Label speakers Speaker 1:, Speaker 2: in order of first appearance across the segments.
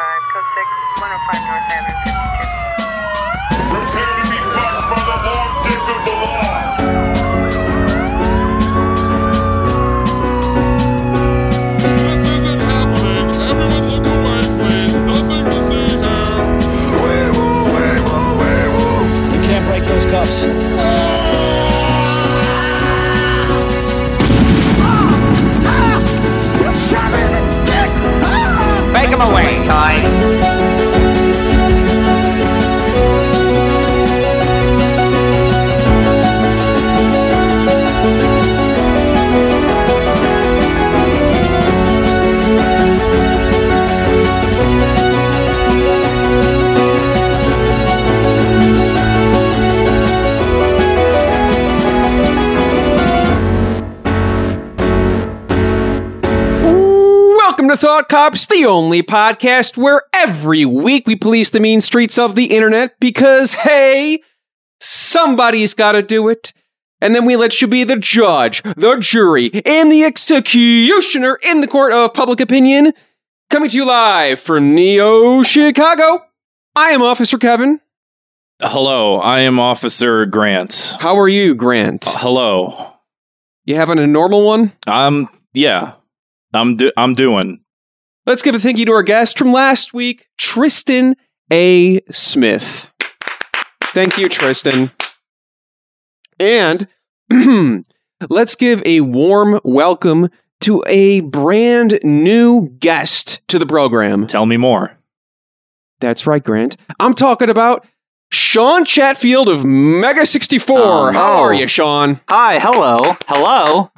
Speaker 1: 606, 105 North Avenue 52.
Speaker 2: Prepare to be fucked by the long dick of the law.
Speaker 3: This isn't happening. Everyone look away, please. Nothing to see here.
Speaker 4: You can't break those cuffs.
Speaker 5: Make him away, Ty.
Speaker 6: Welcome to Thought Cops, the only podcast where every week we police the mean streets of the internet because, hey, somebody's got to do it. And then we let you be the judge, the jury, and the executioner in the court of public opinion. Coming to you live from Neo Chicago. I am Officer Kevin.
Speaker 7: Hello, I am Officer Grant.
Speaker 6: How are you, Grant?
Speaker 7: Hello.
Speaker 6: You having a normal one?
Speaker 7: I'm yeah. I'm do- I'm doing.
Speaker 6: Let's give a thank you to our guest from last week, Tristan A. Smith. Thank you, Tristan. And let's give a warm welcome to a brand new guest to the program.
Speaker 7: Tell me more.
Speaker 6: That's right, Grant. I'm talking about Sean Chatfield of Mega64.
Speaker 5: Oh, no.
Speaker 6: How are you, Sean?
Speaker 5: Hi, hello, hello,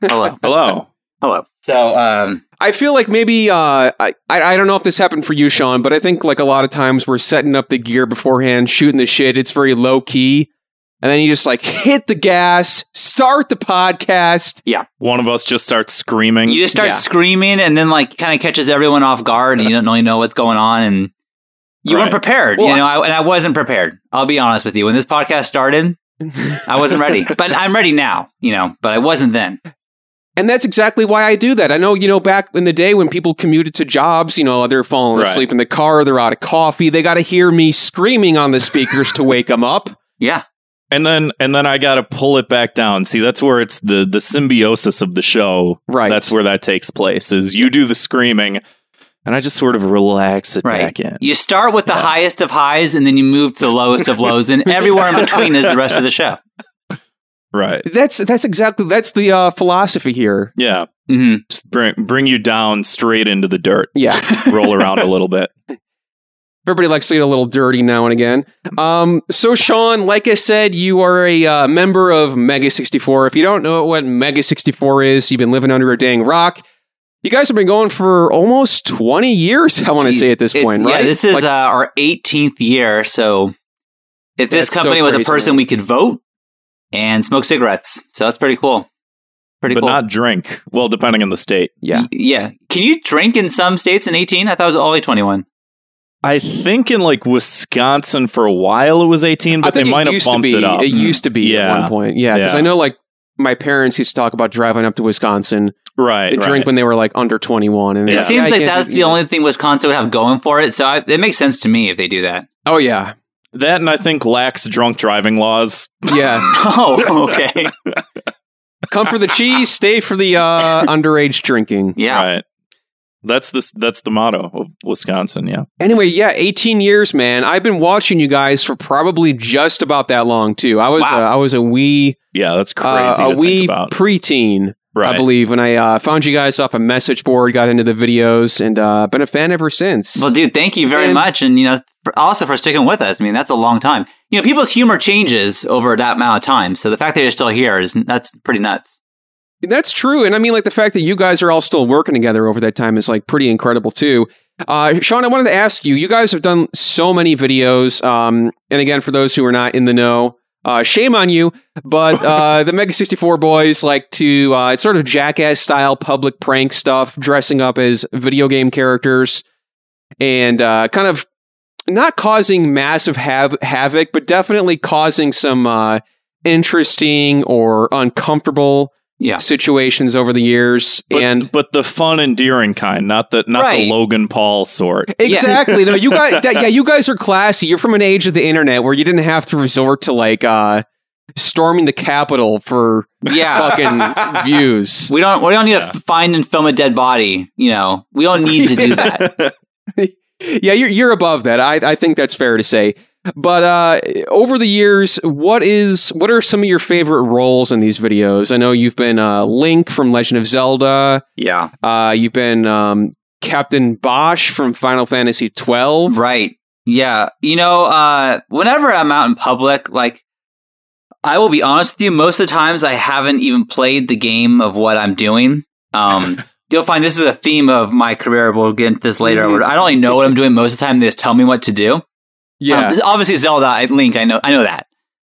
Speaker 5: hello,
Speaker 7: Hello.
Speaker 5: hello. So, um,
Speaker 6: I feel like maybe uh, I I I don't know if this happened for you, Sean, but I think like a lot of times we're setting up the gear beforehand, shooting the shit. It's very low key, and then you just like hit the gas, start the podcast.
Speaker 7: One of us just starts screaming.
Speaker 5: you just start
Speaker 6: Yeah.
Speaker 5: screaming, and then like kind of catches everyone off guard, and you don't really know what's going on, and you weren't
Speaker 7: Right.
Speaker 5: prepared.
Speaker 6: Well,
Speaker 5: you know, I, and I wasn't prepared. I'll be honest with you. When this podcast started, I wasn't ready, but I'm ready now. You know, but I wasn't then.
Speaker 6: And that's exactly why I do that. I know, you know, back in the day when people commuted to jobs, you know, they're falling
Speaker 7: Right.
Speaker 6: asleep in the car, they're out of coffee, they got to hear me screaming on the speakers to wake them up.
Speaker 5: Yeah,
Speaker 7: and then and then I got to pull it back down. See, that's where it's the the symbiosis of the show.
Speaker 6: Right.
Speaker 7: That's where that takes place. Is you do the screaming and I just sort of relax it
Speaker 5: right.
Speaker 7: back in.
Speaker 5: You start with the highest of highs, and then you move to the lowest of lows, and everywhere in between is the rest of the show.
Speaker 7: Right.
Speaker 6: That's that's exactly that's the uh, philosophy here.
Speaker 7: Yeah.
Speaker 5: hmm
Speaker 7: Just bring bring you down straight into the dirt.
Speaker 6: Yeah.
Speaker 7: Roll around a little bit.
Speaker 6: Everybody likes to get a little dirty now and again. Um, so, Sean, like I said, you are a uh, member of Mega 64. If you don't know what Mega 64 is, you've been living under a dang rock. You guys have been going for almost 20 years, I want to
Speaker 5: Jeez.
Speaker 6: say, at this
Speaker 5: It's-
Speaker 6: point,
Speaker 5: yeah,
Speaker 6: right?
Speaker 5: this is
Speaker 6: Like,
Speaker 5: uh, our 18th year. So if this
Speaker 6: That's so
Speaker 5: company was a
Speaker 6: crazy,
Speaker 5: person,
Speaker 6: man.
Speaker 5: we could vote and smoke cigarettes. So that's pretty cool. Pretty
Speaker 7: but
Speaker 5: cool.
Speaker 7: not drink. Well, depending on the state.
Speaker 6: yeah.
Speaker 5: Y- yeah. Can you drink in some states in 18? I thought it was only 21.
Speaker 7: I think in like Wisconsin for a while it was 18,
Speaker 6: I
Speaker 7: but they
Speaker 6: think
Speaker 7: might
Speaker 6: it
Speaker 7: have
Speaker 6: used to
Speaker 7: bumped
Speaker 6: be.
Speaker 7: it up.
Speaker 6: It used to be at
Speaker 7: Yeah.
Speaker 6: one point. Yeah. Because
Speaker 7: Yeah.
Speaker 6: I know, like, my parents used to talk about driving up to Wisconsin
Speaker 7: right.
Speaker 6: to
Speaker 7: right.
Speaker 6: drink when they were, like, under 21. And
Speaker 7: It
Speaker 6: they're
Speaker 5: It seems
Speaker 6: "Yeah, I
Speaker 5: like
Speaker 6: can't
Speaker 5: that's
Speaker 6: do-
Speaker 5: the only thing Wisconsin would have going for it. So I, it makes sense to me if they do that.
Speaker 6: Oh, yeah.
Speaker 7: that and I think lax drunk driving laws.
Speaker 6: Yeah.
Speaker 5: Oh, okay.
Speaker 6: Come for the cheese, stay for the uh, underage drinking.
Speaker 5: Yeah.
Speaker 7: Right. That's this. That's the motto of Wisconsin. Yeah.
Speaker 6: Anyway, yeah, 18 years, man. I've been watching you guys for probably just about that long too. I was
Speaker 5: Wow.
Speaker 6: uh, I was a wee
Speaker 7: Yeah. That's crazy.
Speaker 6: uh,
Speaker 7: to
Speaker 6: a
Speaker 7: think
Speaker 6: wee
Speaker 7: about.
Speaker 6: preteen,
Speaker 7: right.
Speaker 6: I believe, when I uh, found you guys off a message board, got into the videos, and uh, been a fan ever since.
Speaker 5: Well, dude, thank you very
Speaker 6: And-
Speaker 5: much, and you know, for, also for sticking with us. I mean, that's a long time. You know, people's humor changes over that amount of time. So the fact that you're still here is that's pretty nuts.
Speaker 6: That's true, and I mean, like the fact that you guys are all still working together over that time is like pretty incredible too. Uh, Sean, I wanted to ask you. You guys have done so many videos, um, and again, for those who are not in the know, uh, shame on you. But uh, the Mega sixty four boys like to uh, it's sort of jackass style public prank stuff, dressing up as video game characters, and uh, kind of not causing massive hav- havoc, but definitely causing some uh, interesting or uncomfortable
Speaker 5: Yeah.
Speaker 6: situations over the years,
Speaker 7: But,
Speaker 6: and
Speaker 7: but the fun, endearing kind, not the not
Speaker 5: Right.
Speaker 7: the Logan Paul sort.
Speaker 6: Exactly. No, you guys. That, yeah, you guys are classy. You're from an age of the internet where you didn't have to resort to like uh storming the Capitol for
Speaker 5: Yeah.
Speaker 6: fucking views.
Speaker 5: We don't. We don't need to find and film a dead body. You know, we don't need to do that.
Speaker 6: Yeah, you're you're above that. I I think that's fair to say. But uh, over the years, what is what are some of your favorite roles in these videos? I know you've been uh, Link from Legend of Zelda.
Speaker 5: Yeah,
Speaker 6: Uh, you've been um, Captain Bosch from Final Fantasy twelve.
Speaker 5: right. Yeah, you know, uh, whenever I'm out in public, like I will be honest with you, most of the times I haven't even played the game of what I'm doing. Um, you'll find this is a theme of my career. We'll get into this later.
Speaker 6: Mhm.
Speaker 5: I don't really know what I'm doing most of the time. They just tell me what to do.
Speaker 6: Yeah,
Speaker 5: Um, obviously Zelda and Link, I know I know that.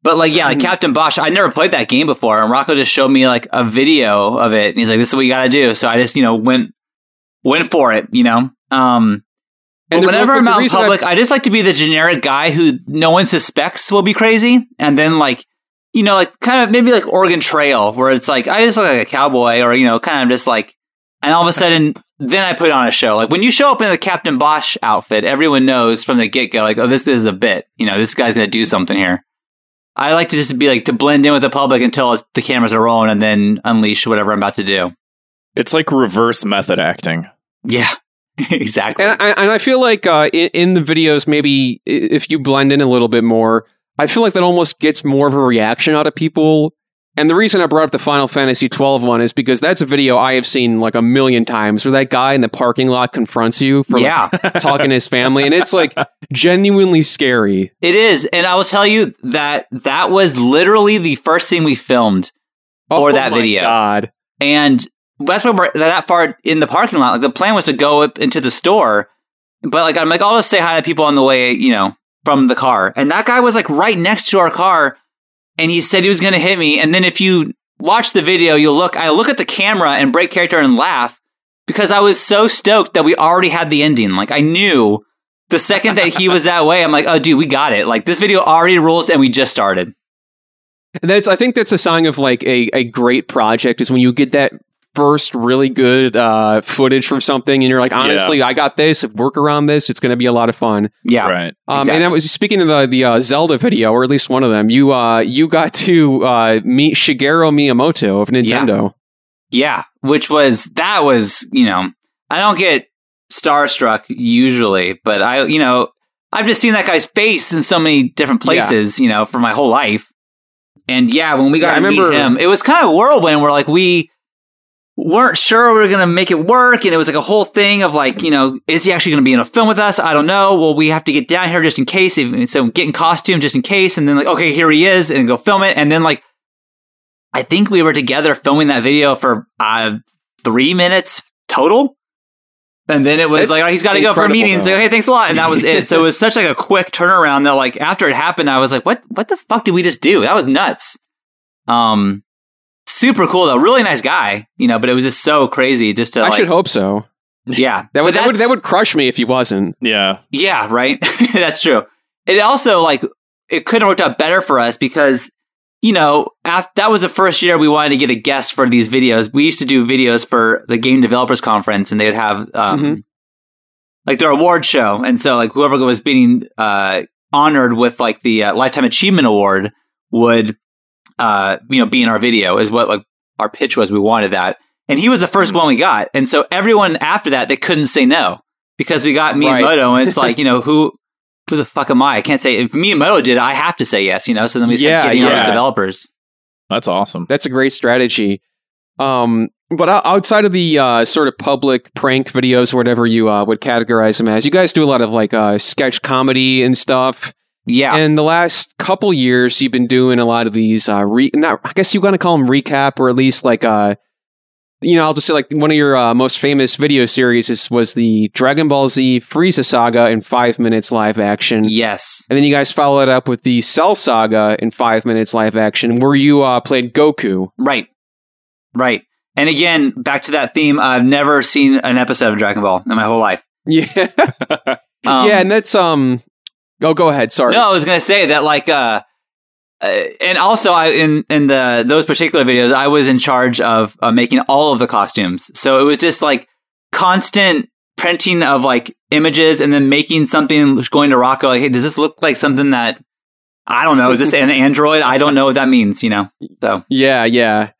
Speaker 5: But like yeah, like Captain Bosch, I never played that game before, and Rocco just showed me like a video of it, and he's like, This is what you gotta do. So I just, you know, went went for it, you know? Um but
Speaker 6: the-
Speaker 5: whenever
Speaker 6: but
Speaker 5: I'm
Speaker 6: the
Speaker 5: out in
Speaker 6: reason I-
Speaker 5: public, I just like to be the generic guy who no one suspects will be crazy, and then like you know, like kind of maybe like Oregon Trail, where it's like I just look like a cowboy, or you know, kind of just like, and all of a sudden, then I put on a show. Like when you show up in the Captain Bosch outfit, everyone knows from the get go, like, oh, this, this is a bit. You know, this guy's gonna do something here. I like to just be like to blend in with the public until it's, the cameras are rolling, and then unleash whatever I'm about to do.
Speaker 7: It's like reverse method acting.
Speaker 5: Yeah, exactly.
Speaker 6: And I, and I feel like uh, in, in the videos, maybe i- if you blend in a little bit more, I feel like that almost gets more of a reaction out of people. And the reason I brought up the Final Fantasy twelve one is because that's a video I have seen like a million times where that guy in the parking lot confronts you for like,
Speaker 5: yeah.
Speaker 6: talking to his family, and it's like genuinely scary.
Speaker 5: It is, and I will tell you that that was literally the first thing we filmed, For that
Speaker 6: Oh my
Speaker 5: video.
Speaker 6: God.
Speaker 5: and that's why we're that far in the parking lot. Like the plan was to go up into the store, but like I'm like I'll just say hi to people on the way, you know, from the car. And that guy was like right next to our car, and he said he was going to hit me. And then if you watch the video, you'll look. I look at the camera and break character and laugh because I was so stoked that we already had the ending. Like I knew. The second that he was that way, I'm like, oh, dude, we got it. Like, this video already rules and we just started.
Speaker 6: And that's I think that's a sign of like a, a great project is when you get that first really good uh, footage from something and you're like, honestly, I got this, work around this, it's gonna be a lot of fun.
Speaker 5: Yeah.
Speaker 7: Right.
Speaker 6: Um,
Speaker 5: Exactly.
Speaker 6: And I was speaking of the the uh, Zelda video, or at least one of them. You uh, you got to uh, meet Shigeru Miyamoto of Nintendo.
Speaker 5: Yeah, which was that was you know I don't get starstruck usually, but I you know I've just seen that guy's face in so many different places you know for my whole life, and yeah, when we got
Speaker 6: Yeah, I
Speaker 5: to meet
Speaker 6: remember-
Speaker 5: him, it was kind of a whirlwind where like we weren't sure we were gonna make it work, and it was like a whole thing of like you know is he actually gonna be in a film with us? I don't know. Well, we have to get down here just in case, even- so get in costume just in case, and then like okay, here he is, and go film it, and then like. I think we were together filming that video for uh, three minutes total. And then it was
Speaker 6: That's
Speaker 5: like, all right, he's got to go for a
Speaker 6: incredible,
Speaker 5: meeting. It's
Speaker 6: though.
Speaker 5: like, hey, thanks a lot. And that was it. so it was such like a quick turnaround that like after it happened, I was like, what, what the fuck did we just do? That was nuts. Um, super cool though. Really nice guy, you know, but it was just so crazy just to
Speaker 6: I
Speaker 5: like,
Speaker 6: should hope so.
Speaker 5: yeah,
Speaker 6: That would,
Speaker 5: But
Speaker 6: that would
Speaker 5: that's-
Speaker 6: that would crush me if he wasn't.
Speaker 7: Yeah.
Speaker 5: yeah, right. That's true. It also like it could have worked out better for us because you know af- that was the first year we wanted to get a guest for these videos. We used to do videos for the Game Developers Conference, and they would have um,
Speaker 6: Mhm.
Speaker 5: like their award show, and so like whoever was being uh, honored with like the uh, Lifetime Achievement Award would uh, you know be in our video is what like our pitch was. We wanted that. And he was the first one we got. And so everyone after that, they couldn't say no because we got
Speaker 6: Right.
Speaker 5: Miyamoto. And it's like, you know, who who the fuck am I? I can't say if Miyamoto did, it, I have to say yes, you know? So then we started
Speaker 6: Yeah,
Speaker 5: getting all
Speaker 7: yeah.
Speaker 5: the developers.
Speaker 7: That's awesome.
Speaker 6: That's a great strategy. Um, but o- outside of the uh, sort of public prank videos, or whatever you uh, would categorize them as, you guys do a lot of like uh, sketch comedy and stuff.
Speaker 5: Yeah.
Speaker 6: And the last couple years, you've been doing a lot of these. Uh, re- not, I guess you want to call them recap, or at least like uh, you know, I'll just say like one of your uh, most famous video series is, was the Dragon Ball Z Frieza Saga in five minutes live action,
Speaker 5: yes.
Speaker 6: and then you guys followed up with the Cell Saga in five minutes live action, where you uh, played Goku.
Speaker 5: Right. Right. And again, back to that theme, I've never seen an episode of Dragon Ball in my whole life.
Speaker 6: Yeah,
Speaker 5: Um,
Speaker 6: yeah, and that's um. Oh, go ahead. Sorry.
Speaker 5: No, I was gonna say that like uh uh, and also I in in the those particular videos I was in charge of uh, making all of the costumes. So it was just like constant printing of like images and then making something going to Rocco like hey does this look like something that I don't know is this an android I don't know what that means you know so
Speaker 6: Yeah, yeah.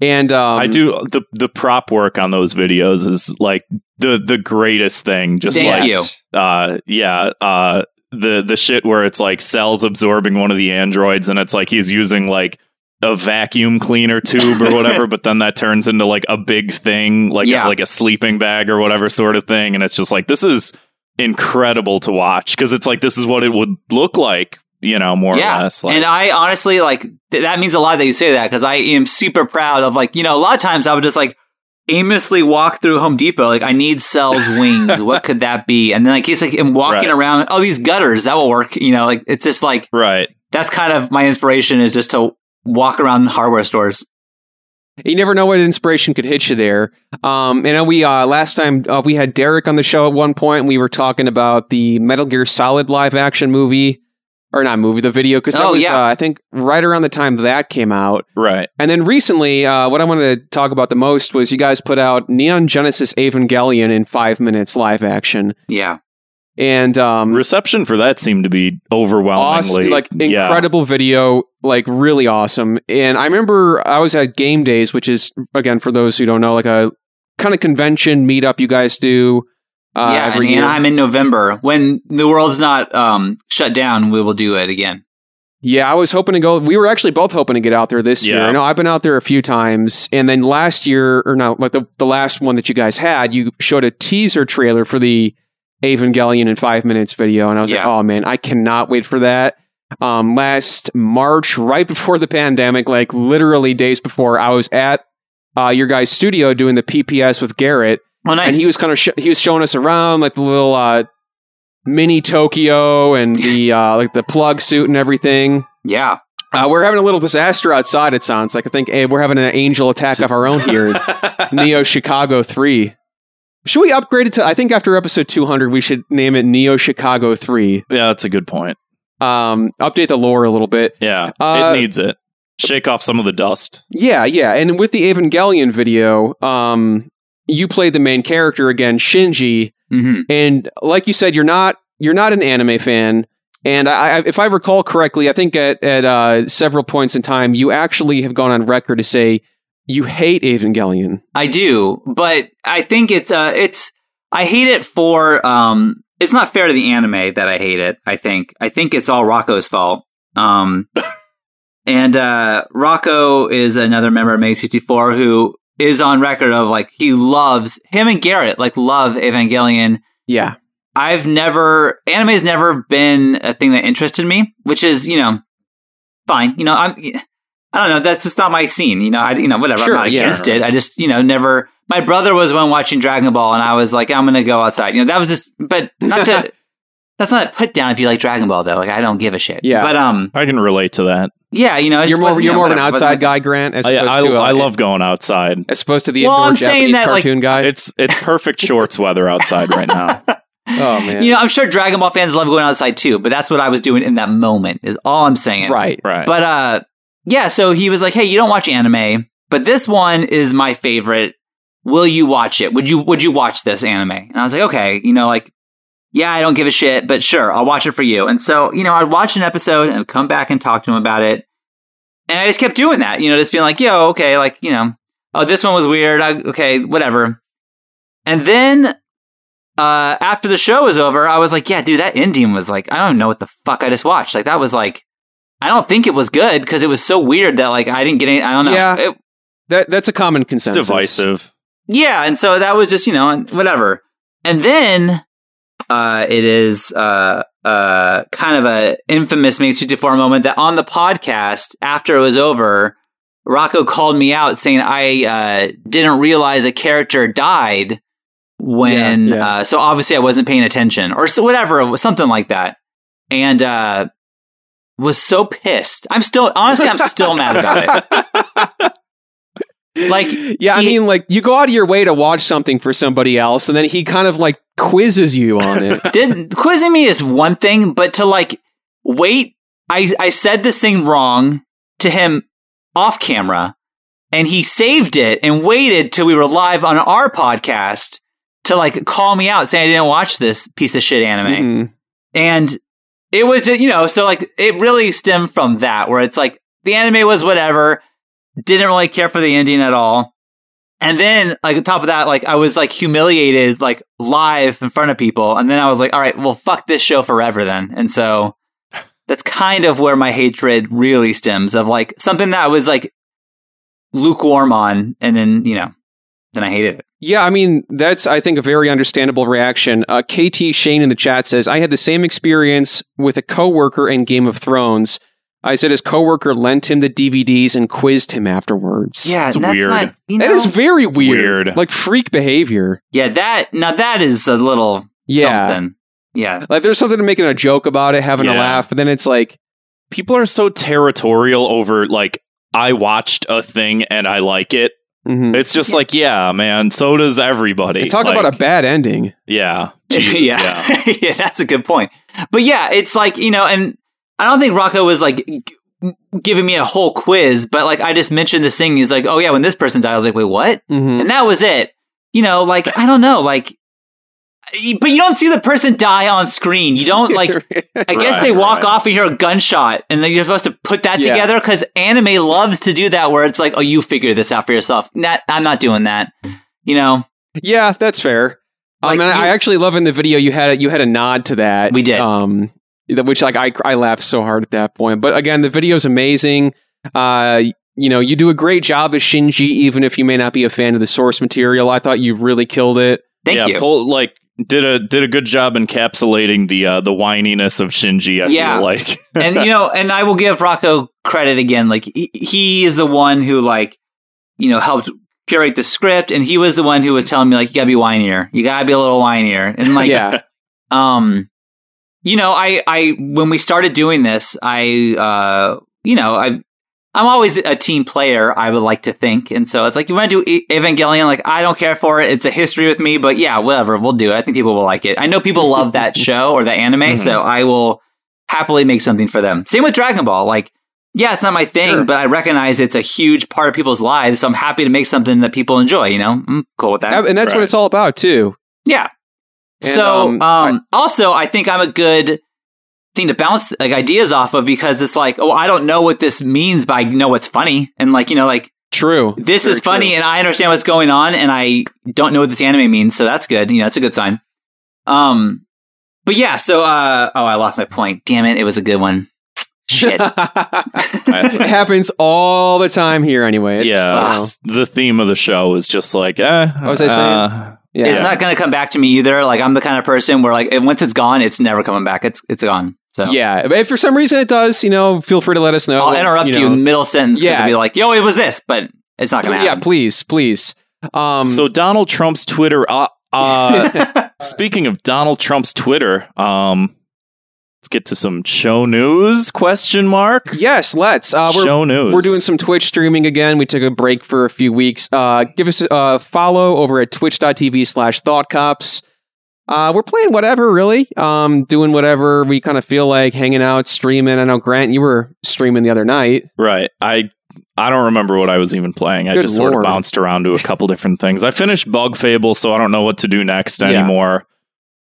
Speaker 6: And um,
Speaker 7: I do the the prop work on those videos is like the the greatest thing. Just
Speaker 5: Thank
Speaker 7: like
Speaker 5: you.
Speaker 7: uh yeah, uh the the shit where it's like cells absorbing one of the androids and it's like he's using like a vacuum cleaner tube or whatever, but then that turns into like a big thing, like
Speaker 5: Yeah.
Speaker 7: like a sleeping bag or whatever sort of thing. And it's just like this is incredible to watch because it's like this is what it would look like, you know, more or
Speaker 5: yeah
Speaker 7: less. Like,
Speaker 5: and uh, I honestly like th- that means a lot that you say that because I am super proud of like you know a lot of times I would just like aimlessly walk through Home Depot like I need cells wings what could that be and then like he's like I'm walking
Speaker 7: Right.
Speaker 5: around oh these gutters that will work you know like it's just like
Speaker 7: right.
Speaker 5: that's kind of my inspiration is just to walk around hardware stores
Speaker 6: you never know what inspiration could hit you there. Um, you know, we uh, last time uh, we had Derek on the show at one point. We were talking about the Metal Gear Solid live action movie, or not movie, the video because that
Speaker 5: Oh,
Speaker 6: was
Speaker 5: yeah.
Speaker 6: uh, I think right around the time that came out.
Speaker 7: Right.
Speaker 6: And then recently, uh, what I wanted to talk about the most was you guys put out Neon Genesis Evangelion in five minutes live action,
Speaker 5: yeah
Speaker 6: and um,
Speaker 7: Reception for that seemed to be
Speaker 6: awesome,
Speaker 7: overwhelmingly
Speaker 6: like
Speaker 7: yeah.
Speaker 6: incredible video, like really awesome. And I remember I was at Game Days, which is again for those who don't know, like a kind of convention meetup you guys do. Uh,
Speaker 5: yeah and
Speaker 6: every year.
Speaker 5: Anaheim in November when the world's not um shut down we will do it again
Speaker 6: Yeah, I was hoping to go. We were actually both hoping to get out there this year.
Speaker 7: Yeah.
Speaker 6: I know I've been out there a few times, and then last year, or no, like the, the last one that you guys had, you showed a teaser trailer for the Evangelion in five minutes video, and I was like,
Speaker 5: Yeah.
Speaker 6: oh man, I cannot wait for that. Um, last March, right before the pandemic, like literally days before, I was at uh, your guys' studio doing the PPS with Garrett,
Speaker 5: oh nice
Speaker 6: and he was kind of sh- he was showing us around like the little uh, mini Tokyo and the uh, like the plug suit and everything.
Speaker 5: yeah
Speaker 6: Uh, we're having a little disaster outside. It sounds like I think eh, we're having an angel attack of our own here. Neo Chicago Three. Should we upgrade it to? I think after episode two hundred, we should name it Neo Chicago Three.
Speaker 7: Yeah, that's a good point.
Speaker 6: Um, update the lore a little bit.
Speaker 7: Yeah,
Speaker 6: Uh,
Speaker 7: it needs it. Shake off some of the dust.
Speaker 6: Yeah, yeah. And with the Evangelion video, um, you played the main character again, Shinji.
Speaker 5: hmm
Speaker 6: and like you said, you're not you're not an anime fan. And I, I, if I recall correctly, I think at at uh, several points in time, you actually have gone on record to say you hate Evangelion.
Speaker 5: I do, but I think it's uh it's I hate it for um it's not fair to the anime that I hate it, I think. I think it's all Rocco's fault. Um and uh Rocco is another member of May 64 who is on record of like he loves him and Garrett like love Evangelion.
Speaker 6: Yeah,
Speaker 5: I've never anime's never been a thing that interested me, which is, you know, fine. You know, I'm I don't know, that's just not my scene, you know. I you know, whatever.
Speaker 6: Sure,
Speaker 5: I'm not
Speaker 6: yeah.
Speaker 5: against it. I just, you know, never my brother was one watching Dragon Ball and I was like, I'm gonna go outside. You know, that was just but not to that's not a put down if you like Dragon Ball though. Like I don't give a shit.
Speaker 6: Yeah.
Speaker 5: But um
Speaker 7: I can relate to that.
Speaker 5: yeah, you know, it just
Speaker 6: you're more
Speaker 5: wasn't-
Speaker 6: you're
Speaker 5: you know,
Speaker 6: more of an
Speaker 5: whatever. It
Speaker 6: outside
Speaker 5: wasn't-
Speaker 6: guy, Grant, as
Speaker 7: I,
Speaker 6: opposed
Speaker 7: I,
Speaker 6: to uh,
Speaker 7: I love going outside.
Speaker 6: as opposed to the
Speaker 5: Well,
Speaker 6: indoor
Speaker 5: I'm
Speaker 6: Japanese
Speaker 5: saying that, like,
Speaker 6: cartoon guy.
Speaker 7: It's it's perfect shorts weather outside right now.
Speaker 6: oh man,
Speaker 5: You know, I'm sure Dragon Ball fans love going outside too, but that's what I was doing in that moment is all I'm saying.
Speaker 6: right?
Speaker 7: Right.
Speaker 5: But uh yeah, so he was like, "Hey, you don't watch anime, but this one is my favorite. Will you watch it? Would you would you watch this anime?" And I was like, "Okay, you know, like yeah, I don't give a shit, but sure, I'll watch it for you." And so, you know, I'd watch an episode and I'd come back and talk to him about it. And I just kept doing that, you know, just being like, "Yo, okay, like, you know, oh, this one was weird. I, okay, whatever." And then uh, after the show was over, I was like, yeah, dude, that ending was like, I don't know what the fuck I just watched. Like, that was like, I don't think it was good because it was so weird that like I didn't get any. I don't know.
Speaker 6: Yeah.
Speaker 5: It-
Speaker 6: That that's a common consensus.
Speaker 7: Divisive.
Speaker 5: yeah, and so that was just you know and whatever. And then uh, it is uh, uh, kind of a infamous Main Street Four moment that on the podcast after it was over, Rocco called me out saying I uh, didn't realize a character died when
Speaker 6: Yeah, yeah.
Speaker 5: Uh, so obviously I wasn't paying attention or so whatever it was, something like that, and uh, was so pissed. I'm still honestly I'm still mad about it. Like,
Speaker 6: yeah, I
Speaker 5: he-
Speaker 6: mean, like you go out of your way to watch something for somebody else, and then he kind of like quizzes you on it.
Speaker 5: did quizzing me is one thing, but to like wait, I, I said this thing wrong to him off camera, and he saved it and waited till we were live on our podcast to like call me out saying I didn't watch this piece of shit anime.
Speaker 6: Mhm.
Speaker 5: And it was, you know, so like it really stemmed from that, where it's like the anime was whatever, didn't really care for the ending at all. And then, like, on top of that, like, I was like humiliated, like, live in front of people. And then I was like, all right, well, fuck this show forever then. And so that's kind of where my hatred really stems of like something that I was like lukewarm on. And then, you know, then I hated it.
Speaker 6: Yeah, I mean, that's, I think, a very understandable reaction. Uh, KT Shane in the chat says, I had the same experience with a coworker in Game of Thrones. I said his coworker lent him the DVDs and quizzed him afterwards.
Speaker 5: Yeah,
Speaker 7: It's
Speaker 5: and that's
Speaker 7: weird.
Speaker 5: not, you know,
Speaker 6: That is very weird.
Speaker 7: weird.
Speaker 6: Like freak behavior.
Speaker 5: yeah, that, now that is a little
Speaker 6: Yeah.
Speaker 5: something. Yeah.
Speaker 6: Like there's something to making a joke about it, having a
Speaker 7: Yeah.
Speaker 6: laugh, but then it's like,
Speaker 7: People are so territorial over like I watched a thing and I like it.
Speaker 6: mhm.
Speaker 7: It's just like, yeah, man, so does everybody.
Speaker 6: And talk
Speaker 7: Like,
Speaker 6: about a bad ending.
Speaker 7: Yeah. Jesus, yeah.
Speaker 5: yeah. yeah, that's a good point. But yeah, it's like, you know, and I don't think Rocco was like g- giving me a whole quiz, but like I just mentioned this thing. He's like, oh, yeah, when this person died, I was like, wait, what?
Speaker 6: Mhm.
Speaker 5: And that was it. You know, like, I don't know, like, y- but you don't see the person die on screen. You don't like, I guess
Speaker 7: Right,
Speaker 5: they walk
Speaker 7: right.
Speaker 5: off and hear a gunshot and then you're supposed to put that
Speaker 6: Yeah.
Speaker 5: together because anime loves to do that where it's like, oh, you figure this out for yourself. That, I'm not doing that. You know,
Speaker 6: yeah, that's fair.
Speaker 5: Like,
Speaker 6: um, and I
Speaker 5: you-
Speaker 6: I actually love in the video you had a, you had a nod to that.
Speaker 5: We did.
Speaker 6: Um, that- which like I I laughed so hard at that point. But again, the video's amazing. Uh, you know, you do a great job as Shinji, even if you may not be a fan of the source material. I thought you really killed it.
Speaker 5: thank
Speaker 7: yeah,
Speaker 5: you.
Speaker 7: Pol- like did a did a good job encapsulating the uh, the whininess of Shinji, I
Speaker 5: Yeah.
Speaker 7: feel like.
Speaker 5: and you know, and I will give Rocco credit again. Like he, he is the one who like you know helped curate the script, and he was the one who was telling me like you gotta be whinier, you gotta be a little whinier, and like
Speaker 6: yeah.
Speaker 5: um, you know, I I when we started doing this, I uh, you know, I I'm always a team player. I would like to think, and so it's like you want to do E- Evangelion. Like I don't care for it. It's a history with me, but yeah, whatever. We'll do it. I think people will like it. I know people love that show or the anime, so I will happily make something for them. Same with Dragon Ball. Like, yeah, it's not my thing,
Speaker 6: Sure.
Speaker 5: but I recognize it's a huge part of people's lives, so I'm happy to make something that people enjoy. You know, I'm cool with that.
Speaker 6: and that's what
Speaker 7: Right.
Speaker 6: it's all about too.
Speaker 5: Yeah.
Speaker 6: And,
Speaker 5: so
Speaker 6: um,
Speaker 5: um, also I think I'm a good thing to bounce like ideas off of because it's like, oh, I don't know what this means, but I know what's funny. And like, you know, like
Speaker 6: True.
Speaker 5: this
Speaker 6: Very
Speaker 5: is funny
Speaker 6: true.
Speaker 5: and I understand what's going on and I don't know what this anime means, so that's good. You know, that's a good sign. Um but yeah, so uh oh I lost my point. Damn it, it was a good one. Shit.
Speaker 7: That's-
Speaker 6: it happens all the time here, anyway. It's-
Speaker 7: yeah,
Speaker 6: you know.
Speaker 7: it's- the theme of the show is just like, eh, what
Speaker 6: was I saying? yeah.
Speaker 5: It's not gonna come back to me either. Like I'm the kind of person where like once it's gone, it's never coming back. It's it's gone. So
Speaker 6: Yeah, but if for some reason it does, you know, feel free to let us know.
Speaker 5: I'll interrupt you,
Speaker 6: know.
Speaker 5: in middle sentence. 'cause
Speaker 6: Yeah.
Speaker 5: I'll be like, yo, it was this, but it's not going to
Speaker 6: Yeah,
Speaker 5: happen.
Speaker 6: please, please. Um,
Speaker 7: so Donald Trump's Twitter. Uh, uh, speaking of Donald Trump's Twitter, um, let's get to some show news? Question mark.
Speaker 6: yes, let's. Uh, we're
Speaker 7: show news.
Speaker 6: we're doing some Twitch streaming again. We took a break for a few weeks. Uh, give us a follow over at twitch.tv slash thoughtcops. Uh, we're playing whatever, really. Um, doing whatever we kind of feel like, hanging out, streaming. I know, Grant, you were streaming the other night.
Speaker 7: right. I I don't remember what I was even playing. I
Speaker 6: Good
Speaker 7: just sort
Speaker 6: lord.
Speaker 7: of bounced around to a couple different things. I finished Bug Fable, so I don't know what to do next
Speaker 6: Yeah.
Speaker 7: anymore.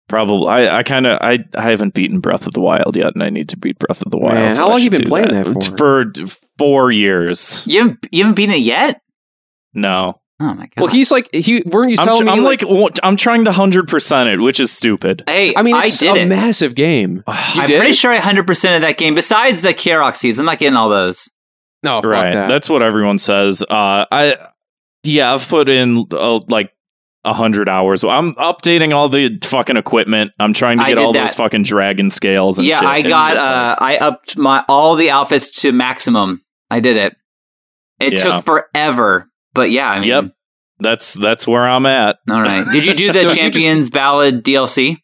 Speaker 7: Probably, I, I kind of I, I haven't beaten Breath of the Wild yet, and I need to beat Breath of the Wild.
Speaker 6: Man,
Speaker 7: so
Speaker 6: how long
Speaker 7: I
Speaker 6: you
Speaker 7: should
Speaker 6: been
Speaker 7: do
Speaker 6: playing that
Speaker 7: for four years.
Speaker 5: You haven't, you haven't beaten it yet?
Speaker 7: No,
Speaker 5: Oh, my God.
Speaker 6: Well, he's like, he weren't you
Speaker 7: I'm,
Speaker 6: telling
Speaker 7: tr-
Speaker 6: me?
Speaker 7: I'm like, wa- I'm trying to hundred percent it, which is stupid.
Speaker 5: hey,
Speaker 6: I mean,
Speaker 5: I
Speaker 6: it's
Speaker 5: did
Speaker 6: a
Speaker 5: it.
Speaker 6: massive game. You
Speaker 5: I'm
Speaker 6: did?
Speaker 5: pretty sure I 100% of that game, besides the Kerok seeds. I'm not getting all those.
Speaker 6: No, fuck
Speaker 7: right,
Speaker 6: that.
Speaker 7: that's what everyone says. Uh, I yeah, I've put in uh, like a hundred hours. I'm updating all the fucking equipment. I'm trying to
Speaker 5: I
Speaker 7: get
Speaker 5: did
Speaker 7: all
Speaker 5: that.
Speaker 7: those fucking dragon scales. And
Speaker 5: Yeah,
Speaker 7: shit.
Speaker 5: I
Speaker 7: It's
Speaker 5: got,
Speaker 7: just like-
Speaker 5: uh, I upped my all the outfits to maximum. I did it. It
Speaker 7: Yeah.
Speaker 5: took forever. But yeah, I mean,
Speaker 7: Yep. that's that's where I'm at.
Speaker 5: all right. Did you do
Speaker 6: So
Speaker 5: the
Speaker 6: you just-
Speaker 5: Champions Ballad DLC?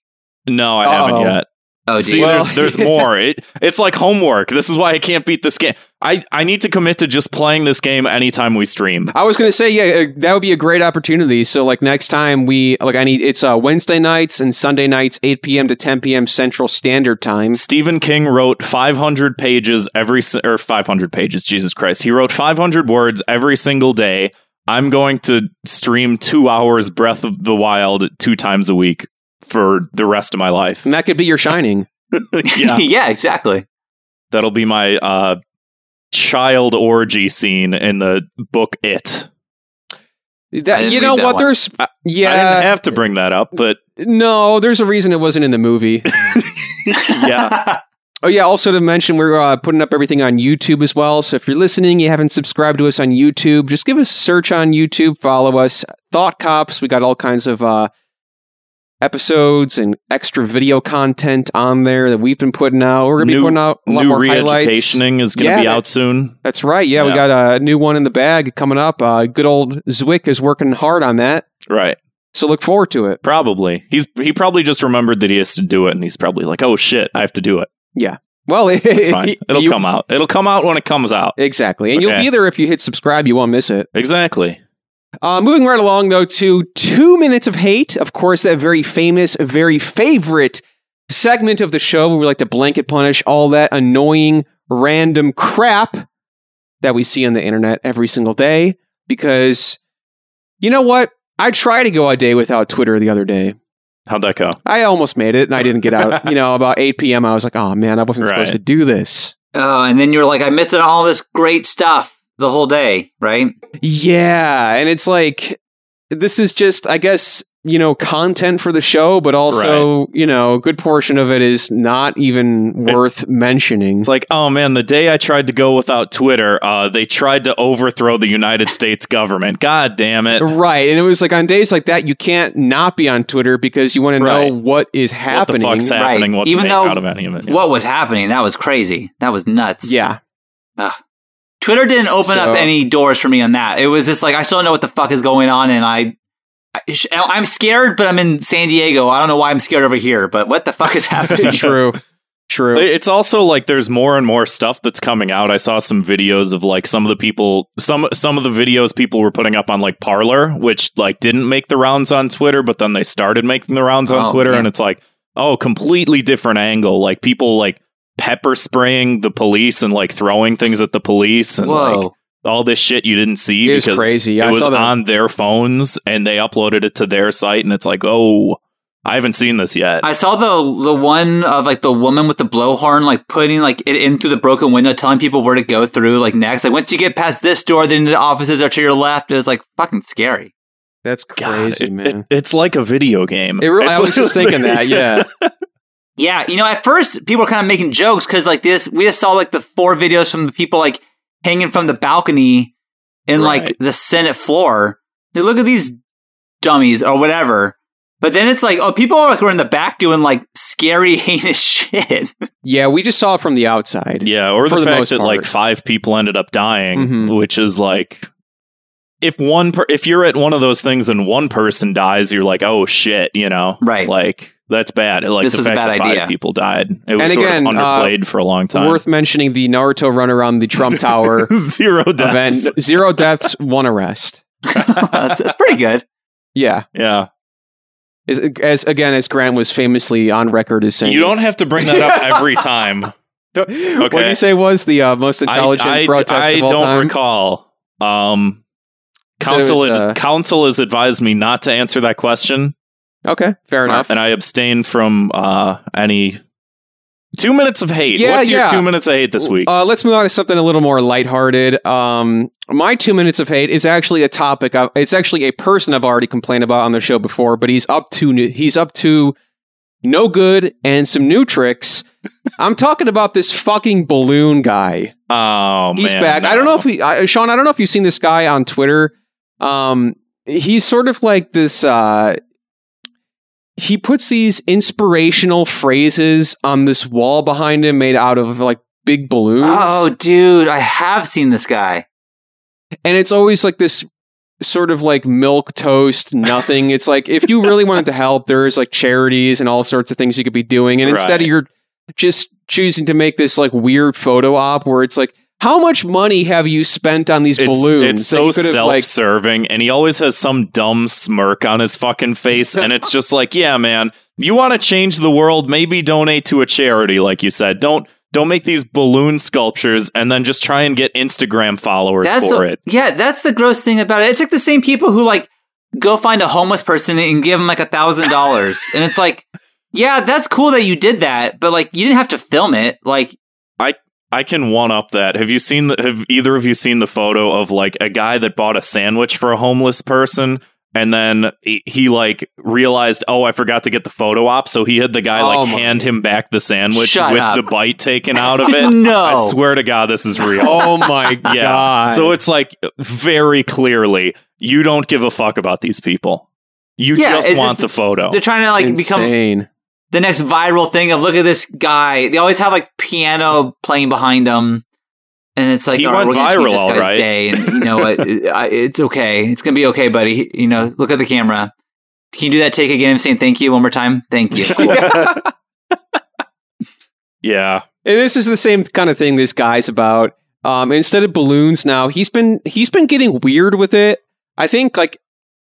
Speaker 7: No, I
Speaker 6: Uh-oh.
Speaker 7: haven't yet.
Speaker 5: Oh,
Speaker 7: See,
Speaker 5: dude.
Speaker 6: Well-
Speaker 7: there's there's more. It it's like homework. This is why I can't beat this game. I I need to commit to just playing this game anytime we stream.
Speaker 6: I was gonna say, yeah, uh, that would be a great opportunity. So, like next time we like, I need it's uh, Wednesday nights and Sunday nights, eight p.m. to ten p.m. Central Standard Time.
Speaker 7: Stephen King wrote 500 pages every si- or 500 pages. Jesus Christ, he wrote 500 words every single day. I'm going to stream two hours Breath of the Wild two times a week for the rest of my life.
Speaker 6: And that could be your shining.
Speaker 5: yeah. exactly.
Speaker 7: That'll be my uh, child orgy scene in the book It.
Speaker 5: I
Speaker 6: That
Speaker 5: didn't
Speaker 6: you know
Speaker 5: read that
Speaker 6: what?
Speaker 5: one.
Speaker 6: There's
Speaker 7: I didn't
Speaker 6: yeah,
Speaker 7: have to bring that up, but
Speaker 6: no, there's a reason it wasn't in the movie.
Speaker 7: yeah.
Speaker 6: Oh yeah, also to mention we're uh, putting up everything on YouTube as well. So if you're listening, you haven't subscribed to us on YouTube, just give us a search on YouTube, follow us. Thought Cops, we got all kinds of uh, episodes and extra video content on there that we've been putting out. We're gonna
Speaker 7: New-
Speaker 6: be putting out a lot
Speaker 7: new
Speaker 6: more highlights.
Speaker 7: re-educationing is going to
Speaker 6: Yeah,
Speaker 7: be
Speaker 6: that-
Speaker 7: out soon.
Speaker 6: That's right. Yeah, we
Speaker 7: Yeah.
Speaker 6: got a new one in the bag coming up. Uh, good old Zwick is working hard on that,
Speaker 7: Right.
Speaker 6: so look forward to it.
Speaker 7: Probably. He's he probably just remembered that he has to do it and he's probably like, "Oh shit, I have to do it."
Speaker 6: Well,
Speaker 7: It's fine. It'll
Speaker 6: you-
Speaker 7: come out. It'll come out when it comes out.
Speaker 6: exactly, and you'll
Speaker 7: Okay.
Speaker 6: be there if you hit subscribe. You won't miss it.
Speaker 7: Exactly.
Speaker 6: Uh, moving right along, though, to Two Minutes of Hate. Of course, that very famous, very favorite segment of the show where we like to blanket punish all that annoying, random crap that we see on the internet every single day. Because you know what? I tried to go a day without Twitter the other day.
Speaker 7: How'd that go?
Speaker 6: I almost made it and I didn't get out. you know, about 8 p.m., I was like, oh man, I wasn't supposed
Speaker 7: Right.
Speaker 6: to do this.
Speaker 5: Oh, and then you're like, I missed out on all this great stuff the whole day, right?
Speaker 6: Yeah, and it's like this is just I guess, you know, content for the show, but also, you know, a good portion of it is not even worth mentioning.
Speaker 7: It's like, "Oh man, the day I tried to go without Twitter, uh they tried to overthrow the United States government. God damn it."
Speaker 6: Right. And it was like on days like that you can't not be on Twitter because you want to
Speaker 7: Right.
Speaker 6: know what is
Speaker 7: What the
Speaker 6: happening.
Speaker 7: fuck's happening?
Speaker 5: Right.
Speaker 7: What's
Speaker 5: Even
Speaker 7: made
Speaker 5: though-
Speaker 7: out of any of it?
Speaker 5: What was happening? That was crazy. That was nuts.
Speaker 6: yeah.
Speaker 5: Twitter didn't open
Speaker 6: So-
Speaker 5: up any doors for me on that. It was just like I still don't know what the fuck is going on, and I, I sh- I'm scared, but I'm in San Diego. I don't know why I'm scared over here, but what the fuck is happening?
Speaker 6: True. True.
Speaker 7: It- It's also like there's more and more stuff that's coming out. I saw some videos of like some of the people some some of the videos people were putting up on like Parlor, which like didn't make the rounds on Twitter, but then they started making the rounds on
Speaker 5: Oh,
Speaker 7: Twitter
Speaker 5: yeah.
Speaker 7: and it's like, oh, completely different angle. Like people like pepper spraying the police and like throwing things at the police and
Speaker 5: Whoa.
Speaker 7: like all this shit you didn't see
Speaker 6: It was
Speaker 7: because
Speaker 6: crazy.
Speaker 7: it
Speaker 6: I
Speaker 7: was
Speaker 6: saw that.
Speaker 7: on their phones and they uploaded it to their site and it's like, oh, I haven't seen this yet.
Speaker 5: I saw the the one of like the woman with the blowhorn like putting like it in through the broken window, telling people where to go through like next. Like once you get past this door, then the offices are to your left. It was like fucking scary.
Speaker 6: That's crazy,
Speaker 7: it-
Speaker 6: man.
Speaker 7: it- it's like a video game.
Speaker 6: It really- I
Speaker 7: It's
Speaker 6: was just
Speaker 7: like-
Speaker 6: thinking that, yeah.
Speaker 5: Yeah, you know, at first people were kind of making jokes because like this, we just saw like the four videos from the people like hanging from the balcony in
Speaker 7: Right.
Speaker 5: like the Senate floor. They look at these dummies or whatever. But then it's like, oh, people are like were in the back doing like scary, heinous shit.
Speaker 6: yeah, we just saw it from the outside.
Speaker 7: yeah, or
Speaker 6: For
Speaker 7: the
Speaker 6: the
Speaker 7: fact
Speaker 6: most
Speaker 7: that like
Speaker 6: part.
Speaker 7: five people ended up dying,
Speaker 6: Mhm.
Speaker 7: which is like if one per- if you're at one of those things and one person dies, you're like, oh shit, you know,
Speaker 5: Right.
Speaker 7: Like that's bad. Like
Speaker 5: This
Speaker 7: the
Speaker 5: was a
Speaker 7: fact
Speaker 5: bad
Speaker 7: that five
Speaker 5: idea.
Speaker 7: People died. It was
Speaker 6: And
Speaker 7: sort of
Speaker 6: again, uh,
Speaker 7: underplayed for a long time.
Speaker 6: Worth mentioning the Naruto run around the Trump Tower
Speaker 7: Zero
Speaker 6: event.
Speaker 7: deaths.
Speaker 6: Zero deaths, one arrest.
Speaker 5: that's, that's pretty good.
Speaker 6: Yeah.
Speaker 7: Yeah,
Speaker 6: As, as again, as Grant was famously on record as saying,
Speaker 7: you don't have to bring that up every time.
Speaker 6: What do you say was the uh, most intelligent
Speaker 7: I, I, I
Speaker 6: protest of all
Speaker 7: don't
Speaker 6: time?
Speaker 7: recall. Um,
Speaker 6: So it
Speaker 7: council
Speaker 6: was, uh,
Speaker 7: council has advised me not to answer that question,
Speaker 6: Okay, fair enough.
Speaker 7: and I abstain from uh, any two minutes of hate.
Speaker 6: Yeah,
Speaker 7: What's your
Speaker 6: yeah.
Speaker 7: two minutes of hate this week?
Speaker 6: Uh, let's move on to something a little more lighthearted. Um, my two minutes of hate is actually a topic. Of, it's actually a person I've already complained about on the show before, but he's up to new, he's up to no good and some new tricks. I'm talking about this fucking balloon guy.
Speaker 7: oh,
Speaker 6: he's
Speaker 7: man,
Speaker 6: back.
Speaker 7: no.
Speaker 6: I don't know if he, I, Sean. I don't know if you've seen this guy on Twitter. Um, he's sort of like this. Uh, he puts these inspirational phrases on this wall behind him, made out of like big balloons,
Speaker 5: Oh, dude, I have seen this guy.
Speaker 6: and it's always like this sort of like milk toast nothing it's like if you really wanted to help there's like charities and all sorts of things you could be doing and instead
Speaker 7: Right.
Speaker 6: you're just choosing to make this like weird photo op where it's like, how much money have you spent on these
Speaker 7: It's,
Speaker 6: balloons?
Speaker 7: it's
Speaker 6: that
Speaker 7: so
Speaker 6: you could have, like-
Speaker 7: self-serving, and he always has some dumb smirk on his fucking face, and it's just like, yeah, man, you want to change the world? Maybe donate to a charity, like you said. Don't don't make these balloon sculptures and then just try and get Instagram followers
Speaker 5: That's
Speaker 7: for
Speaker 5: a-
Speaker 7: it.
Speaker 5: Yeah, that's the gross thing about it. It's like the same people who like go find a homeless person and give them like a thousand dollars, and it's like, yeah, that's cool that you did that, but like you didn't have to film it. Like,
Speaker 7: I can one up that. Have you seen the, have either of you seen the photo of like a guy that bought a sandwich for a homeless person and then he, he like realized, "Oh, I forgot to get the photo op." So he had the guy
Speaker 6: Oh
Speaker 7: like
Speaker 6: my-
Speaker 7: hand him back the sandwich
Speaker 5: Shut
Speaker 7: with
Speaker 5: up.
Speaker 7: the bite taken out of it.
Speaker 5: no,
Speaker 7: I swear to god this is real.
Speaker 6: oh my
Speaker 7: Yeah.
Speaker 6: god!
Speaker 7: So it's like very clearly you don't give a fuck about these people. You
Speaker 5: Yeah,
Speaker 7: just
Speaker 5: it's-
Speaker 7: want
Speaker 5: it's-
Speaker 7: the photo.
Speaker 5: they're trying to like become
Speaker 6: insane.
Speaker 5: the next viral thing of look at this guy. They always have like piano playing behind them. And it's like,
Speaker 7: He
Speaker 5: all right,
Speaker 7: went
Speaker 5: we're gonna change
Speaker 7: viral,
Speaker 5: this
Speaker 7: all
Speaker 5: guy's
Speaker 7: right.
Speaker 5: day, and you know what? It- I- It's okay. It's gonna be okay, buddy. You know, look at the camera. Can you do that take again? I'm saying thank you one more time. Thank you.
Speaker 7: yeah.
Speaker 6: And this is the same kind of thing this guy's about. Um, instead of balloons, now he's been he's been getting weird with it. I think like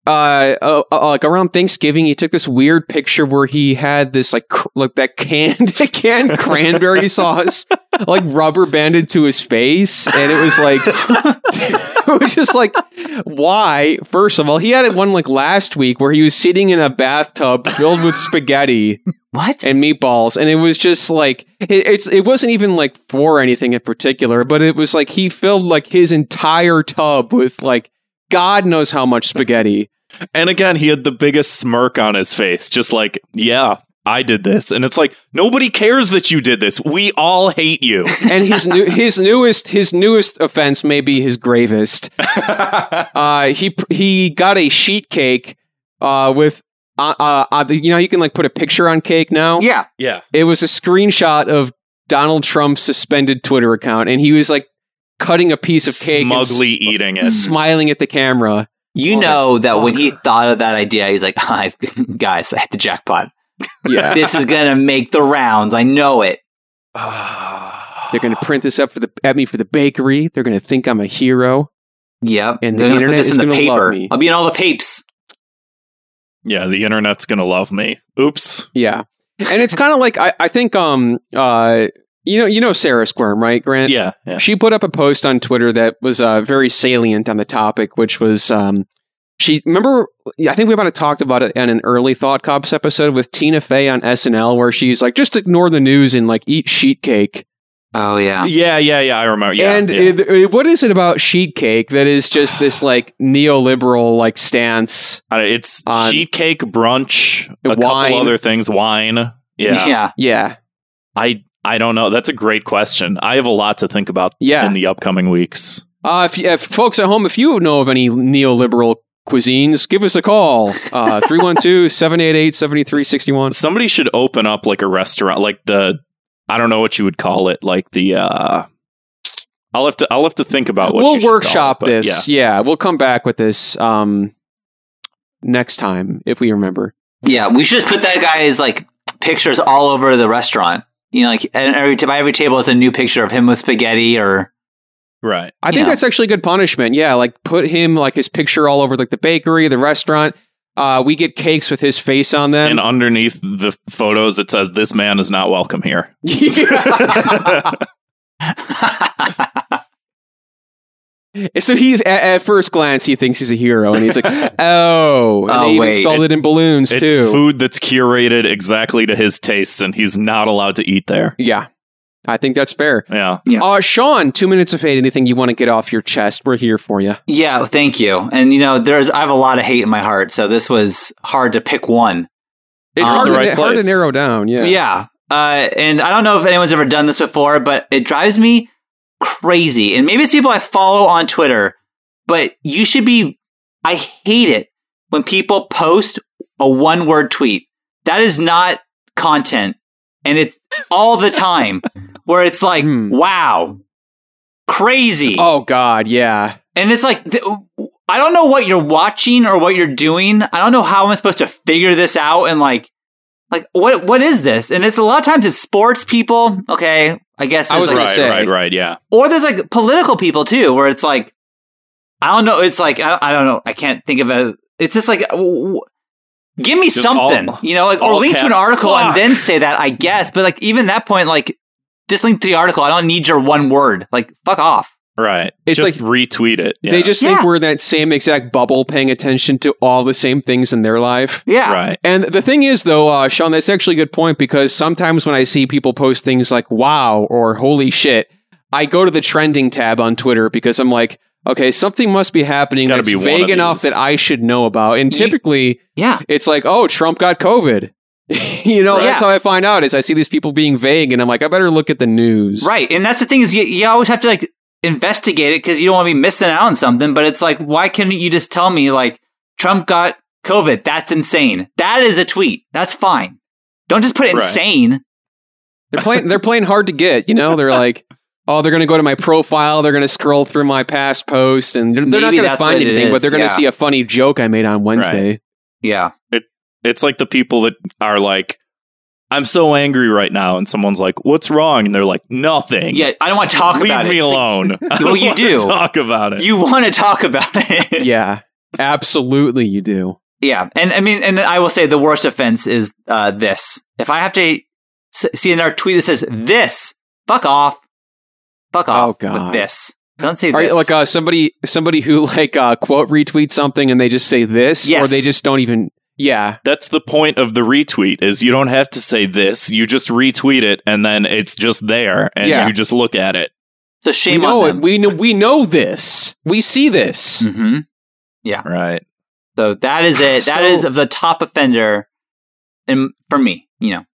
Speaker 6: uh, uh, uh like around Thanksgiving, he took this weird picture where he had this like cr- like that canned canned cranberry sauce like rubber banded to his face, and it was like it was just like why? First of all, he had one like last week where he was sitting in a bathtub filled with spaghetti
Speaker 5: what?
Speaker 6: and meatballs and it was just like it, it's it wasn't even like for anything in particular but it was like he filled like his entire tub with like god knows how much spaghetti
Speaker 7: And again, he had the biggest smirk on his face, just like, yeah, I did this. And it's like, nobody cares that you did this. We all hate you.
Speaker 6: and his new his newest his newest offense may be his gravest uh he he got a sheet cake uh with uh, uh, uh you know how you can like put a picture on cake now
Speaker 5: Yeah.
Speaker 7: yeah.
Speaker 6: it was a screenshot of Donald Trump's suspended Twitter account and he was like cutting a piece of cake and
Speaker 7: Smugly eating it.
Speaker 6: s- smiling at the camera
Speaker 5: You
Speaker 6: Oh,
Speaker 5: know that when he thought of that idea, he's like, i guys, I hit the jackpot.
Speaker 6: Yeah.
Speaker 5: This is going to make the rounds. I know it.
Speaker 6: They're going to print this up for the at me for the bakery. They're going to think I'm a hero.
Speaker 5: Yep.
Speaker 6: And
Speaker 5: They're
Speaker 6: the
Speaker 5: gonna put
Speaker 6: internet
Speaker 5: this
Speaker 6: is
Speaker 5: in the
Speaker 6: gonna love
Speaker 5: paper.
Speaker 6: me.
Speaker 5: I'll be in all the papes.
Speaker 7: yeah, the internet's going to love me. Oops.
Speaker 6: Yeah, and it's kind of like I, I think um uh you know you know Sarah Squirm right Grant
Speaker 7: Yeah. yeah.
Speaker 6: she put up a post on Twitter that was uh, very salient on the topic, which was um she remember I think we might have talked about it in an early Thought Cops episode with Tina Fey on SNL where she's like just ignore the news and like eat sheet cake.
Speaker 5: Oh, yeah.
Speaker 7: Yeah, yeah, yeah. I remember. Yeah,
Speaker 6: and
Speaker 7: yeah.
Speaker 6: it- it- what is it about sheet cake that is just this like neoliberal like stance?
Speaker 7: Uh, it's
Speaker 6: on-
Speaker 7: sheet cake brunch, a
Speaker 6: Wine.
Speaker 7: couple other things, wine. Yeah.
Speaker 6: Yeah.
Speaker 7: I I don't know. That's a great question. I have a lot to think about
Speaker 6: Yeah.
Speaker 7: in the upcoming weeks.
Speaker 6: Uh, if, you, if folks at home, if you know of any neoliberal cuisines, give us a call. Uh, 312 788 7361.
Speaker 7: Somebody should open up like a restaurant, like the I don't know what you would call it, like the uh I'll have to I'll have to think about what you
Speaker 6: We'll
Speaker 7: should call
Speaker 6: workshop
Speaker 7: it, but
Speaker 6: this. Yeah. we'll come back with this um, next time if we remember.
Speaker 5: Yeah. We should just put that guy's like pictures all over the restaurant. You know, like and every, by every table is a new picture of him with spaghetti or.
Speaker 7: Yeah. Right.
Speaker 6: I think
Speaker 5: Yeah.
Speaker 6: that's actually good punishment. Yeah, like put him like his picture all over like the bakery, the restaurant. Uh, we get cakes with his face on them.
Speaker 7: And underneath the photos it says this man is not welcome here.
Speaker 6: So he, at, at first glance, he thinks he's a hero, and he's like, "Oh, and
Speaker 5: Oh,
Speaker 6: they even
Speaker 5: wait.
Speaker 6: spelled it, in balloons
Speaker 7: It's
Speaker 6: too."
Speaker 7: food that's curated exactly to his tastes and he's not allowed to eat there.
Speaker 6: Yeah, I think that's fair.
Speaker 7: Yeah.
Speaker 5: Yeah.
Speaker 6: Uh, Sean, two minutes of hate. Anything you want to get off your chest? We're here for you.
Speaker 5: yeah. Thank you. And, you know, there's, I have a lot of hate in my heart. So this was hard to pick one.
Speaker 6: It's
Speaker 5: Um,
Speaker 6: hard,
Speaker 5: the
Speaker 6: to,
Speaker 7: right
Speaker 6: hard to
Speaker 7: place.
Speaker 6: narrow down. Yeah,
Speaker 5: Yeah. Uh, and I don't know if anyone's ever done this before, but it drives me crazy. And maybe it's people I follow on Twitter, but you should be. I hate it when people post a one word tweet. That is not content. And it's all the time where it's like,
Speaker 6: Hmm.
Speaker 5: wow, crazy.
Speaker 6: Oh God, yeah.
Speaker 5: And it's like, th- I don't know what you're watching or what you're doing. I don't know how I'm supposed to figure this out and like Like what what is this? And it's a lot of times it's sports people. Okay, I guess
Speaker 6: I
Speaker 5: there's,
Speaker 6: was
Speaker 5: like,
Speaker 6: gonna
Speaker 7: right,
Speaker 6: say-
Speaker 7: right, right. Yeah,
Speaker 5: or there's like political people too, where it's like, I don't know. It's like I don't, I don't know. I can't think of a. It's just like, w- w- give me
Speaker 7: Just
Speaker 5: something,
Speaker 7: all-
Speaker 5: you know, like or
Speaker 7: all
Speaker 5: link to an
Speaker 7: caps.
Speaker 5: article
Speaker 7: Fuck.
Speaker 5: and then say that. I guess, but like even that point, like just link to the article. I don't need your one word. Like fuck off.
Speaker 7: right.
Speaker 6: It's
Speaker 7: Just retweet it. Yeah.
Speaker 6: They just think
Speaker 5: Yeah.
Speaker 6: we're in that same exact bubble, paying attention to all the same things in their life.
Speaker 5: Yeah.
Speaker 7: right.
Speaker 6: And the thing is, though, uh, Sean, that's actually a good point because sometimes when I see people post things like "Wow" or "Holy shit," I go to the trending tab on Twitter because I'm like, okay, something must be happening
Speaker 7: Gotta
Speaker 6: that's
Speaker 7: be one
Speaker 6: vague
Speaker 7: of
Speaker 6: enough
Speaker 7: these.
Speaker 6: that I should know about. And
Speaker 5: Ye-
Speaker 6: typically,
Speaker 5: Yeah.
Speaker 6: it's like, oh, Trump got COVID. you know,
Speaker 5: Right.
Speaker 6: that's
Speaker 5: Yeah.
Speaker 6: how I find out is I see these people being vague, and I'm like, I better look at the news.
Speaker 5: Right. And that's the thing is you, you always have to like investigate it because you don't want to be missing out on something. But it's like, why couldn't you just tell me like Trump got COVID? That's insane. That is a tweet. That's fine. Don't just put
Speaker 7: Right.
Speaker 5: insane.
Speaker 6: They're playing. They're playing hard to get. You know, they're like, oh, they're going to go to my profile. They're going to scroll through my past posts, and they're, they're not
Speaker 5: Maybe
Speaker 6: going to
Speaker 5: that's
Speaker 6: find
Speaker 5: what it
Speaker 6: anything.
Speaker 5: is,
Speaker 6: But they're going to
Speaker 5: yeah.
Speaker 6: see a funny joke I made on Wednesday.
Speaker 5: Yeah.
Speaker 7: It's like the people that are like, "I'm so angry right now," and someone's like, "What's wrong?" and they're like, "Nothing."
Speaker 5: Yeah. I don't want to talk
Speaker 7: leave
Speaker 5: about
Speaker 7: me
Speaker 5: it. It's like,
Speaker 7: alone. I
Speaker 5: Well,
Speaker 7: don't
Speaker 5: you
Speaker 7: wanna
Speaker 5: do.
Speaker 7: talk about it.
Speaker 5: You want to talk about it.
Speaker 6: Yeah, absolutely, you do.
Speaker 5: Yeah, and I mean, and I will say the worst offense is uh, this. If I have to s- see another tweet that says this, fuck off, fuck off
Speaker 6: Oh, God.
Speaker 5: with this. Don't say
Speaker 6: Are
Speaker 5: this.
Speaker 6: you like uh, somebody somebody who like uh, quote retweets something and they just say this, or
Speaker 5: Yes.
Speaker 6: they just don't even? Yeah,
Speaker 7: That's the point of the retweet is you don't have to say this. You just retweet it and then it's just there and
Speaker 6: Yeah.
Speaker 7: you just look at it.
Speaker 5: so shame
Speaker 6: we know
Speaker 5: on
Speaker 6: it.
Speaker 5: them.
Speaker 6: We know we know this. We see this.
Speaker 5: hmm
Speaker 7: Right.
Speaker 5: So that is it. That
Speaker 6: So-
Speaker 5: is of the top offender, and for me, you know.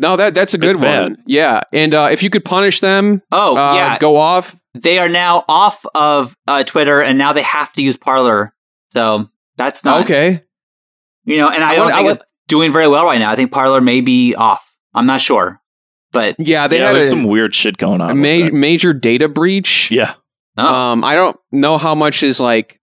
Speaker 6: No, that that's a good
Speaker 7: It's bad.
Speaker 6: one. Yeah, and uh, if you could punish them,
Speaker 5: Oh
Speaker 6: uh,
Speaker 5: yeah,
Speaker 6: go off.
Speaker 5: they are now off of uh, Twitter, and now they have to use Parlor. So that's not
Speaker 6: Okay,
Speaker 5: you know. And I,
Speaker 6: I
Speaker 5: don't
Speaker 6: would- I
Speaker 5: think
Speaker 6: would-
Speaker 5: it's doing very well right now. I think Parlor may be off. I'm not sure, but
Speaker 6: yeah, they
Speaker 7: yeah,
Speaker 6: had
Speaker 7: there's
Speaker 6: a,
Speaker 7: some weird shit going
Speaker 6: a
Speaker 7: on. with
Speaker 6: ma-
Speaker 7: that.
Speaker 6: major data breach.
Speaker 7: Oh, yeah.
Speaker 5: Oh.
Speaker 6: Um, I don't know how much is like.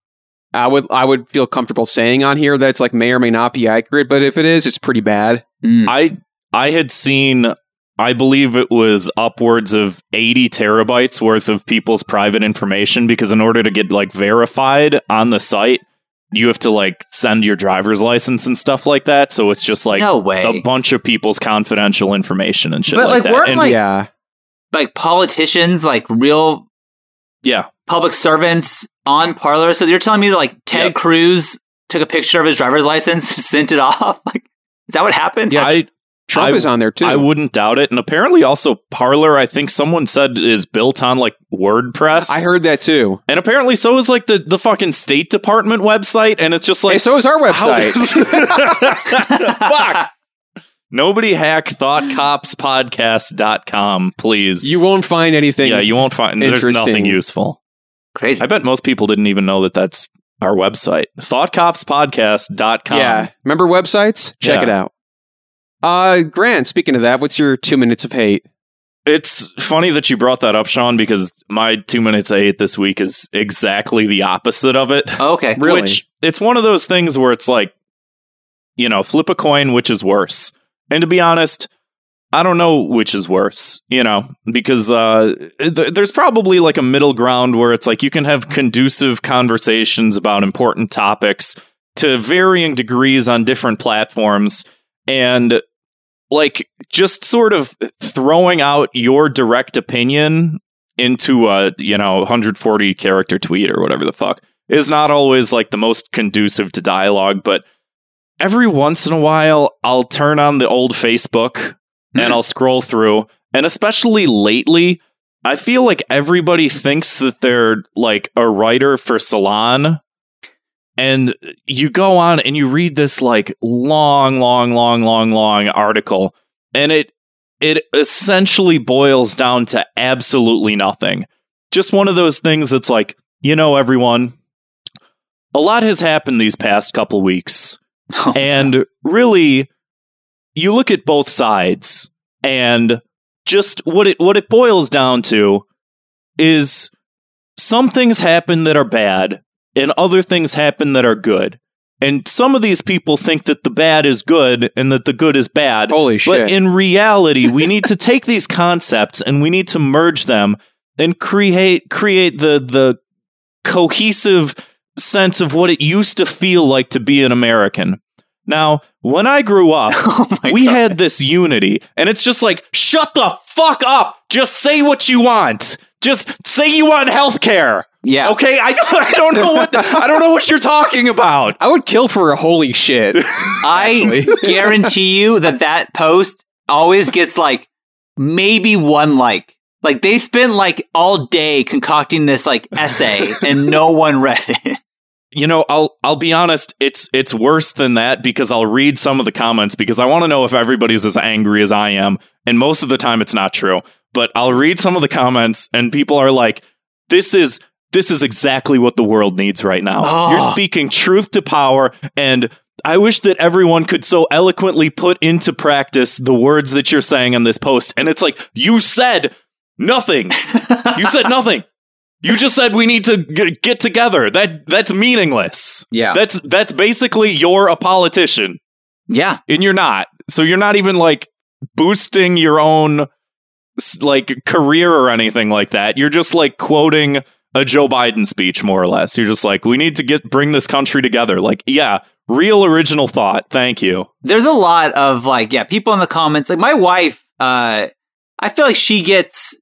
Speaker 6: I would I would feel comfortable saying on here that's like may or may not be accurate, but if it is, it's pretty bad.
Speaker 5: mm.
Speaker 7: I I had seen I believe it was upwards of 80 terabytes worth of people's private information because in order to get like verified on the site, you have to like send your driver's license and stuff like that. So it's just like
Speaker 5: no way.
Speaker 7: a bunch of people's confidential information and shit
Speaker 5: But, like,
Speaker 7: like, that.
Speaker 5: weren't,
Speaker 7: And-
Speaker 5: like-
Speaker 6: yeah,
Speaker 5: like politicians, like real
Speaker 7: yeah,
Speaker 5: public servants on Parlor. So you're telling me that like Ted
Speaker 7: Yep.
Speaker 5: Cruz took a picture of his driver's license and sent it off? Like, is that what happened?
Speaker 6: Yeah,
Speaker 7: I
Speaker 6: Trump
Speaker 7: I-
Speaker 6: is on there too.
Speaker 7: I wouldn't doubt it. And apparently, also Parlor, I think someone said is built on like WordPress.
Speaker 6: I heard that too.
Speaker 7: and apparently so is like the the fucking State Department website, and it's just like
Speaker 6: hey, so is our
Speaker 7: how-
Speaker 6: website.
Speaker 7: Fuck. Nobody hack thoughtcopspodcast.com, please.
Speaker 6: you won't find anything.
Speaker 7: Yeah, you won't find. There's nothing
Speaker 6: Interesting.
Speaker 7: useful.
Speaker 5: Crazy.
Speaker 7: I bet most people didn't even know that that's our website. Thoughtcopspodcast.com.
Speaker 6: Yeah. Remember websites?
Speaker 7: Yeah.
Speaker 6: Check it out. Uh, Grant, speaking of that, what's your two minutes of hate?
Speaker 7: It's funny that you brought that up, Sean, because my two minutes I hate this week is exactly the opposite of it.
Speaker 5: Oh, okay.
Speaker 6: Really?
Speaker 7: Which it's one of those things where it's like, you know, flip a coin, which is worse. And to be honest, I don't know which is worse, you know, because uh, th- there's probably like a middle ground where it's like you can have conducive conversations about important topics to varying degrees on different platforms. And like just sort of throwing out your direct opinion into a, you know, 140 character tweet or whatever the fuck is not always like the most conducive to dialogue, but every once in a while I'll turn on the old Facebook and I'll scroll through. And especially lately, I feel like everybody thinks that they're like a writer for Salon. And you go on and you read this like long, long, long, long, long article, and it it essentially boils down to absolutely nothing. Just one of those things that's like, you know, everyone, a lot has happened these past couple weeks. and really, you look at both sides, and just what it what it boils down to is some things happen that are bad, and other things happen that are good. And some of these people think that the bad is good and that the good is bad.
Speaker 6: Holy shit.
Speaker 7: But in reality, we need to take these concepts and we need to merge them and create create the the cohesive sense of what it used to feel like to be an American. Now, when I grew up, we had this unity, and it's just like, shut the fuck up. Just say what you want. Just say you want healthcare.
Speaker 5: Yeah.
Speaker 7: Okay. I don't, I don't know what the, I don't know what you're talking about.
Speaker 6: I would kill for a holy shit.
Speaker 5: I guarantee you that that post always gets like maybe one like. Like they spent like all day concocting this like essay and no one read it.
Speaker 7: you know i'll i'll be honest it's it's worse than that because i'll read some of the comments because i want to know if everybody's as angry as i am and most of the time it's not true but i'll read some of the comments and people are like this is this is exactly what the world needs right now
Speaker 5: Oh.
Speaker 7: you're speaking truth to power and I wish that everyone could so eloquently put into practice the words that you're saying on this post. And it's like, you said nothing. you said nothing. You just said we need to g- get together. That that's meaningless.
Speaker 5: Yeah.
Speaker 7: That's that's basically you're a politician
Speaker 5: Yeah.
Speaker 7: and you're not. So you're not even like boosting your own s- like career or anything like that. You're just like quoting a Joe Biden speech more or less. You're just like we need to get bring this country together. Like yeah, real original thought. Thank you.
Speaker 5: there's a lot of like yeah people in the comments like my wife uh i feel like she gets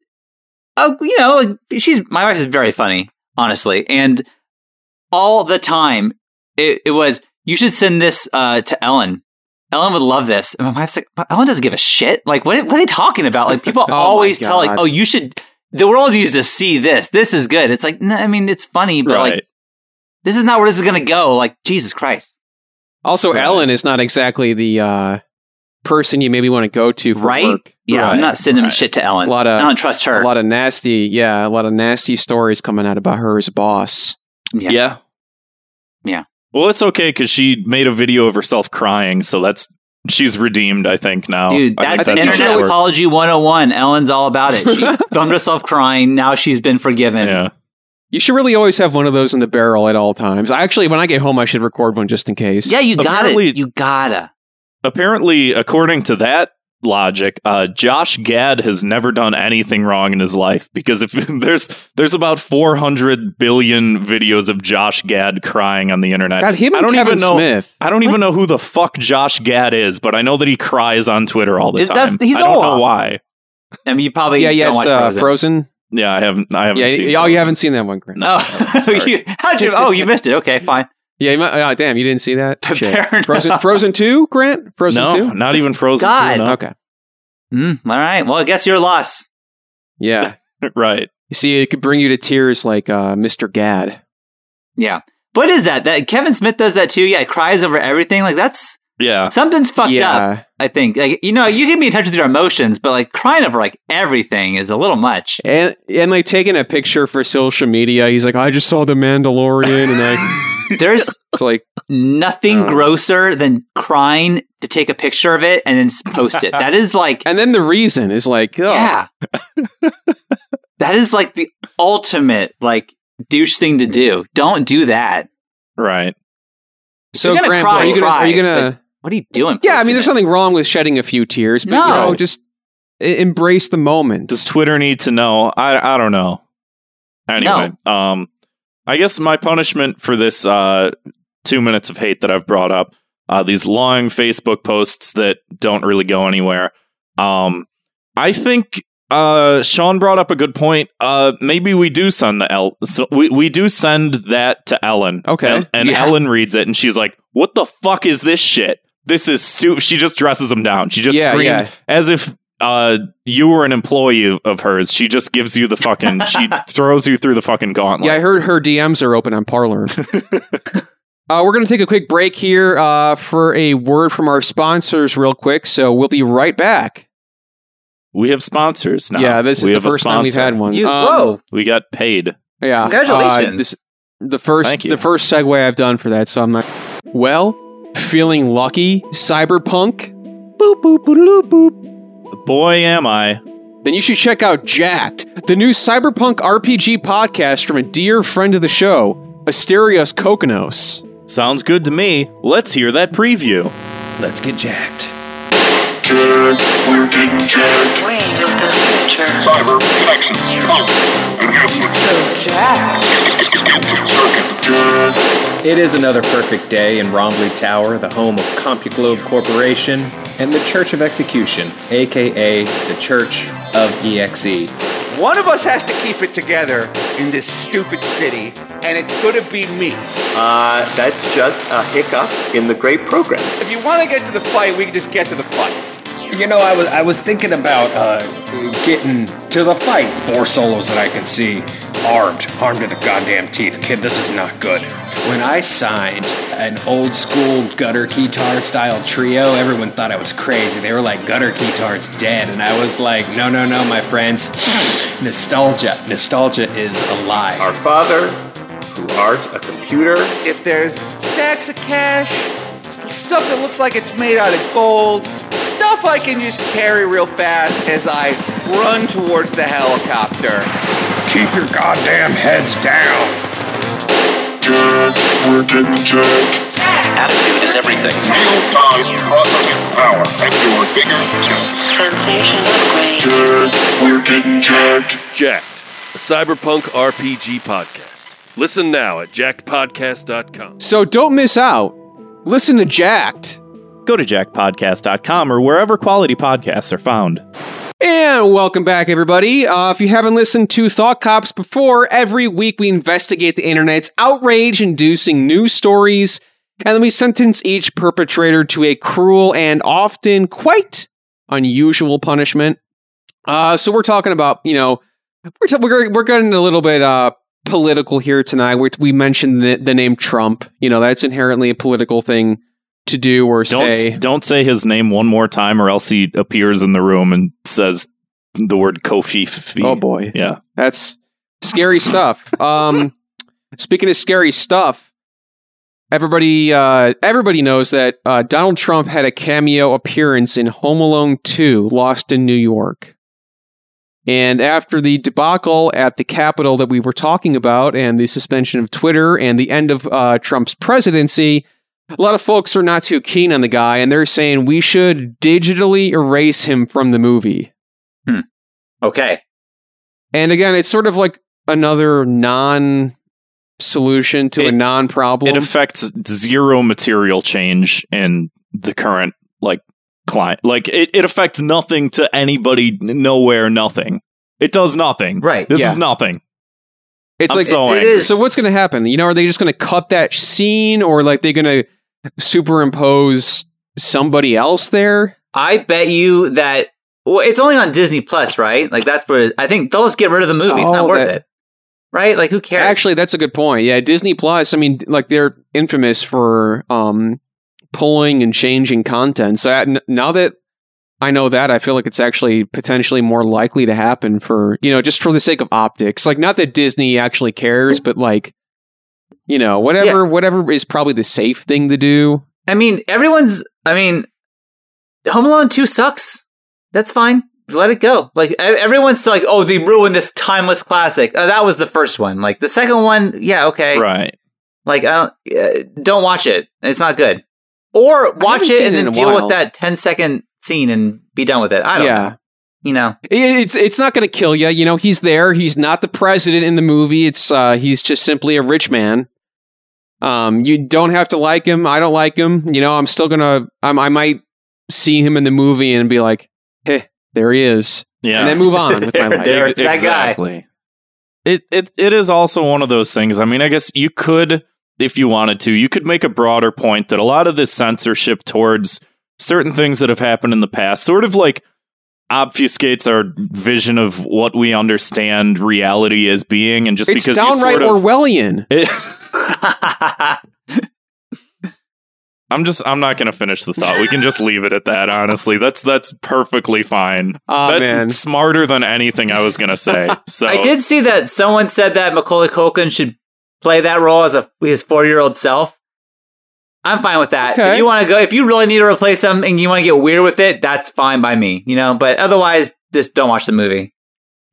Speaker 5: oh you know like, she's my wife is very funny honestly and all the time it, it was you should send this uh to ellen ellen would love this and my wife's like "But ellen doesn't give a shit like what, what are they talking about like people
Speaker 6: Oh my
Speaker 5: always tell like
Speaker 6: God.
Speaker 5: oh you should the world needs to see this this is good it's like no, i mean it's funny but
Speaker 7: right.
Speaker 5: like this is not where this is gonna go like jesus christ
Speaker 6: Also, Ellen is not exactly the uh, person you maybe want to go to for
Speaker 5: Right?
Speaker 6: work.
Speaker 5: yeah i'm
Speaker 7: Right,
Speaker 5: not sending
Speaker 7: right.
Speaker 5: shit to ellen
Speaker 6: Lot of-
Speaker 5: i don't trust her
Speaker 6: A lot of nasty, yeah, a lot of nasty stories coming out about her as a boss.
Speaker 5: Yeah.
Speaker 7: Yeah.
Speaker 5: Yeah.
Speaker 7: Well, it's okay because she made a video of herself crying, so that's she's redeemed. I think now,
Speaker 5: Dude,
Speaker 7: I think
Speaker 5: that's,
Speaker 7: how that
Speaker 5: internet
Speaker 7: works.
Speaker 5: ecology 101. Ellen's all about it. She thumbed herself crying. Now she's been forgiven.
Speaker 7: Yeah.
Speaker 6: You should really always have one of those in the barrel at all times. I actually, when I get home, I should record one just in case.
Speaker 5: Yeah, you got
Speaker 7: Apparently-
Speaker 5: it. You gotta.
Speaker 7: Apparently, according to that logic, uh, Josh Gad has never done anything wrong in his life because if there's there's about 400 billion videos of Josh Gad crying on the internet.
Speaker 6: God, him and
Speaker 7: I don't
Speaker 6: Kevin
Speaker 7: even know.
Speaker 6: Smith.
Speaker 7: I don't even know who the fuck Josh Gad is, but I know that he cries on Twitter all the
Speaker 5: Is- that's-
Speaker 7: time.
Speaker 5: he's
Speaker 7: I don't
Speaker 5: Olaf.
Speaker 7: know why.
Speaker 5: I mean, you probably
Speaker 6: yeah, yeah,
Speaker 5: don't
Speaker 6: it's
Speaker 5: watch
Speaker 6: uh,
Speaker 5: Frozen.
Speaker 6: Frozen.
Speaker 7: Yeah, I haven't. I haven't
Speaker 6: Yeah,
Speaker 7: seen.
Speaker 6: yeah, oh, you
Speaker 7: those.
Speaker 6: haven't seen that one, Grant.
Speaker 5: oh, so
Speaker 7: sorry.
Speaker 5: you, how'd you? Oh, you missed it. Okay, fine.
Speaker 6: Yeah, you might, oh, damn, you didn't see that. Shit.
Speaker 5: Fair
Speaker 6: Frozen,
Speaker 5: enough.
Speaker 6: Frozen Two, Grant. Frozen
Speaker 7: no,
Speaker 6: Two.
Speaker 7: not even Frozen.
Speaker 5: God.
Speaker 7: 2, no.
Speaker 6: Okay.
Speaker 5: Mm, all right. Well, I guess your loss.
Speaker 6: Yeah.
Speaker 7: right.
Speaker 6: You see, it could bring you to tears, like uh, Mr. Gad.
Speaker 5: Yeah. What is that? That Kevin Smith does that too. Yeah, cries over everything. Like that's
Speaker 7: Yeah.
Speaker 5: something's fucked up.
Speaker 6: yeah.
Speaker 5: I think. Like you know, you can be in touch with your emotions, but like crying over like everything is a little much.
Speaker 6: And and like taking a picture for social media, he's like, I just saw the Mandalorian, and I
Speaker 5: There's
Speaker 6: it's like,
Speaker 5: nothing
Speaker 6: Uh.
Speaker 5: grosser than crying to take a picture of it and then s- post it. That is like,
Speaker 6: and then the reason is like, oh,
Speaker 5: yeah, that is like the ultimate like douche thing to do. Don't do that.
Speaker 7: Right.
Speaker 6: So
Speaker 5: You're gonna
Speaker 6: Grant,
Speaker 5: cry,
Speaker 6: are you gonna
Speaker 5: cry,
Speaker 6: are you gonna?
Speaker 5: What are you doing?
Speaker 6: yeah, I
Speaker 5: posting
Speaker 6: mean, there's
Speaker 5: it?
Speaker 6: nothing wrong with shedding a few tears, but you
Speaker 5: No.
Speaker 6: know, just e- embrace the moment.
Speaker 7: Does Twitter need to know? I I don't know. Anyway, um, I guess my punishment for this uh two minutes of hate that I've brought up, uh, these long Facebook posts that don't really go anywhere. Um, I think uh Sean brought up a good point. Uh, maybe we do send the El, so we we do send that to Ellen.
Speaker 6: Okay.
Speaker 7: and, and
Speaker 5: Yeah.
Speaker 7: Ellen reads it and she's like, "What the fuck is this shit?" This is stupid. She just dresses him down. She just
Speaker 6: Yeah,
Speaker 7: screams
Speaker 6: yeah.
Speaker 7: as if uh you were an employee of hers. She just gives you the fucking she throws you through the fucking gauntlet.
Speaker 6: Yeah, I heard her DMs are open on Parlor. uh, we're going to take a quick break here uh, for a word from our sponsors, real quick. So we'll be right back.
Speaker 7: We have sponsors now.
Speaker 6: Yeah, this
Speaker 7: We
Speaker 6: is the
Speaker 7: have a
Speaker 6: first time we've
Speaker 7: sponsor.
Speaker 6: had one.
Speaker 5: You,
Speaker 6: Um,
Speaker 5: whoa,
Speaker 7: We got paid.
Speaker 6: Yeah, uh,
Speaker 5: Congratulations.
Speaker 6: this- the first,
Speaker 7: Thank you.
Speaker 6: the first segue I've done for that. So I'm like, well, feeling lucky, cyberpunk. Boop boop boop boop boop.
Speaker 7: Boy am I.
Speaker 6: Then you should check out Jacked, the new cyberpunk RPG podcast from a dear friend of the show, Asterios Kokonos.
Speaker 7: Sounds good to me. Let's hear that preview.
Speaker 8: Let's get jacked.
Speaker 1: Ways of the future.
Speaker 2: Cyber connections. Enhancements.
Speaker 1: So jacked.
Speaker 8: It is another perfect day in Rombley Tower, the home of CompuGlobe Corporation and the Church of Execution, aka the Church of E EXE.
Speaker 9: One of us has to keep it together in this stupid city, and it's gonna be me.
Speaker 10: Uh, that's just a hiccup in the great program.
Speaker 9: If you want to get to the fight, we can just get to the fight.
Speaker 8: You know, I was I was thinking about uh, getting to the fight. Four solos that I can see, armed, armed to the goddamn teeth. Kid, this is not good. When I signed an old school gutter guitar style trio, everyone thought I was crazy. They were like, "Gutter guitar's dead," and I was like, "No, no, no, my friends, nostalgia, nostalgia is alive."
Speaker 10: Our father, who art a computer,
Speaker 9: If there's stacks of cash, s- stuff that looks like it's made out of gold, stuff I can just carry real fast as I run towards the helicopter.
Speaker 8: Keep your goddamn heads down.
Speaker 2: We're getting jacked.
Speaker 11: Attitude is everything.
Speaker 2: Real time processing power and your fingertips.
Speaker 1: Sensation upgrade.
Speaker 2: Jacked. We're getting jacked.
Speaker 11: Jacked, a cyberpunk RPG podcast. Listen now at jackedpodcast.com.
Speaker 6: So don't miss out. Listen to Jacked.
Speaker 7: Go to jackpodcast.com or wherever quality podcasts are found.
Speaker 6: And welcome back, everybody. Uh, if you haven't listened to Thought Cops before, every week we investigate the internet's outrage inducing news stories, and then we sentence each perpetrator to a cruel and often quite unusual punishment. Uh, so we're talking about, you know, we're, t- we're, we're getting a little bit uh, political here tonight. We, we mentioned the, the name Trump. You know, that's inherently a political thing to do or
Speaker 7: Don't
Speaker 6: say.
Speaker 7: don't say his name one more time, or else he appears in the room and says the word Kofi.
Speaker 6: oh, boy.
Speaker 7: yeah.
Speaker 6: That's scary stuff. Um, speaking of scary stuff, everybody uh, everybody knows that uh, Donald Trump had a cameo appearance in Home Alone 2, Lost in New York. And after the debacle at the Capitol that we were talking about, and the suspension of Twitter, and the end of uh, Trump's presidency, a lot of folks are not too keen on the guy, and they're saying we should digitally erase him from the movie.
Speaker 5: Okay.
Speaker 6: And again, it's sort of like another non solution to a
Speaker 7: It-
Speaker 6: non problem.
Speaker 7: It affects zero material change in the current like client. Like it, it affects nothing to anybody, n- nowhere, nothing. It does nothing.
Speaker 5: Right,
Speaker 7: This
Speaker 5: yeah.
Speaker 7: is nothing.
Speaker 6: it's
Speaker 7: I'm
Speaker 6: like
Speaker 7: so
Speaker 5: It- it
Speaker 7: angry.
Speaker 5: is.
Speaker 6: so what's going to happen? You know, are they just going to cut that scene or like they going to superimpose somebody else there?
Speaker 5: I bet you that well, it's only on Disney Plus, right? Like that's where I think they'll just get rid of the movie. It's
Speaker 6: Oh,
Speaker 5: not worth
Speaker 6: that-
Speaker 5: it, right? Like who cares?
Speaker 6: Actually, that's a good point. Yeah, Disney Plus, I mean, like they're infamous for um pulling and changing content. So I, n- now that I know that, I feel like it's actually potentially more likely to happen for, you know, just for the sake of optics. Like not that Disney actually cares, but like you know, whatever whatever is probably the safe thing to do.
Speaker 5: I mean, everyone's. I mean, Home Alone Two sucks. That's fine. Let it go. Like e- everyone's like, oh, they ruined this timeless classic. Oh, that was the first one. Like the second one, yeah, okay.
Speaker 7: Right.
Speaker 5: Like I don't uh, don't watch it. It's not good. Or watch
Speaker 6: haven't
Speaker 5: it
Speaker 6: seen
Speaker 5: and
Speaker 6: it in
Speaker 5: then
Speaker 6: a
Speaker 5: deal
Speaker 6: while.
Speaker 5: with that 10 second scene and be done with it. I don't.
Speaker 6: yeah.
Speaker 5: know. You know.
Speaker 6: It- It's it's not going to kill you. You know, he's there. He's not the president in the movie. It's uh, he's just simply a rich man. Um, you don't have to like him. I don't like him. You know, I'm still gonna. I'm, I might see him in the movie and be like, "Heh, there he is,"
Speaker 7: Yeah.
Speaker 6: and then move on with my life.
Speaker 5: there- it's that guy.
Speaker 7: It, it it is also one of those things. I mean, I guess you could, if you wanted to, you could make a broader point that a lot of this censorship towards certain things that have happened in the past sort of like obfuscates our vision of what we understand reality as being, and just
Speaker 6: it's
Speaker 7: because you
Speaker 6: downright
Speaker 7: sort of,
Speaker 6: Orwellian.
Speaker 7: I'm just I'm not going to finish the thought. We can just leave it at that. Honestly, that's that's perfectly fine.
Speaker 6: Oh
Speaker 7: that's
Speaker 6: man,
Speaker 7: smarter than anything I was going to say. So
Speaker 5: I did see that someone said that Macaulay Culkin should play that role as a his forty year old self. I'm fine with that.
Speaker 6: Okay.
Speaker 5: If you want to go, if you really need to replace him and you want to get weird with it, that's fine by me. You know, but otherwise, just don't watch the movie.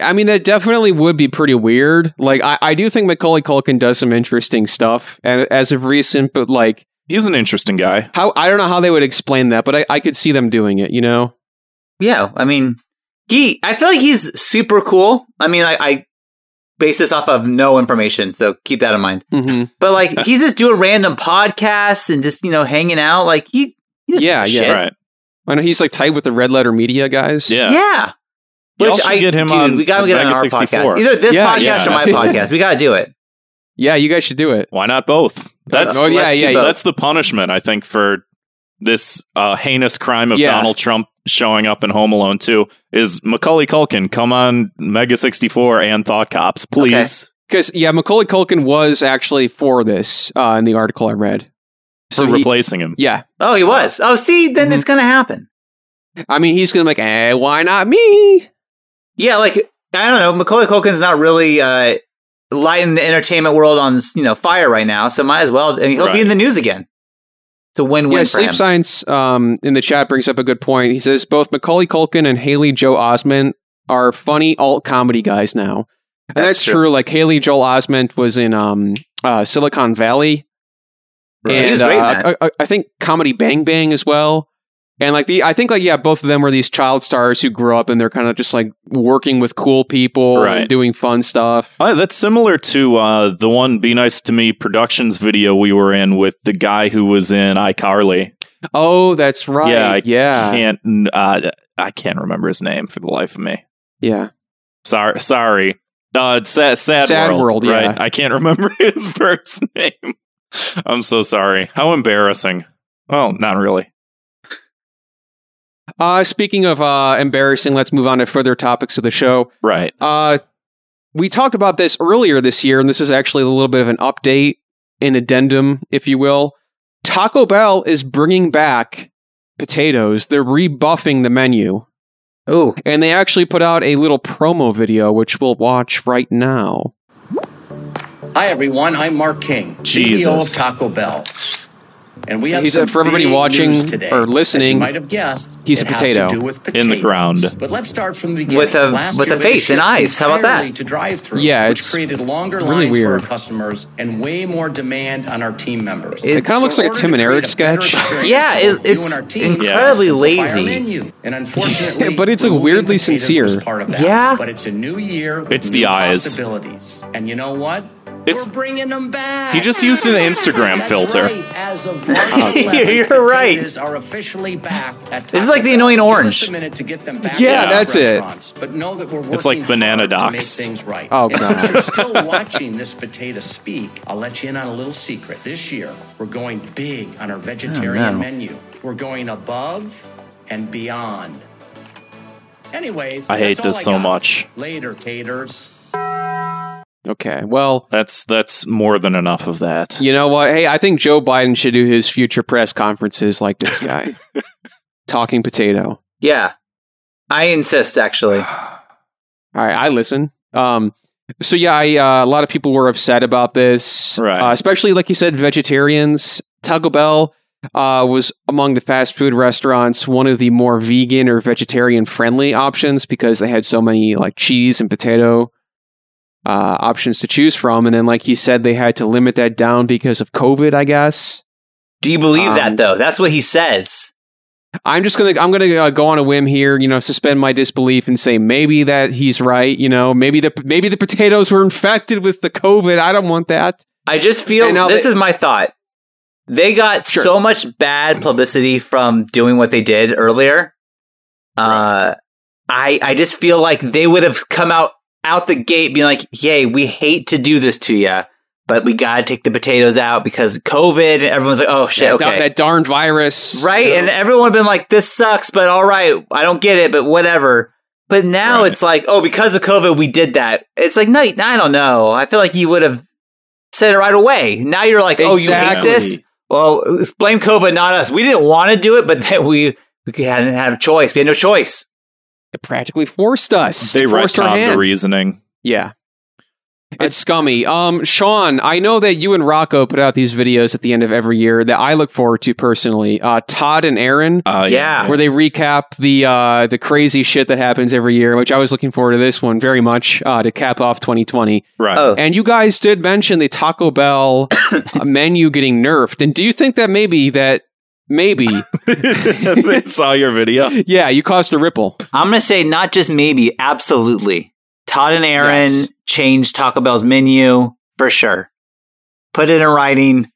Speaker 6: I mean, that definitely would be pretty weird. Like, I, I do think Macaulay Culkin does some interesting stuff, and as of recent, but like,
Speaker 7: He's an interesting guy.
Speaker 6: how I don't know how they would explain that, but I, I could see them doing it. You know,
Speaker 5: Yeah, I mean, he. I feel like he's super cool. I mean, I, I base this off of no information, so keep that in mind.
Speaker 6: mm-hmm.
Speaker 5: But like, he's just doing random podcasts and just you know hanging out. Like he, he doesn't
Speaker 6: Yeah,
Speaker 5: give a
Speaker 6: yeah,
Speaker 5: shit.
Speaker 7: Right.
Speaker 6: I know he's like tight with the Red Letter Media guys.
Speaker 7: Yeah.
Speaker 5: yeah.
Speaker 7: Y'all
Speaker 5: Which
Speaker 7: should
Speaker 5: I
Speaker 7: get him
Speaker 5: dude,
Speaker 7: on
Speaker 5: We gotta get him on our
Speaker 7: Omega 64.
Speaker 5: podcast. Either this
Speaker 6: Yeah,
Speaker 5: podcast
Speaker 7: yeah.
Speaker 5: or my podcast. We gotta do it.
Speaker 6: yeah, you guys should do it.
Speaker 7: Why not both? That's
Speaker 6: oh yeah,
Speaker 5: let's do
Speaker 6: yeah,
Speaker 5: both.
Speaker 7: that's the punishment, I think, for this uh, heinous crime of
Speaker 6: Yeah.
Speaker 7: Donald Trump showing up in Home Alone 2 is Macaulay Culkin. Come on, Mega 64 and Thought Cops, please.
Speaker 6: because yeah, Macaulay Culkin was actually for this uh, in the article I read. So
Speaker 7: For
Speaker 6: he-
Speaker 7: replacing him.
Speaker 6: yeah,
Speaker 5: Oh, he was. Oh, see,
Speaker 7: Mm-hmm.
Speaker 5: then
Speaker 6: Mhm.
Speaker 5: it's gonna happen.
Speaker 6: I mean, he's gonna be like, eh, why not me?
Speaker 5: Yeah, like I don't know. Macaulay Culkin's not really uh, lighting the entertainment world on you know fire right now, so might as well. And he'll
Speaker 7: Right.
Speaker 5: be in the news again. It's a win-win
Speaker 6: yeah,
Speaker 5: for
Speaker 6: Sleep
Speaker 5: him.
Speaker 6: Science um, in the chat brings up a good point. He says both Macaulay Culkin and Haley Joe Osment are funny alt comedy guys now, and that's,
Speaker 5: That's
Speaker 6: true.
Speaker 5: true.
Speaker 6: Like Haley Joel Osment was in um, uh, Silicon Valley,
Speaker 5: Right. He was
Speaker 6: uh,
Speaker 5: great in that.
Speaker 6: I, I- I think Comedy Bang Bang as well. And like the, I think like yeah, both of them were these child stars who grew up and they're kind of just like working with cool people and
Speaker 7: Right.
Speaker 6: doing fun stuff.
Speaker 7: Oh, that's similar to uh, the one Be Nice to Me Productions video we were in with the guy who was in iCarly.
Speaker 6: Oh, that's right.
Speaker 7: Yeah, I
Speaker 6: yeah,
Speaker 7: Can't uh, I can't remember his name for the life of me.
Speaker 6: yeah.
Speaker 7: Sorry, sorry. Uh, it's sad, sad,
Speaker 6: Sad World,
Speaker 7: world,
Speaker 6: yeah.
Speaker 7: right? I can't remember his first name. I'm so sorry. How embarrassing. Well, not really.
Speaker 6: Uh, speaking of uh, embarrassing, let's move on to further topics of the show.
Speaker 7: Right.
Speaker 6: Uh, we talked about this earlier this year, and this is actually a little bit of an update, an addendum, if you will. Taco Bell is bringing back potatoes. They're rebuffing the menu,
Speaker 5: Ooh,
Speaker 6: and they actually put out a little promo video, which we'll watch right now.
Speaker 12: Hi, everyone. I'm Mark King, CEO
Speaker 7: Jesus.
Speaker 12: of Taco Bell. And we have
Speaker 6: He
Speaker 12: some
Speaker 6: said for everybody
Speaker 12: big
Speaker 6: watching
Speaker 12: news today.
Speaker 6: or
Speaker 12: As you
Speaker 6: listening,
Speaker 12: might have guessed,
Speaker 6: he's
Speaker 12: it
Speaker 6: a
Speaker 12: has
Speaker 6: potato.
Speaker 12: to do with
Speaker 7: In the
Speaker 12: potatoes.
Speaker 7: ground.
Speaker 12: But let's start from the beginning.
Speaker 5: With a-
Speaker 12: Last
Speaker 5: with
Speaker 12: year,
Speaker 5: a
Speaker 12: they
Speaker 5: face and
Speaker 12: shipped
Speaker 5: eyes. How about that?
Speaker 12: entirely To drive through,
Speaker 6: Yeah,
Speaker 12: which
Speaker 6: it's
Speaker 12: created longer
Speaker 6: really
Speaker 12: lines
Speaker 6: weird.
Speaker 12: for our customers and way more demand on our team members.
Speaker 5: It- It
Speaker 6: kinda looks like a
Speaker 12: in order
Speaker 6: Tim
Speaker 12: to
Speaker 6: and
Speaker 12: create
Speaker 6: Eric
Speaker 12: a better
Speaker 6: sketch.
Speaker 12: experience
Speaker 5: Yeah,
Speaker 12: for
Speaker 5: it-
Speaker 12: both you
Speaker 5: it's
Speaker 12: and our team,
Speaker 5: incredibly
Speaker 12: simplify our
Speaker 5: lazy.
Speaker 12: menu. And unfortunately,
Speaker 6: but it's, like,
Speaker 12: removing
Speaker 6: weirdly
Speaker 12: potatoes was
Speaker 6: sincere.
Speaker 12: part of that.
Speaker 5: Yeah.
Speaker 12: but it's a new year. with
Speaker 7: It's the
Speaker 12: new
Speaker 7: eyes.
Speaker 12: Possibilities, and you know what?
Speaker 7: It's-
Speaker 12: We're bringing them back.
Speaker 7: He just used an Instagram
Speaker 12: That's
Speaker 7: filter.
Speaker 12: right. As of March 11th,
Speaker 5: You're right.
Speaker 12: potatoes Are officially back at
Speaker 5: This is
Speaker 12: Taco
Speaker 5: like the
Speaker 12: Bell.
Speaker 5: Annoying
Speaker 12: Give us
Speaker 5: Orange.
Speaker 12: a minute to get them back
Speaker 6: Yeah,
Speaker 12: to
Speaker 6: that's it.
Speaker 12: restaurants, But know that we're working
Speaker 7: It's like Banana
Speaker 12: hard to make
Speaker 7: Docs.
Speaker 12: things right.
Speaker 6: Oh,
Speaker 12: And
Speaker 6: God.
Speaker 12: since you're still watching this potato speak, I'll let you in on a little secret. This year, we're going big on our vegetarian
Speaker 5: no.
Speaker 12: menu. We're going above and beyond. Anyways,
Speaker 7: I hate
Speaker 12: that's all
Speaker 7: this so
Speaker 12: got.
Speaker 7: much.
Speaker 12: Later, taters.
Speaker 6: Okay, well,
Speaker 7: That's that's more than enough of that.
Speaker 6: you know what? Hey, I think Joe Biden should do his future press conferences like this guy, talking potato.
Speaker 5: yeah. I insist. Actually,
Speaker 6: All right, I listen. Um, so yeah, I, uh, a lot of people were upset about this,
Speaker 7: Right.
Speaker 6: Uh, especially like you said, vegetarians. Taco Bell uh, was among the fast food restaurants one of the more vegan or vegetarian friendly options because they had so many like cheese and potato uh, options to choose from, and then like you said, they had to limit that down because of COVID, I guess.
Speaker 5: do you believe
Speaker 6: Um,
Speaker 5: that though? That's what he says.
Speaker 6: I'm just gonna I'm gonna uh, go on a whim here, you know, suspend my disbelief and say maybe that he's right. You know, maybe the maybe the potatoes were infected with the COVID. I don't want that.
Speaker 5: I just feel
Speaker 6: And now
Speaker 5: this
Speaker 6: they-
Speaker 5: is my thought. They got
Speaker 6: Sure.
Speaker 5: so much bad publicity from doing what they did earlier. Uh, I I just feel like they would have come out out the gate being like, "Yay, we hate to do this to you, but we got to take the potatoes out because COVID." And everyone's like, "Oh shit,
Speaker 6: That,
Speaker 5: okay."
Speaker 6: that darn virus,
Speaker 5: right? And everyone been like, "This sucks," but all right, I don't get it, but whatever. But now
Speaker 7: Right.
Speaker 5: it's like, oh, because of COVID, we did that. It's like, no, I don't know. I feel like you would have said it right away. Now you're like, oh,
Speaker 6: Exactly.
Speaker 5: you hate this? Well, it's blame COVID, not us. We didn't want to do it, but then we we hadn't had a choice. We had no choice.
Speaker 6: It practically forced us.
Speaker 7: they
Speaker 6: It forced our
Speaker 7: retconned
Speaker 6: hand.
Speaker 7: the reasoning.
Speaker 6: yeah. It's scummy. Um, Sean, I know that you and Rocco put out these videos at the end of every year that I look forward to personally. Uh, Todd and Aaron,
Speaker 7: uh,
Speaker 10: yeah.
Speaker 6: where they recap the uh, the crazy shit that happens every year, which I was looking forward to this one very much uh, to cap off 2020.
Speaker 7: Right.
Speaker 10: Oh.
Speaker 6: And you guys did mention the Taco Bell uh, menu getting nerfed, and do you think that maybe that maybe
Speaker 7: they saw your video.
Speaker 6: yeah you caused a ripple?
Speaker 5: I'm gonna say not just maybe, absolutely. Todd and Aaron
Speaker 6: Yes.
Speaker 5: changed Taco Bell's menu for sure. Put it in writing.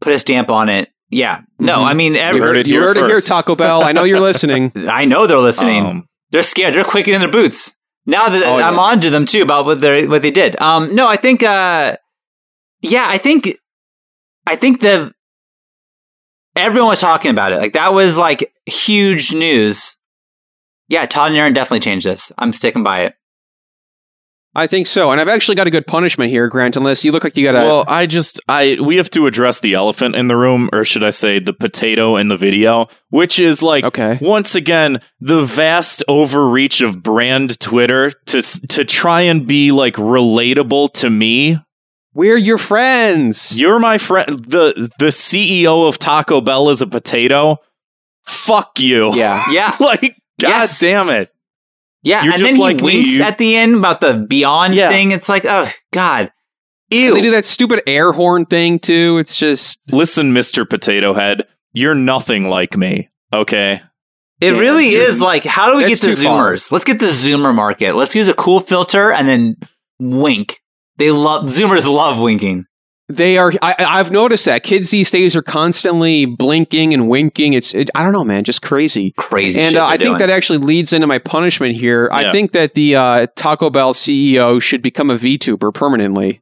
Speaker 5: Put a stamp on it. Yeah. No,
Speaker 6: Mhm.
Speaker 5: I mean,
Speaker 6: You
Speaker 5: every,
Speaker 7: heard it
Speaker 6: you
Speaker 7: here
Speaker 6: heard it here,
Speaker 7: first.
Speaker 6: Taco Bell. I know you're listening.
Speaker 5: I know they're listening.
Speaker 7: Um,
Speaker 5: they're scared. They're quaking in their boots. Now that
Speaker 6: Oh, yeah.
Speaker 5: I'm onto them too about what they what they did. Um, no, I think, uh, yeah, I think, I think the everyone was talking about it. Like that was like huge news. Yeah, Todd and Aaron definitely changed this. I'm sticking by it.
Speaker 6: I think so. And I've actually got a good punishment here, Grant, unless you look like you got a.
Speaker 7: well, I just I we have to address the elephant in the room, or should I say the potato in the video, which is like
Speaker 6: Okay.
Speaker 7: once again the vast overreach of brand Twitter to s- to try and be like relatable to me.
Speaker 6: we're your friends.
Speaker 7: You're my friend. the The CEO of Taco Bell is a potato. Fuck you.
Speaker 6: yeah.
Speaker 5: Yeah,
Speaker 7: like god
Speaker 5: Yes.
Speaker 7: damn it.
Speaker 5: yeah.
Speaker 7: You're
Speaker 5: and
Speaker 7: just
Speaker 5: then he
Speaker 7: like me.
Speaker 5: winks
Speaker 7: You-
Speaker 5: at the end about the Beyond
Speaker 7: Yeah.
Speaker 5: thing. It's like, oh God,
Speaker 6: They do
Speaker 5: ew.
Speaker 6: that stupid air horn thing, too. It's just.
Speaker 7: Listen, Mister Potato Head, you're nothing like me. Okay.
Speaker 5: It
Speaker 6: damn,
Speaker 5: really
Speaker 6: dude.
Speaker 5: is like, how do we
Speaker 6: That's
Speaker 5: get the
Speaker 6: too far.
Speaker 5: Zoomers? Let's get the Zoomer market. Let's use a cool filter and then wink. They love Zoomers love winking.
Speaker 6: They are. I, I- I've noticed that kids these days are constantly blinking and winking. It's. It, I don't know, man. Just crazy.
Speaker 5: Crazy.
Speaker 6: And
Speaker 5: shit
Speaker 6: uh,
Speaker 5: they're
Speaker 6: I
Speaker 5: doing.
Speaker 6: think that actually leads into my punishment here. I
Speaker 7: Yeah.
Speaker 6: think that the uh, Taco Bell CEO should become a VTuber permanently.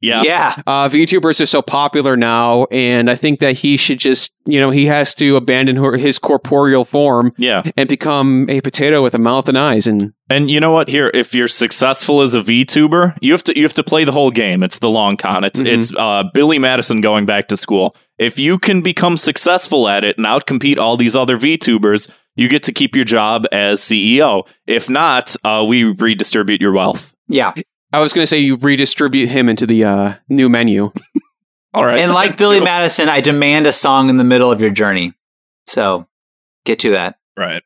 Speaker 7: Yeah.
Speaker 5: yeah,
Speaker 6: Uh, VTubers are so popular now, and I think that he should just, you know, he has to abandon her- his corporeal form
Speaker 7: Yeah.
Speaker 6: and become a potato with a mouth and eyes. And
Speaker 7: And you know what? Here, if you're successful as a VTuber, you have to you have to play the whole game. It's the long con. It's
Speaker 6: Mhm.
Speaker 7: it's uh, Billy Madison going back to school. If you can become successful at it and outcompete all these other VTubers, you get to keep your job as CEO. If not, uh, we redistribute your wealth.
Speaker 5: yeah.
Speaker 6: I was going to say you redistribute him into the uh, new menu.
Speaker 7: All right.
Speaker 5: And like Billy Madison, I demand a song in the middle of your journey. So get to that.
Speaker 7: right.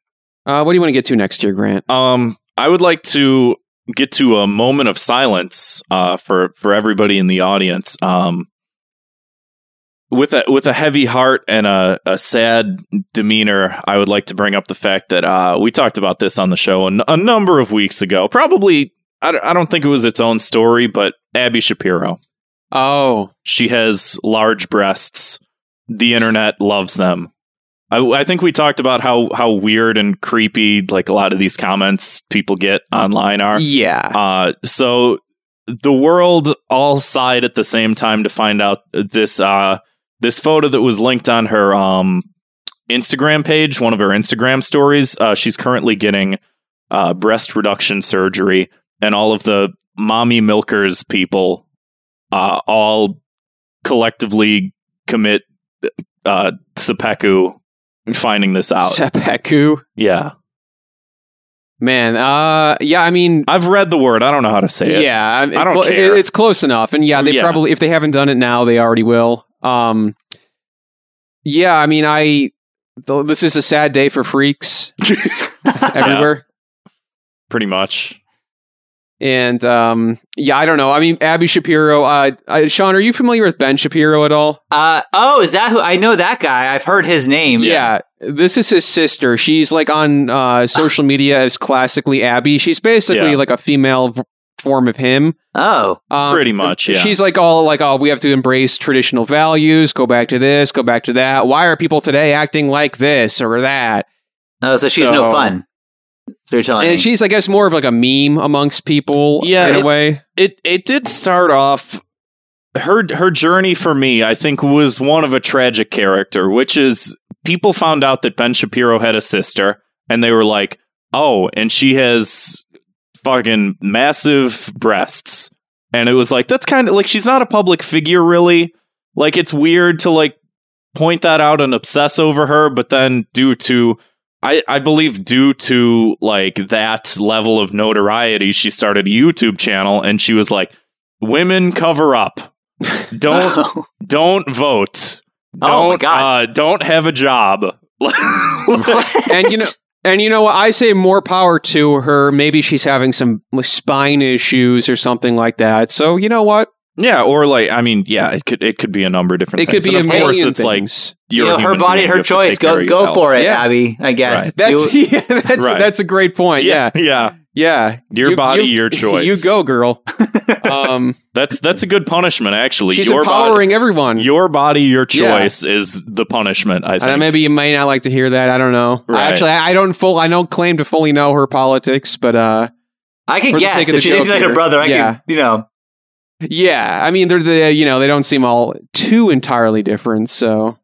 Speaker 6: Uh, what do you want to get to next year, Grant?
Speaker 7: Um, I would like to get to a moment of silence uh, for for everybody in the audience. Um, with a with a heavy heart and a, a sad demeanor, I would like to bring up the fact that uh, we talked about this on the show a, n- a number of weeks ago. Probably, I, d- I don't think it was its own story, but Abby Shapiro,
Speaker 6: Oh,
Speaker 7: she has large breasts. The internet loves them. I, I think we talked about how how weird and creepy like a lot of these comments people get online are.
Speaker 6: yeah.
Speaker 7: Uh, so the world all sighed at the same time to find out this uh, this photo that was linked on her um, Instagram page, one of her Instagram stories. Uh, she's currently getting uh, breast reduction surgery, and all of the mommy milkers people uh, all collectively commit uh, seppuku finding this out.
Speaker 6: Seppuku.
Speaker 7: yeah,
Speaker 6: Man, uh, yeah, I mean,
Speaker 7: I've read the word. I don't know how to say it.
Speaker 6: yeah, I,
Speaker 7: I don't
Speaker 6: clo-
Speaker 7: care.
Speaker 6: it- it's close enough, and yeah, they
Speaker 7: Yeah.
Speaker 6: probably if they haven't done it now, they already will. Um, yeah, I mean, I th- this is a sad day for freaks everywhere,
Speaker 7: pretty much.
Speaker 6: and um, yeah, I don't know. I mean, Abby Shapiro, uh, uh, Sean, are you familiar with Ben Shapiro at all?
Speaker 5: Uh, oh, is that who I know that guy? I've heard his name.
Speaker 6: Yeah. This is his sister. She's like on uh, social media as classically Abby. She's basically
Speaker 7: Yeah.
Speaker 6: like a female v- form of him.
Speaker 5: Oh.
Speaker 6: Um,
Speaker 7: Pretty much, yeah.
Speaker 6: She's like all like, oh, we have to embrace traditional values. Go back to this. Go back to that. Why are people today acting like this or that?
Speaker 5: Oh, so she's no
Speaker 6: So-
Speaker 5: fun. So you're telling me.
Speaker 6: And she's, I guess, more of like a meme amongst people.
Speaker 7: Yeah,
Speaker 6: in
Speaker 7: it-
Speaker 6: a way.
Speaker 7: it it did start off her her journey for me i think was one of a tragic character which is people found out that ben shapiro had a sister and they were like oh and she has fucking massive breasts and it was like that's kind of like she's not a public figure really like it's weird to like point that out and obsess over her but then due to I, I believe due to like that level of notoriety, she started a YouTube channel and she was like, Women cover up. Don't don't vote. Don't
Speaker 6: Oh, my
Speaker 7: Uh, don't have a job.
Speaker 6: and you know and you know what i say more power to her maybe she's having some like, spine issues or something like that so you know what
Speaker 7: Yeah, or like I mean, yeah, it could it could be a number of different.
Speaker 6: It could
Speaker 7: things.
Speaker 6: be
Speaker 7: and
Speaker 6: a
Speaker 7: of course
Speaker 6: million
Speaker 7: it's
Speaker 6: things.
Speaker 7: like you're
Speaker 5: You know,
Speaker 7: a
Speaker 5: her
Speaker 7: human
Speaker 5: body,
Speaker 7: being, you
Speaker 5: her
Speaker 7: have to
Speaker 5: choice.
Speaker 7: take
Speaker 5: Go-
Speaker 7: care of your
Speaker 5: go
Speaker 7: health.
Speaker 5: for it, Yeah. Abby, I guess.
Speaker 7: Right.
Speaker 6: that's
Speaker 5: Do-
Speaker 6: yeah, that's
Speaker 7: Right.
Speaker 6: that's a great point yeah
Speaker 7: yeah,
Speaker 6: yeah
Speaker 7: Your
Speaker 6: You-
Speaker 7: body,
Speaker 6: you-
Speaker 7: your choice.
Speaker 6: you go girl um
Speaker 7: That's that's a good punishment actually.
Speaker 6: she's
Speaker 7: your
Speaker 6: empowering
Speaker 7: body,
Speaker 6: everyone
Speaker 7: your body, your
Speaker 6: Yeah.
Speaker 7: choice is the punishment. I think.
Speaker 6: And maybe you may not like to hear that. I don't know. I
Speaker 7: Right.
Speaker 6: actually, I I don't full. I don't claim to fully know her politics, but uh,
Speaker 5: I could
Speaker 6: for the
Speaker 5: guess
Speaker 6: sake
Speaker 5: if
Speaker 6: of the
Speaker 5: she
Speaker 6: joke
Speaker 5: didn't like her
Speaker 6: here,
Speaker 5: brother. I
Speaker 6: yeah.
Speaker 5: could, you know,
Speaker 6: yeah. I mean, they're the you know they don't seem all too entirely different. So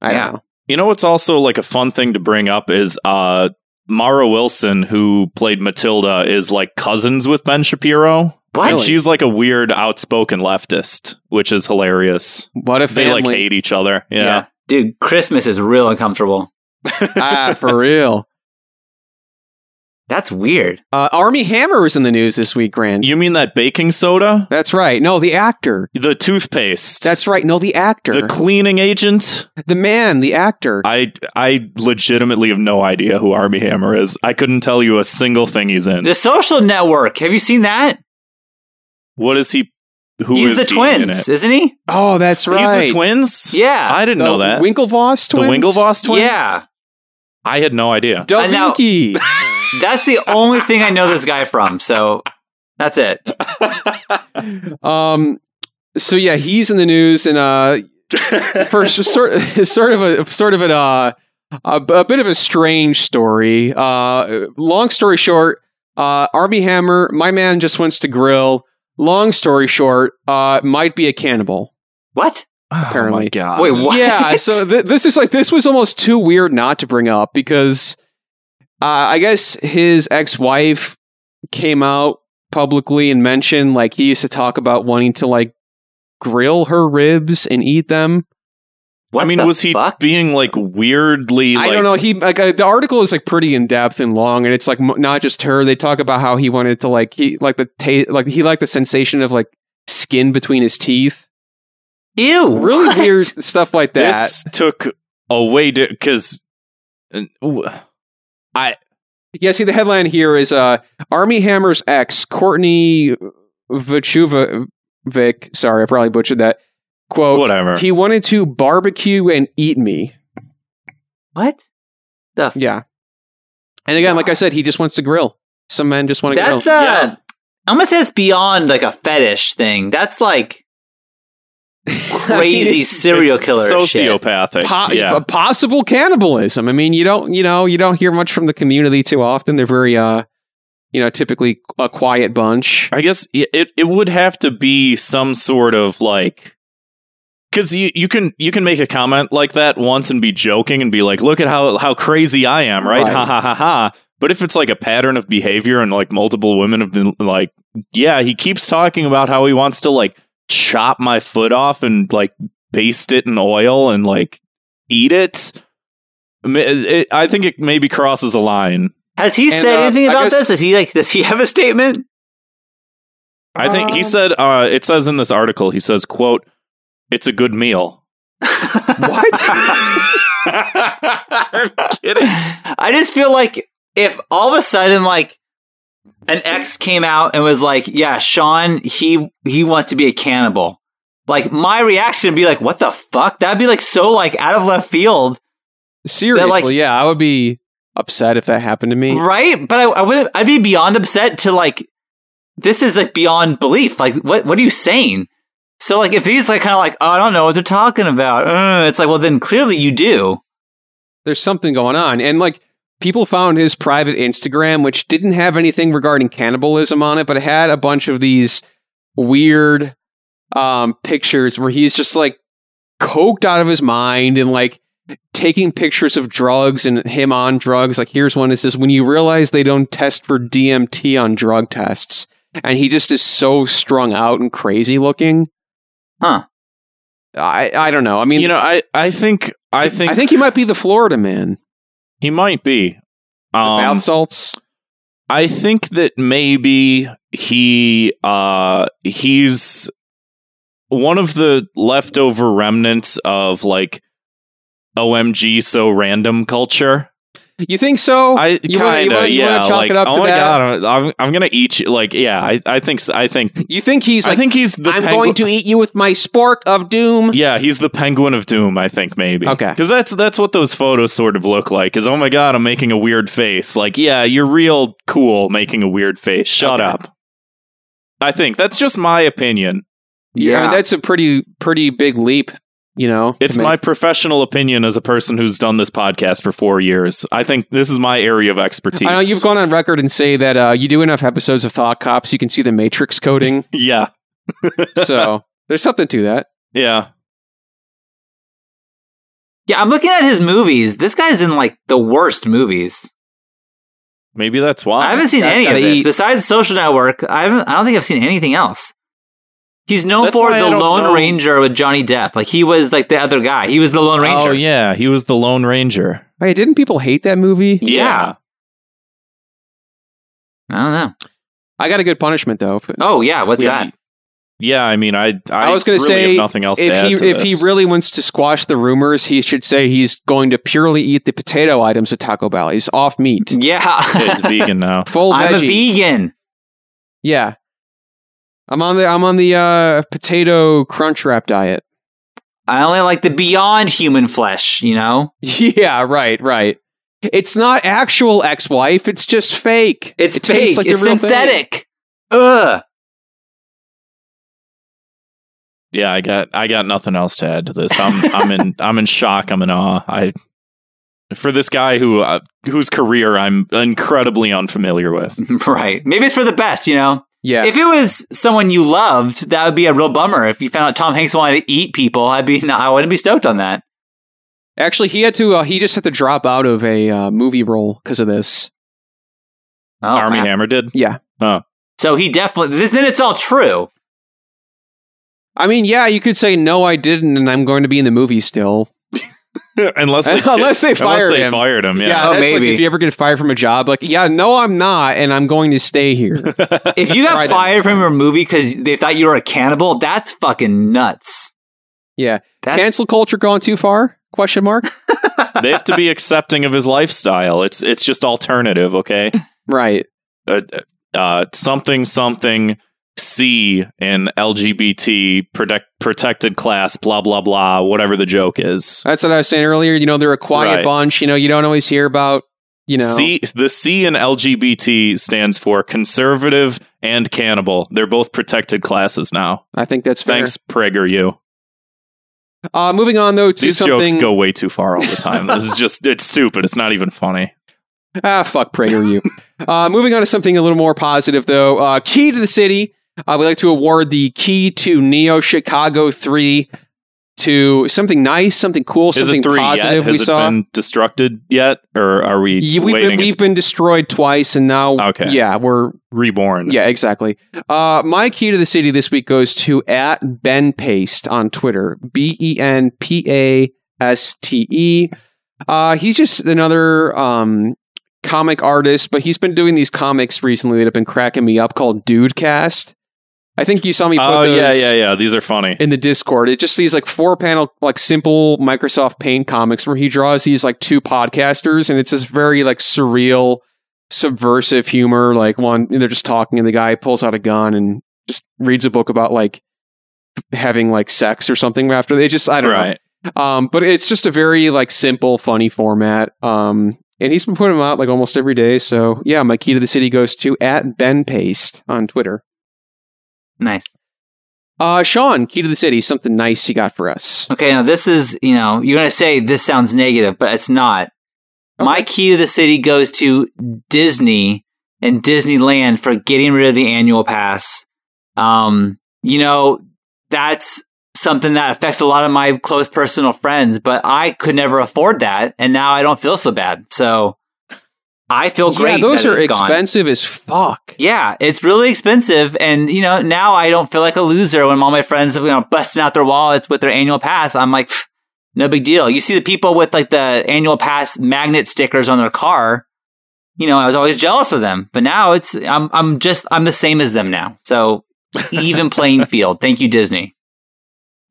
Speaker 6: I
Speaker 7: Yeah.
Speaker 6: don't know.
Speaker 7: You know what's also like a fun thing to bring up is uh Mara Wilson, who played Matilda, is like cousins with Ben Shapiro.
Speaker 5: What?
Speaker 7: And
Speaker 6: Really?
Speaker 7: she's like a weird, outspoken leftist, which is hilarious.
Speaker 6: What a
Speaker 7: They
Speaker 6: family!
Speaker 7: like hate each other. Yeah.
Speaker 5: dude, Christmas is real uncomfortable.
Speaker 6: ah, for real.
Speaker 5: That's weird.
Speaker 6: Uh, Army Hammer was in the news this week, Grant.
Speaker 7: You mean that baking soda?
Speaker 6: That's right. No, the actor.
Speaker 7: The toothpaste.
Speaker 6: That's right. No, the actor.
Speaker 7: the cleaning agent.
Speaker 6: the man. The actor.
Speaker 7: I I legitimately have no idea who Army Hammer is. I couldn't tell you a single thing he's in.
Speaker 5: The Social Network. Have you seen that?
Speaker 7: what is he? Who
Speaker 5: He's
Speaker 7: is
Speaker 5: the
Speaker 7: he in
Speaker 5: twins,
Speaker 7: it?
Speaker 5: isn't he?
Speaker 6: oh, that's right.
Speaker 7: He's the twins.
Speaker 5: Yeah.
Speaker 7: I didn't
Speaker 6: The
Speaker 7: know that.
Speaker 6: Winklevoss
Speaker 7: the
Speaker 6: twins.
Speaker 7: Winklevoss twins.
Speaker 5: Yeah.
Speaker 7: I had no idea.
Speaker 5: And now-
Speaker 6: Dovinky.
Speaker 5: That's the only thing I know this guy from. So that's it.
Speaker 6: Um. So yeah, he's in the news, and uh, for s- sort sort of a sort of an uh, a, b- a bit of a strange story. Uh, long story short, uh, Army Hammer, my man just wants to grill. Long story short, uh, might be a cannibal.
Speaker 5: What?
Speaker 6: Apparently.
Speaker 7: God.
Speaker 5: Wait, what?
Speaker 6: Yeah. So th- this is like this was almost too weird not to bring up because uh, I guess his ex wife came out publicly and mentioned like he used to talk about wanting to like grill her ribs and eat them.
Speaker 5: What
Speaker 7: I mean,
Speaker 5: the
Speaker 7: was he
Speaker 5: fuck?
Speaker 7: being like weirdly? Like,
Speaker 6: I don't know. He like uh, the article is like pretty in depth and long, and it's like m- not just her. They talk about how he wanted to like he like the ta- like he liked the sensation of like skin between his teeth.
Speaker 5: Ew.
Speaker 6: Really
Speaker 5: what?
Speaker 6: weird stuff like that.
Speaker 7: This took away because uh,
Speaker 6: Yeah, see, the headline here is uh, Army Hammer's ex, Courtney Vachuvic. Sorry, I probably butchered that. Quote
Speaker 7: whatever.
Speaker 6: Oh, He wanted to barbecue and eat me.
Speaker 5: What? The f-
Speaker 6: Yeah. And again, like I said, he just wants to grill. Some men just want to grill.
Speaker 5: That's uh I'm gonna say it's beyond like a fetish thing. That's like crazy serial
Speaker 7: It's
Speaker 5: killer shit.
Speaker 7: sociopathic.
Speaker 6: Po-
Speaker 7: yeah.
Speaker 6: uh, possible cannibalism. I mean, you don't, you know, you don't hear much from the community too often. They're very, uh, you know, typically a quiet bunch.
Speaker 7: I guess i- it it would have to be some sort of like because you, you can you can make a comment like that once and be joking and be like, look at how how crazy I am, right?
Speaker 6: Right.
Speaker 7: Ha ha ha ha. But if it's like a pattern of behavior and like multiple women have been like, yeah, he keeps talking about how he wants to like chop my foot off and like baste it in oil and like eat it. I mean, it- it- I think it maybe crosses a line.
Speaker 5: Has he
Speaker 6: And,
Speaker 5: said
Speaker 6: uh,
Speaker 5: anything
Speaker 6: I
Speaker 5: about
Speaker 6: guess-
Speaker 5: this? Is he like does he have a statement?
Speaker 7: I think
Speaker 6: Um,
Speaker 7: he said uh, it says in this article he says quote it's a good meal. I'm kidding.
Speaker 5: I just feel like if all of a sudden like an ex came out and was like, "Yeah, Sean, he he wants to be a cannibal." Like my reaction would be like, "What the fuck?" That'd be like so like out of left field,
Speaker 6: Seriously,
Speaker 5: like-
Speaker 6: yeah, I would be upset if that happened to me.
Speaker 5: right? But I, I would I'd be beyond upset to like this is like beyond belief. Like what what are you saying? So like if these like kind of like oh, I don't know what they're talking about. Uh, it's like well then clearly you do.
Speaker 6: there's something going on. And like people found his private Instagram, which didn't have anything regarding cannibalism on it, but it had a bunch of these weird um pictures where he's just like coked out of his mind and like taking pictures of drugs and him on drugs. Like here's one that says when you realize they don't test for DMT on drug tests. And he just is so strung out and crazy looking.
Speaker 5: Huh.
Speaker 6: I, I don't know. I mean,
Speaker 7: You know, I I think I think
Speaker 6: I think he might be the Florida man.
Speaker 7: he might be.
Speaker 6: The
Speaker 7: Um,
Speaker 6: bath salts.
Speaker 7: I think that maybe he uh he's one of the leftover remnants of like OMG so random culture.
Speaker 6: You think so?
Speaker 7: I
Speaker 6: Oh, You wanna- you
Speaker 7: kind
Speaker 6: wanna-
Speaker 7: of
Speaker 6: you wanna
Speaker 7: yeah.
Speaker 6: chalk
Speaker 7: like,
Speaker 6: it up to
Speaker 7: oh my
Speaker 6: that?
Speaker 7: god, I'm, I'm gonna eat you. Like yeah, I, I think so, I think
Speaker 6: You think he's
Speaker 7: I
Speaker 6: like,
Speaker 7: think he's the
Speaker 6: I'm
Speaker 7: penguin-
Speaker 6: going to eat you with my spork of doom.
Speaker 7: Yeah, he's the penguin of doom, I think maybe.
Speaker 6: Okay.
Speaker 7: Cuz that's that's what those photos sort of look like. Is oh my god, I'm making a weird face. Like, yeah, you're real cool making a weird face. Shut up. I think that's just my opinion.
Speaker 6: I mean, that's a pretty pretty big leap, you know.
Speaker 7: It's
Speaker 6: to
Speaker 7: my
Speaker 6: make.
Speaker 7: professional opinion as a person who's done this podcast for 4 years. I think this is my area of expertise.
Speaker 6: I know you've gone on record and say that uh, you do enough episodes of Thought Cops, you can see the Matrix coding.
Speaker 7: Yeah.
Speaker 6: so there's something to that.
Speaker 7: Yeah.
Speaker 5: Yeah, I'm looking at his movies. This guy's in like the worst movies.
Speaker 7: Maybe Oh, that's why.
Speaker 5: I haven't seen
Speaker 6: That's
Speaker 5: any of
Speaker 6: gotta
Speaker 5: this
Speaker 6: eat.
Speaker 5: besides Social Network. I haven't. I don't think I've seen anything else. He's known
Speaker 7: That's
Speaker 5: for
Speaker 7: why I
Speaker 5: the
Speaker 7: don't
Speaker 5: Lone
Speaker 7: know.
Speaker 5: Ranger with Johnny Depp. Like he was like the other guy. He was the Lone Ranger.
Speaker 7: Oh yeah, he was the Lone Ranger.
Speaker 6: Hey, didn't people hate that movie?
Speaker 5: Yeah. I don't know.
Speaker 6: I got a good punishment though.
Speaker 5: Oh yeah, what's
Speaker 7: Yeah.
Speaker 5: that?
Speaker 7: Yeah, I mean, I I,
Speaker 6: I was going
Speaker 7: really
Speaker 6: say
Speaker 7: have nothing else
Speaker 6: if
Speaker 7: to add
Speaker 6: he
Speaker 7: to
Speaker 6: if he
Speaker 7: this.
Speaker 6: really wants to squash the rumors, he should say he's going to purely eat the potato items at Taco Bell. He's off meat,
Speaker 5: Yeah,
Speaker 7: it's vegan now.
Speaker 6: full
Speaker 5: I'm a
Speaker 6: veggie.
Speaker 5: vegan.
Speaker 6: Yeah. I'm on the I'm on the uh, potato crunch wrap diet.
Speaker 5: I only like the beyond human flesh. You know,
Speaker 6: Yeah, right, right. It's not actual ex-wife, it's just fake.
Speaker 5: it's
Speaker 6: It
Speaker 5: fake.
Speaker 6: tastes like the
Speaker 5: it's
Speaker 6: real thing.
Speaker 5: synthetic. Ugh.
Speaker 7: Yeah, I got I got nothing else to add to this. I'm I'm in I'm in shock. I'm in awe. I for this guy who uh, whose career I'm incredibly unfamiliar with.
Speaker 5: Right. Maybe it's for the best. You know.
Speaker 6: Yeah.
Speaker 5: If it was someone you loved, that would be a real bummer. If you found out Tom Hanks wanted to eat people, I'd be I wouldn't be stoked on that.
Speaker 6: Actually, he had to uh, he just had to drop out of a uh, movie role cuz of this.
Speaker 5: Oh,
Speaker 7: Army
Speaker 5: wow.
Speaker 7: Hammer did.
Speaker 6: Yeah.
Speaker 5: So he definitely this, then it's all true.
Speaker 6: I mean, yeah, you could say no I didn't and I'm going to be in the movie still.
Speaker 7: unless they,
Speaker 6: Unless they fired
Speaker 7: they
Speaker 6: him.
Speaker 7: fired him.
Speaker 5: Oh,
Speaker 7: Yeah.
Speaker 6: that's
Speaker 5: maybe.
Speaker 6: like if you ever get fired from a job like, yeah, no I'm not and I'm going to stay here.
Speaker 5: If you got
Speaker 6: Right, that
Speaker 5: fired
Speaker 6: makes
Speaker 5: from your movie because they thought you were a cannibal, that's fucking nuts.
Speaker 6: yeah.
Speaker 5: That's,
Speaker 6: Cancel culture gone too far? Question mark.
Speaker 7: they have to be accepting of his lifestyle. It's it's just alternative. Okay.
Speaker 6: right.
Speaker 7: Uh, uh, something something C in LGBT protect, protected class. Blah blah blah. Whatever the joke is.
Speaker 6: That's what I was saying earlier. You know, they're a quiet
Speaker 7: Right.
Speaker 6: bunch. You know, you don't always hear about, you know.
Speaker 7: C the C in LGBT stands for conservative and cannibal. They're both protected classes now.
Speaker 6: I think that's fair.
Speaker 7: Thanks, Prager. You
Speaker 6: Uh, moving on though to
Speaker 7: these
Speaker 6: something.
Speaker 7: jokes go way too far all the time. this is just it's stupid. It's not even funny.
Speaker 6: Ah, fuck PragerU. uh, moving on to something a little more positive though. Uh, key to the city. Uh, we like to award the key to Neo Chicago Three to something nice, something cool,
Speaker 7: Is
Speaker 6: something
Speaker 7: it three yet?
Speaker 6: positive.
Speaker 7: Has
Speaker 6: we
Speaker 7: it
Speaker 6: saw.
Speaker 7: been destructed yet, or are we
Speaker 6: Yeah, we've
Speaker 7: waiting?
Speaker 6: been we've been destroyed twice, and now
Speaker 7: Okay.
Speaker 6: yeah, we're
Speaker 7: reborn.
Speaker 6: Yeah, exactly. Uh, my key to the city this week goes to at Ben Paste on Twitter. B E N P A S T E. Uh, he's just another um, comic artist, but he's been doing these comics recently that have been cracking me up called Dudecast. I think you saw me put
Speaker 7: Oh
Speaker 6: those
Speaker 7: yeah, yeah, yeah. These are funny.
Speaker 6: in the Discord. It just these like four panel, like simple Microsoft Paint comics where he draws these like two podcasters, and it's this very like surreal, subversive humor. Like one, they're just talking, and the guy pulls out a gun and just reads a book about like having like sex or something after they just I don't
Speaker 7: Right.
Speaker 6: know. Um, but it's just a very like simple, funny format. Um. And he's been putting them out like almost every day. So yeah, my key to the city goes to at Ben Paste on Twitter.
Speaker 5: nice.
Speaker 6: Uh, Sean, key to the city, something nice you got for us.
Speaker 5: Okay, now this is, you know, you're going to say this sounds negative, but it's not. My key to the city goes to Disney and Disneyland for getting rid of the annual pass. Um, you know, that's something that affects a lot of my close personal friends, but I could never afford that. And now I don't feel so bad. So I feel Oh, great.
Speaker 6: Yeah, those
Speaker 5: that
Speaker 6: are
Speaker 5: it's gone.
Speaker 6: expensive as fuck.
Speaker 5: Yeah, it's really expensive, and you know now I don't feel like a loser when all my friends are you know busting out their wallets with their annual pass. I'm like, "Pfft, no big deal. You see the people with like the annual pass magnet stickers on their car. you know, I was always jealous of them, but now it's I'm I'm just I'm the same as them now. So even playing field. Thank you, Disney.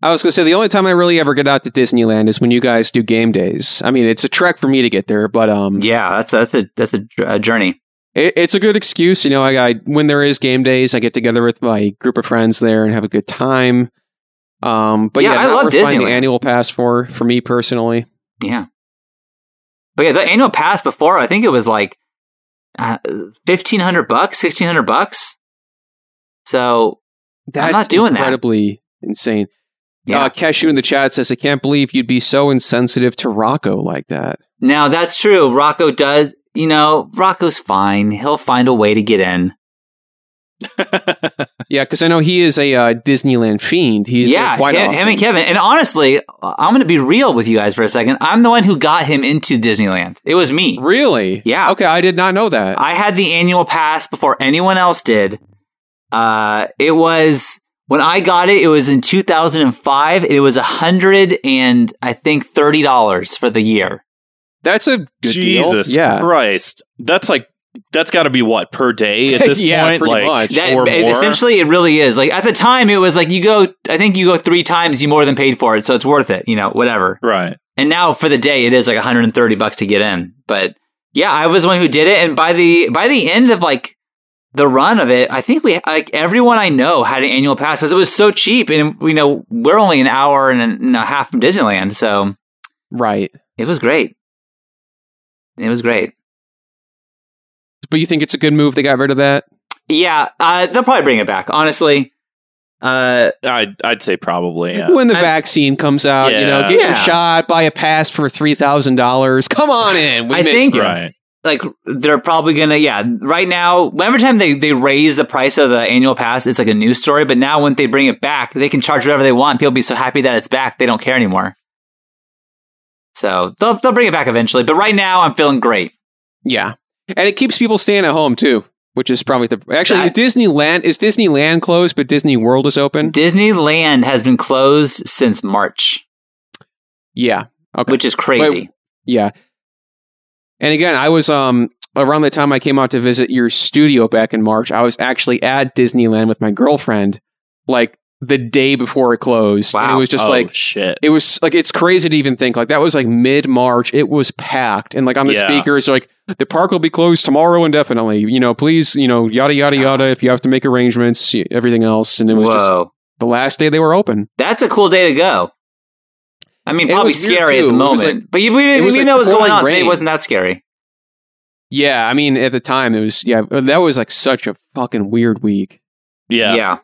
Speaker 6: I was going to say the only time I really ever get out to Disneyland is when you guys do game days. I mean, it's a trek for me to get there, but um,
Speaker 5: yeah, that's that's a that's a, dr- a journey.
Speaker 6: It, it's a good excuse, you know. I, I when there is game days, I get together with my group of friends there and have a good time. Um, but
Speaker 5: Yeah,
Speaker 6: yeah,
Speaker 5: I
Speaker 6: not
Speaker 5: love
Speaker 6: worth buying
Speaker 5: Disneyland.
Speaker 6: The annual pass for for me personally.
Speaker 5: Yeah. But yeah, the annual pass before, I think it was like uh, fifteen hundred bucks, sixteen hundred bucks. So
Speaker 6: That's
Speaker 5: not doing that.
Speaker 6: incredibly insane.
Speaker 5: Yeah.
Speaker 6: Uh, Cashew in the chat says, "I can't believe you'd be so insensitive to Rocco like that."
Speaker 5: now that's true. Rocco does, you know, Rocco's fine. He'll find a way to get in.
Speaker 6: Yeah, because I know he is a uh, Disneyland fiend. He's there
Speaker 5: yeah,
Speaker 6: quite
Speaker 5: him,
Speaker 6: often.
Speaker 5: him and Kevin. And honestly, I'm going to be real with you guys for a second. I'm the one who got him into Disneyland. It was me.
Speaker 6: Really?
Speaker 5: Yeah. Uh,
Speaker 6: Okay, I did not know that.
Speaker 5: I had the annual pass before anyone else did. Uh, it was when I got it. It was in 2005. It was a hundred and I think thirty dollars for the year.
Speaker 6: That's a good
Speaker 7: Jesus
Speaker 6: deal. Yeah.
Speaker 7: Christ, that's like that's got to be what per day at this
Speaker 6: Yeah,
Speaker 7: point,
Speaker 6: pretty
Speaker 7: like
Speaker 6: much.
Speaker 5: That
Speaker 7: or
Speaker 5: it-
Speaker 7: more.
Speaker 5: essentially it really is. Like at the time, it was like you go. I think you go three times. You more than paid for it, so it's worth it. You know, whatever.
Speaker 7: right?
Speaker 5: And now for the day, it is like 130 bucks to get in. But yeah, I was the one who did it, and by the by the end of like the run of it, I think we like everyone I know had an annual pass because it was so cheap, and you know we're only an hour and a, and a half from Disneyland, so
Speaker 6: Right.
Speaker 5: it was great. It was great.
Speaker 6: But you think it's a good move they got rid of that?
Speaker 5: Yeah, uh, they'll probably bring it back. Honestly, uh,
Speaker 7: I'd I'd say probably. Yeah.
Speaker 6: When the
Speaker 5: I-
Speaker 6: vaccine comes out, you know,
Speaker 7: Yeah.
Speaker 6: get your
Speaker 5: Yeah.
Speaker 6: shot, buy a pass for three thousand dollars. Come on in. We
Speaker 5: I
Speaker 6: missed
Speaker 5: think-
Speaker 6: you.
Speaker 7: Right.
Speaker 5: like they're probably gonna yeah right now every time they, they raise the price of the annual pass it's like a news story but now when they bring it back they can charge whatever they want people be so happy that it's back they don't care anymore so they'll, they'll bring it back eventually but right now i'm feeling great
Speaker 6: Yeah. And it keeps people staying at home too, which is probably the actually
Speaker 5: That-
Speaker 6: Disneyland is Disneyland closed, but Disney World is open.
Speaker 5: disneyland has been closed since march
Speaker 6: yeah. Okay.
Speaker 5: which is crazy
Speaker 6: Yeah. And again, I was um around the time I came out to visit your studio back in March, I was actually at Disneyland with my girlfriend like the day before it closed. And
Speaker 5: Wow.
Speaker 6: it was just
Speaker 7: oh,
Speaker 6: like
Speaker 7: shit.
Speaker 6: it was like it's crazy to even think like that was like mid March. It was packed, and like on the
Speaker 7: Yeah.
Speaker 6: speakers, like the park will be closed tomorrow indefinitely. You know, please, you know, yada yada yada. If you have to make arrangements, y- everything else, and it was
Speaker 5: whoa
Speaker 6: just the last day they were open.
Speaker 5: that's a cool day to go i mean
Speaker 6: It
Speaker 5: probably
Speaker 6: was weird,
Speaker 5: scary at
Speaker 6: too. It
Speaker 5: the
Speaker 6: was
Speaker 5: moment
Speaker 6: like-
Speaker 5: but you, we
Speaker 6: it
Speaker 5: didn't
Speaker 6: was
Speaker 5: we
Speaker 6: like
Speaker 5: didn't know what was going on so
Speaker 6: pouring
Speaker 5: maybe
Speaker 6: rain.
Speaker 5: it wasn't that scary
Speaker 6: Yeah, I mean, at the time, it was yeah, that was like such a fucking weird week.
Speaker 7: Yeah.
Speaker 5: yeah,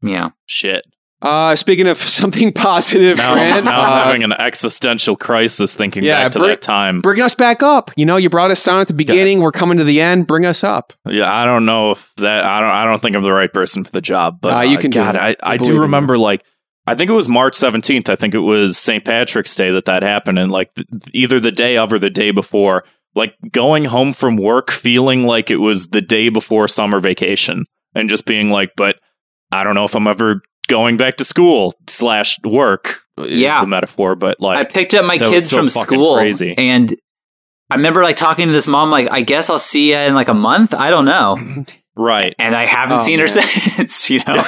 Speaker 5: yeah.
Speaker 7: Shit.
Speaker 6: Uh, speaking of something positive,
Speaker 7: Now,
Speaker 6: Fran,
Speaker 7: now
Speaker 6: uh,
Speaker 7: I'm having an existential crisis thinking
Speaker 6: Yeah,
Speaker 7: back to
Speaker 6: bring-
Speaker 7: that time.
Speaker 6: bring us back up. You know, you brought us down at the beginning. We're coming to the end. Bring us up.
Speaker 7: Yeah, I don't know if that I don't I don't think I'm the right person for the job, but
Speaker 6: Ah, you can do
Speaker 7: God,
Speaker 6: it.
Speaker 7: I, I
Speaker 6: believe in
Speaker 7: do
Speaker 6: you.
Speaker 7: remember like I think it was March 17th. I think it was St. Patrick's Day that that happened and like th- either the day of or the day before, like going home from work feeling like it was the day before summer vacation and just being like, but I don't know if I'm ever going back to school slash work is
Speaker 5: Yeah.
Speaker 7: the metaphor, but
Speaker 5: I
Speaker 7: like
Speaker 5: picked up my
Speaker 7: that was
Speaker 5: kids
Speaker 7: so
Speaker 5: from
Speaker 7: fucking
Speaker 5: school,
Speaker 7: crazy.
Speaker 5: and I remember like talking to this mom, like, "I guess I'll see you in like a month." I don't know,
Speaker 7: right.
Speaker 5: and I haven't
Speaker 6: Oh,
Speaker 5: seen her
Speaker 6: man.
Speaker 5: since. You know,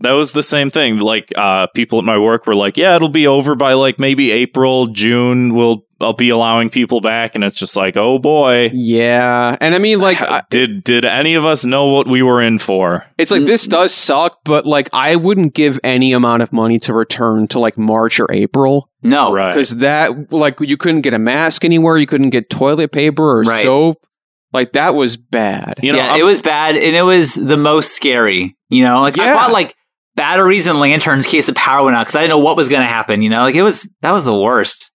Speaker 7: that was the same thing. Like uh, people at my work were like, "Yeah, it'll be over by like maybe April, June. We'll I'll be allowing people back," and it's just like, "Oh boy."
Speaker 6: Yeah, and I mean, like, I-
Speaker 7: did did any of us know what we were in for?
Speaker 6: It's like this does suck, but like I wouldn't give any amount of money to return to like March or April
Speaker 5: no,
Speaker 7: right.
Speaker 6: because that like you couldn't get a mask anywhere, you couldn't get toilet paper or
Speaker 5: Right.
Speaker 6: soap. Like that was bad.
Speaker 7: You know,
Speaker 5: yeah,
Speaker 7: I'm-
Speaker 5: it was bad, and it was the most scary. You know, like
Speaker 6: Yeah.
Speaker 5: I bought like batteries and lanterns in case the power went out because I didn't know what was going to happen. You know, like it was that was the worst.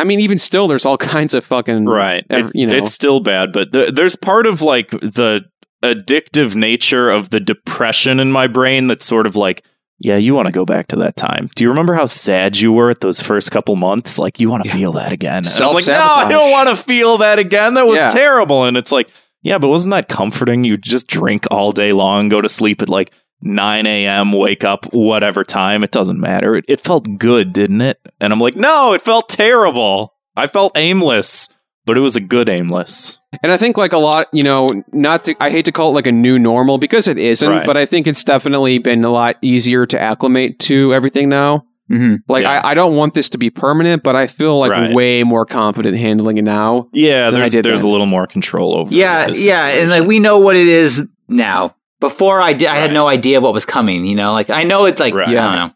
Speaker 6: I mean, even still, there's all kinds of fucking
Speaker 7: right.
Speaker 6: ev-
Speaker 7: it's,
Speaker 6: you know,
Speaker 7: it's still bad, but th- there's part of like the addictive nature of the depression in my brain that's sort of like. Yeah, you want to go back to that time. Do you remember how sad you were at those first couple months? Like you want to feel that again. And I'm like, no, I
Speaker 6: Self-sabotage.
Speaker 7: don't want to feel that again. That was
Speaker 6: Yeah.
Speaker 7: terrible. And it's like, yeah, but wasn't that comforting? You just drink all day long, go to sleep at like 9 a.m., wake up whatever time. It doesn't matter. It, it felt good, didn't it? And I'm like, no, it felt terrible. I felt aimless. but it was a good aimless.
Speaker 6: And I think like a lot, you know, not to, I hate to call it like a new normal because it isn't,
Speaker 7: Right.
Speaker 6: but I think it's definitely been a lot easier to acclimate to everything now.
Speaker 5: Mm-hmm.
Speaker 6: Like
Speaker 7: Yeah.
Speaker 6: I, I don't want this to be permanent, but I feel like
Speaker 7: Right.
Speaker 6: way more confident handling it now.
Speaker 7: Yeah,
Speaker 6: Then I
Speaker 7: there's
Speaker 6: did
Speaker 7: there's
Speaker 6: that.
Speaker 7: a little more control over.
Speaker 5: Yeah,
Speaker 7: this
Speaker 5: yeah, and like we know what it is now. Before I did, I had no idea what was coming. You know, like I know it's like
Speaker 7: Right.
Speaker 5: I don't know.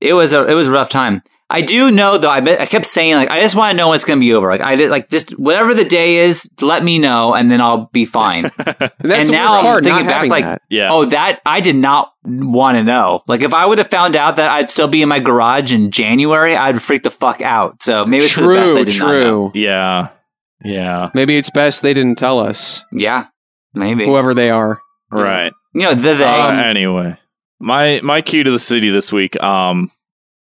Speaker 5: It was a it was a rough time. I do know though. I bet I kept saying like I just want to know when it's gonna be over. Like I did like just whatever the day is, let me know, and then I'll be fine.
Speaker 6: That's
Speaker 5: and
Speaker 6: the
Speaker 5: now
Speaker 6: worst
Speaker 5: I'm
Speaker 6: part,
Speaker 5: thinking
Speaker 6: not
Speaker 5: back
Speaker 6: having
Speaker 5: like
Speaker 6: that.
Speaker 7: Yeah.
Speaker 5: oh that I did not want to know. Like if I would have found out that I'd still be in my garage in January, I'd freak the fuck out. So maybe it's for the best I
Speaker 6: True,
Speaker 5: did not know.
Speaker 6: true.
Speaker 7: Yeah, yeah,
Speaker 6: Maybe it's best they didn't tell us,
Speaker 5: Yeah, maybe.
Speaker 6: whoever they are.
Speaker 7: right.
Speaker 5: you know the they.
Speaker 6: um,
Speaker 7: Uh, anyway, my my cue to the city this week. Um,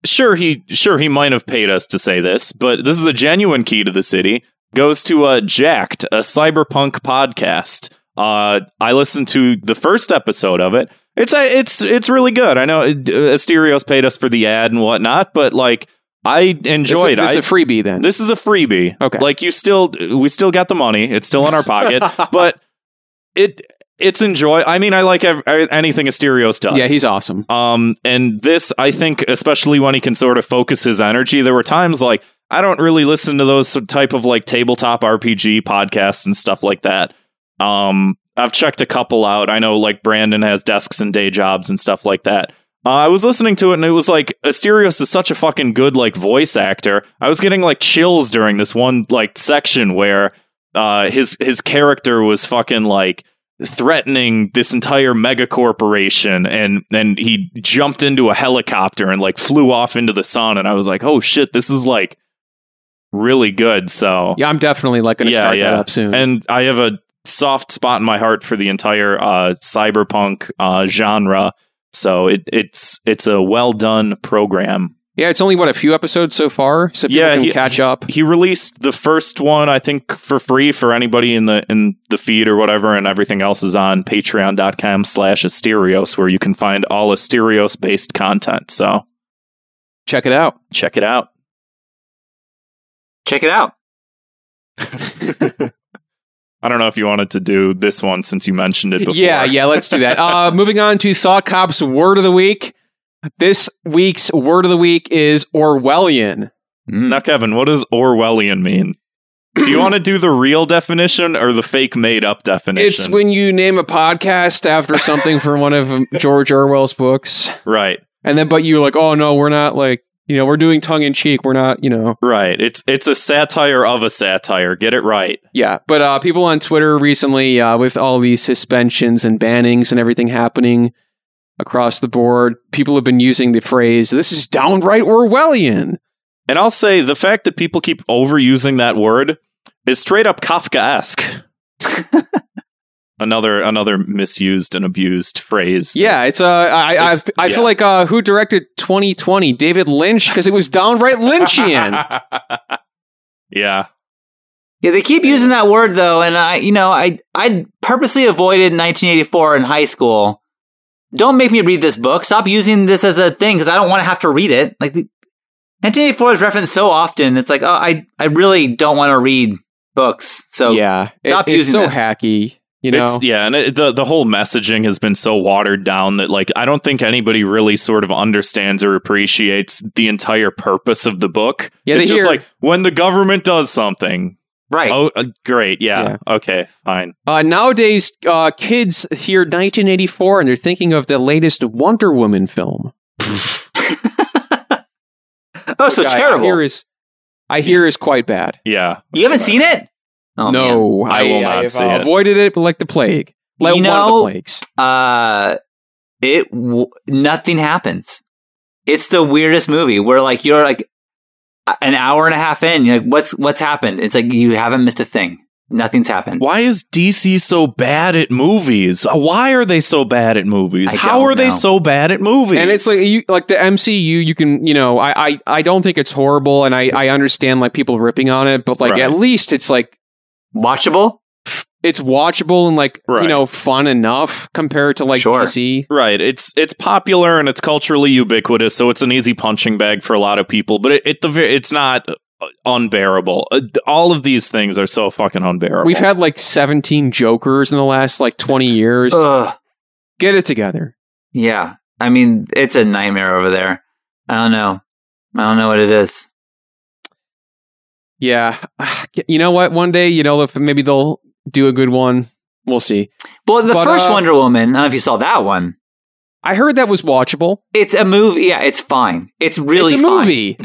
Speaker 7: sure he sure he might have paid us to say this, but this is a genuine key to the city. Goes to uh, Jacked, a cyberpunk podcast. Uh, I listened to the first episode of it. It's uh, it's it's really good. I know uh, Asterios paid us for the ad and whatnot, but like I enjoyed.
Speaker 6: It's
Speaker 7: I-
Speaker 6: a freebie then.
Speaker 7: this is a freebie.
Speaker 6: Okay.
Speaker 7: Like you still we still got the money. It's still in our pocket, but it it's enjoy. I mean, I like ev- anything Asterios does.
Speaker 6: yeah, he's awesome.
Speaker 7: Um, and this, I think, especially when he can sort of focus his energy, there were times like I don't really listen to those type of like tabletop RPG podcasts and stuff like that. Um, I've checked a couple out. I know like Brandon has desks and day jobs and stuff like that. Uh, I was listening to it and it was like Asterios is such a fucking good like voice actor. I was getting like chills during this one like section where uh, his his character was fucking like threatening this entire mega corporation and then he jumped into a helicopter and like flew off into the sun and I was like, "Oh shit, this is like really good." So
Speaker 6: Yeah, I'm definitely like going to
Speaker 7: Yeah,
Speaker 6: start
Speaker 7: yeah.
Speaker 6: that up soon.
Speaker 7: and I have a soft spot in my heart for the entire uh, cyberpunk uh, genre. So it, it's it's a well done program.
Speaker 6: yeah, it's only what a few episodes so far, so people
Speaker 7: Yeah,
Speaker 6: can
Speaker 7: he-
Speaker 6: catch up.
Speaker 7: He released the first one, I think, for free for anybody in the in the feed or whatever, and everything else is on patreon.com slash Asterios, where you can find all Asterios based content. So
Speaker 6: Check it out.
Speaker 7: check it out.
Speaker 5: Check it out.
Speaker 7: I don't know if you wanted to do this one since you mentioned it before.
Speaker 6: Yeah, yeah, let's do that. Uh, moving on to Thought Cop's word of the week. This week's word of the week is Orwellian.
Speaker 7: Now, Kevin, what does Orwellian mean? Do you want to do the real definition or the fake made up definition?
Speaker 6: It's when you name a podcast after something from one of um, George Orwell's books,
Speaker 7: right,
Speaker 6: and then but you like, oh no, we're not like you know, we're doing tongue in cheek. We're not you know,
Speaker 7: right. It's it's a satire of a satire. Get it right.
Speaker 6: yeah. But uh, people on Twitter recently, uh, with all these suspensions and bannings and everything happening across the board, people have been using the phrase "this is downright Orwellian."
Speaker 7: And I'll say the fact that people keep overusing that word is straight up Kafkaesque. another another misused and abused phrase.
Speaker 6: Yeah, it's uh, I
Speaker 7: It's-
Speaker 6: I, I
Speaker 7: yeah.
Speaker 6: feel like uh, who directed 2020? David Lynch because it was downright Lynchian.
Speaker 7: yeah.
Speaker 5: Yeah, they keep using that word though, and I, you know, I I purposely avoided 1984 in high school. Don't make me read this book. Stop using this as a thing because I don't want to have to read it. Like the, 1984 is referenced so often, it's like, oh, I I really don't want to read books. So
Speaker 6: yeah, it-
Speaker 5: stop
Speaker 6: it's
Speaker 5: using
Speaker 6: so
Speaker 5: this.
Speaker 6: hacky. You know,
Speaker 7: It's yeah, and it, the the whole messaging has been so watered down that like I don't think anybody really sort of understands or appreciates the entire purpose of the book.
Speaker 6: Yeah, they
Speaker 7: it's just
Speaker 6: hear-
Speaker 7: like when the government does something.
Speaker 5: right.
Speaker 7: Oh, uh, great. Yeah, Okay. Fine.
Speaker 6: Uh, nowadays, uh, kids hear 1984 and they're thinking of the latest Wonder Woman film.
Speaker 5: oh, so
Speaker 6: which I-
Speaker 5: terrible.
Speaker 6: I hear is, I hear is quite bad.
Speaker 7: Yeah.
Speaker 5: you haven't seen it? Oh, man.
Speaker 6: no,
Speaker 7: I will not
Speaker 6: have,
Speaker 7: see
Speaker 6: uh,
Speaker 7: it.
Speaker 6: Avoided it like the plague. Like
Speaker 5: You
Speaker 6: one of
Speaker 5: know-
Speaker 6: the plagues.
Speaker 5: uh it w- nothing happens it's the weirdest movie where like you're like a- an hour and a half in you're like what's what's happened it's like you haven't missed a thing nothing's happened
Speaker 7: Why is DC so bad at movies? Uh, Why are they so bad at movies?
Speaker 5: I
Speaker 7: How
Speaker 5: don't
Speaker 7: are they
Speaker 5: know.
Speaker 7: so bad at movies?
Speaker 6: And it's like you like the MCU. You can you know I I, I don't think it's horrible, and I I understand like people ripping on it, but like
Speaker 7: Right.
Speaker 6: at least it's like
Speaker 5: watchable
Speaker 6: it's watchable and like
Speaker 7: Right.
Speaker 6: you know fun enough compared to like
Speaker 5: Sure.
Speaker 6: DC.
Speaker 7: Right. It's it's popular and it's culturally ubiquitous, so it's an easy punching bag for a lot of people. But it, it the ve- it's not uh, unbearable. Uh, th- All of these things are so fucking unbearable.
Speaker 6: We've had like 17 Jokers in the last like 20 years.
Speaker 5: Ugh.
Speaker 6: Get it together.
Speaker 5: Yeah. I mean, it's a nightmare over there. I don't know. I don't know what it is.
Speaker 6: Yeah. You know what? One day, you know, if maybe they'll do a good one. We'll see.
Speaker 5: Well, the
Speaker 6: But,
Speaker 5: first
Speaker 6: uh,
Speaker 5: Wonder Woman, I don't know if you saw that one.
Speaker 6: I heard that was watchable.
Speaker 5: It's a movie. Yeah, it's fine. It's really
Speaker 6: it's a
Speaker 5: fine.
Speaker 6: movie.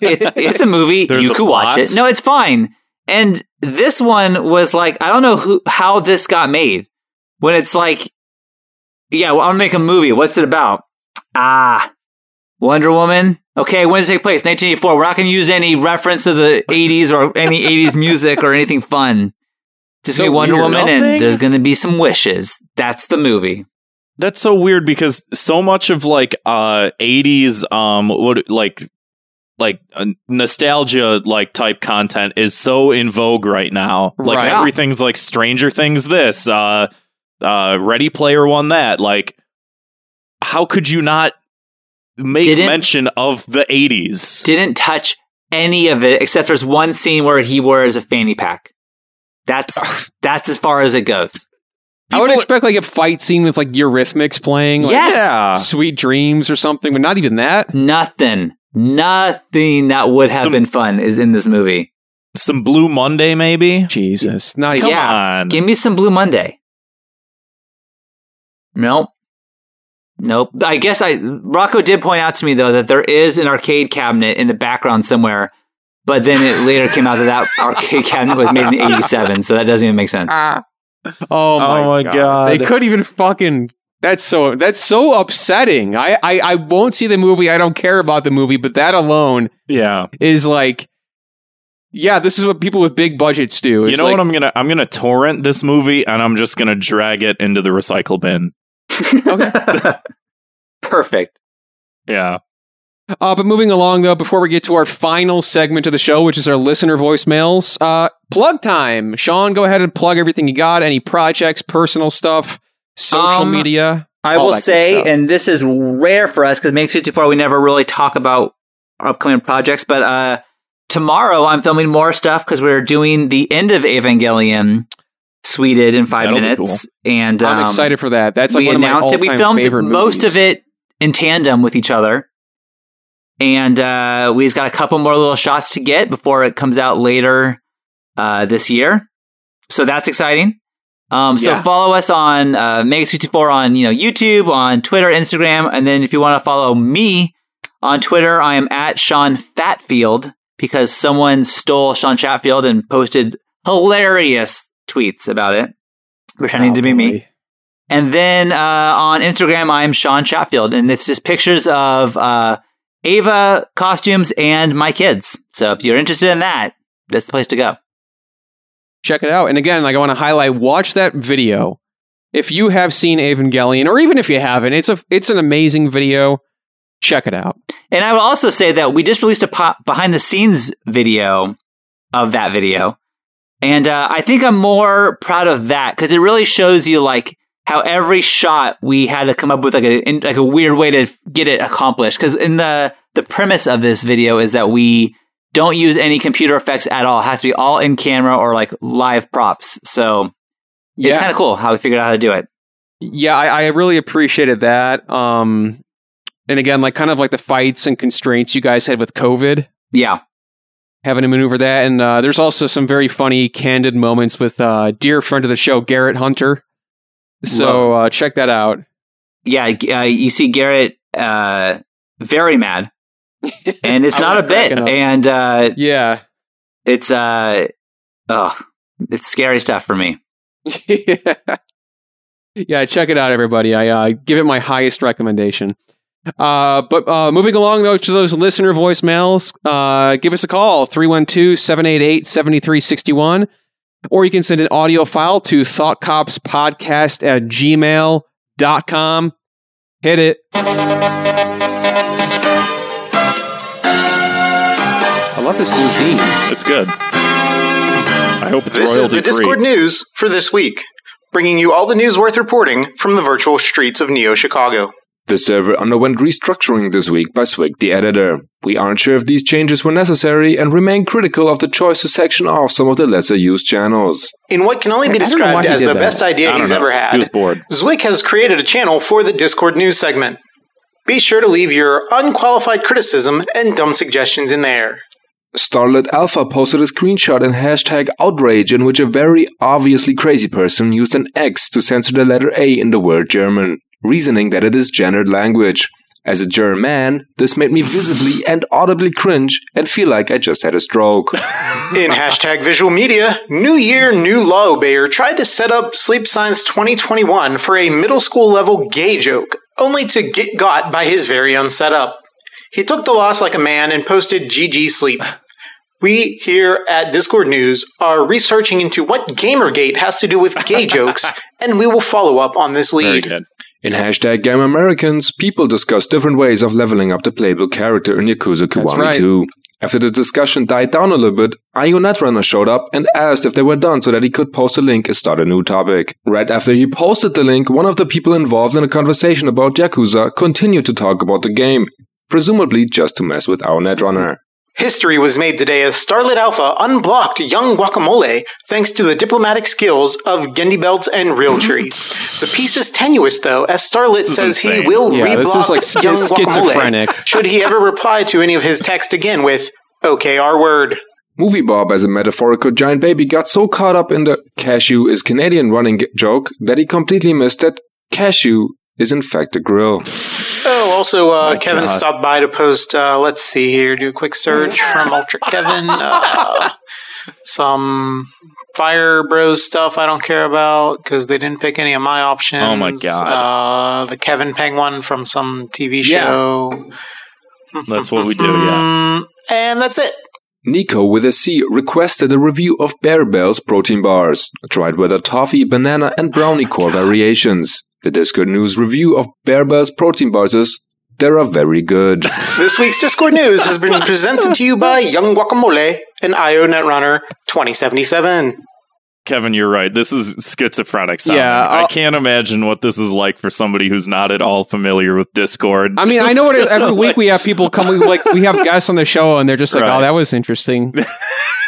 Speaker 5: It's it's a movie.
Speaker 7: There's
Speaker 5: you
Speaker 7: a
Speaker 5: could watch
Speaker 7: plot.
Speaker 5: it. No, it's fine. And this one was like, I don't know who how this got made. When it's like, yeah, well, I'm gonna make a movie. What's it about? Ah, Wonder Woman. Okay, when does it take place? 1984. We're not gonna use any reference to the 80s or any 80s music or anything fun. Just
Speaker 7: So
Speaker 5: gonna be Wonder
Speaker 7: weird.
Speaker 5: Woman,
Speaker 7: Nothing?
Speaker 5: and there's gonna be some wishes. That's the movie.
Speaker 7: That's so weird because so much of like uh 80s um what like like uh, nostalgia like type content is so in vogue right now. Like
Speaker 6: Right.
Speaker 7: everything's like Stranger Things this uh uh Ready Player One that like how could you not make
Speaker 5: Didn't-
Speaker 7: mention of the 80s?
Speaker 5: didn't touch any of it except there's one scene where he wears a fanny pack. That's that's as far as it goes.
Speaker 6: I would expect like a fight scene with like Eurythmics playing. Like,
Speaker 5: Yes.
Speaker 7: Yeah.
Speaker 6: Sweet Dreams or something, but not even that.
Speaker 5: Nothing, nothing that would have
Speaker 7: Some-
Speaker 5: been fun is in this movie.
Speaker 7: Some Blue Monday maybe?
Speaker 6: Jesus. Not
Speaker 7: Come
Speaker 6: even.
Speaker 5: Yeah.
Speaker 7: on.
Speaker 5: Give me some Blue Monday. Nope. Nope. I guess I Rocco did point out to me though that there is an arcade cabinet in the background somewhere, but then it later came out that that arcade cabinet was made in '87, so that doesn't even make sense.
Speaker 6: Oh my,
Speaker 7: Oh my
Speaker 6: god.
Speaker 7: God.
Speaker 6: They could even fucking that's so that's so upsetting. I, I I won't see the movie. I don't care about the movie, but that alone
Speaker 7: yeah.
Speaker 6: is like yeah, this is what people with big budgets do.
Speaker 7: You
Speaker 6: It's
Speaker 7: know
Speaker 6: like-
Speaker 7: what I'm going to I'm going to torrent this movie and I'm just going to drag it into the recycle bin.
Speaker 5: Perfect.
Speaker 7: Yeah.
Speaker 6: Uh, but moving along, though, before we get to our final segment of the show, which is our listener voicemails, uh, plug time. Sean, go ahead and plug everything you got any projects, personal stuff, social
Speaker 5: Um,
Speaker 6: media.
Speaker 5: I
Speaker 6: all
Speaker 5: will
Speaker 6: that good
Speaker 5: say,
Speaker 6: stuff.
Speaker 5: and this is rare for us because Make 54, we never really talk about our upcoming projects, but uh, tomorrow I'm filming more stuff because we're doing the end of Evangelion suited in 5
Speaker 7: That'll be
Speaker 5: minutes. And
Speaker 6: I'm
Speaker 5: um,
Speaker 6: excited for that. That's like
Speaker 5: we
Speaker 6: one of my
Speaker 5: announced it. We
Speaker 6: all-time
Speaker 5: filmed
Speaker 6: favorite
Speaker 5: most
Speaker 6: movies.
Speaker 5: of it in tandem with each other. And uh, we've got a couple more little shots to get before it comes out later uh, this year. So that's exciting. Um, so
Speaker 6: Yeah.
Speaker 5: follow us on uh, Mega64 on you know YouTube, on Twitter, Instagram, and then if you want to follow me on Twitter, I am at Sean Fatfield because someone stole Sean Chatfield and posted hilarious tweets about it, pretending
Speaker 6: Oh,
Speaker 5: to be me.
Speaker 6: boy.
Speaker 5: And then uh, on Instagram, I'm Sean Chatfield, and it's just pictures of uh, Ava costumes and my kids. So if you're interested in that, that's the place to go.
Speaker 6: Check it out. And again, like I want to highlight, watch that video. If you have seen Evangelion, or even if you haven't, it's a it's an amazing video. Check it out.
Speaker 5: And I will also say that we just released a pop behind the scenes video of that video. And uh, I think I'm more proud of that because it really shows you like how every shot we had to come up with like a in, like a weird way to get it accomplished. Because in the the premise of this video is that we don't use any computer effects at all. It has to be all in camera or like live props. So it's kind of cool how we figured out how to do it.
Speaker 6: yeah I, I really appreciated that um and again like kind of like the fights and constraints you guys had with covid
Speaker 5: Yeah,
Speaker 6: having to maneuver that and uh, there's also some very funny candid moments with uh dear friend of the show garrett hunter so uh, check that out
Speaker 5: yeah. Uh, you see Garrett uh, very mad and it's
Speaker 6: I
Speaker 5: not
Speaker 6: was
Speaker 5: a bit
Speaker 6: cracking up.
Speaker 5: and uh
Speaker 6: yeah
Speaker 5: it's uh oh it's scary stuff for me
Speaker 6: yeah check it out everybody i uh, give it my highest recommendation uh, but uh, moving along though to those listener voicemails uh, give us a call 312-788-7361 or you can send an audio file to thoughtcopspodcast at gmail.com hit it i love this new theme
Speaker 7: It's good. I hope it's
Speaker 13: This is
Speaker 7: royalty
Speaker 13: the Discord
Speaker 7: free.
Speaker 13: news for this week, bringing you all the news worth reporting from the virtual streets of Neo Chicago. The server underwent restructuring this week by Swig, the editor. We aren't sure if these changes were necessary and remain critical of the choice to section off some of the lesser used channels.
Speaker 14: In what can only
Speaker 13: I
Speaker 14: be
Speaker 13: don't know why
Speaker 14: described
Speaker 13: he
Speaker 14: as
Speaker 13: did
Speaker 14: the
Speaker 13: that.
Speaker 14: best
Speaker 13: I
Speaker 14: idea
Speaker 13: don't
Speaker 14: he's
Speaker 13: know.
Speaker 14: ever had,
Speaker 13: He was bored.
Speaker 14: Zwick has created a channel for the Discord news segment. Be sure to leave your unqualified criticism and dumb suggestions in there.
Speaker 13: Starlet Alpha posted a screenshot and hashtag outrage in which a very obviously crazy person used an X to censor the letter A in the word German, reasoning that it is gendered language. As a German, this made me visibly and audibly cringe and feel like I just had a stroke.
Speaker 14: In hashtag visual media, New Year, New Law Obeyer tried to set up Sleep Science 2021 for a middle school level gay joke, only to get got by his very own setup. He took the loss like a man and posted GG Sleep. We here at Discord News are researching into what Gamergate has to do with gay jokes, and we will follow up on this lead.
Speaker 13: In hashtag Game Americans, people discuss different ways of leveling up the playable character in Yakuza Kiwami
Speaker 6: right.
Speaker 13: 2. After the discussion died down a little bit, IO Netrunner showed up and asked if they were done so that he could post a link and start a new topic. Right after he posted the link, one of the people involved in a conversation about Yakuza continued to talk about the game, presumably just to mess with our Netrunner.
Speaker 14: History was made today as Starlit Alpha unblocked young guacamole thanks to the diplomatic skills of Gendy Belt and Realtree. the piece is tenuous though, as Starlit
Speaker 6: This is
Speaker 14: says he
Speaker 6: insane.
Speaker 14: will
Speaker 6: Yeah, this
Speaker 14: reblock
Speaker 6: is like
Speaker 14: young
Speaker 6: schi- schizophrenic.
Speaker 14: guacamole should he ever reply to any of his text again with OKR word.
Speaker 13: Movie Bob as a metaphorical giant baby got so caught up in the cashew is Canadian running g- joke that he completely missed that cashew is in fact a grill.
Speaker 14: Oh, also uh, Kevin
Speaker 13: God.
Speaker 14: stopped by to post. Uh, let's see here. Do a quick search from Ultra Kevin. Uh, some Fire Bros stuff I don't care about because they didn't pick any of my options.
Speaker 7: Oh my God.
Speaker 14: Uh, the Kevin Peng one from some TV
Speaker 7: Yeah.
Speaker 14: show,
Speaker 7: That's what we do, yeah.
Speaker 14: and that's it.
Speaker 13: Nico with a C requested a review of Bear Bell's protein bars, tried whether toffee, banana, and brownie core variations. The Discord News review of Bear Bell's protein bars is they are very good.
Speaker 14: This week's Discord news has been presented to you by Young Guacamole and IO Netrunner 2077.
Speaker 7: Kevin, you're right. This is schizophrenic sounding.
Speaker 6: Yeah,
Speaker 7: I can't imagine what this is like for somebody who's not at all familiar with Discord.
Speaker 6: I mean, I know what it, every week we have people come, we, like we have guests on the show, and they're just like,
Speaker 7: Right.
Speaker 6: "Oh, that was interesting."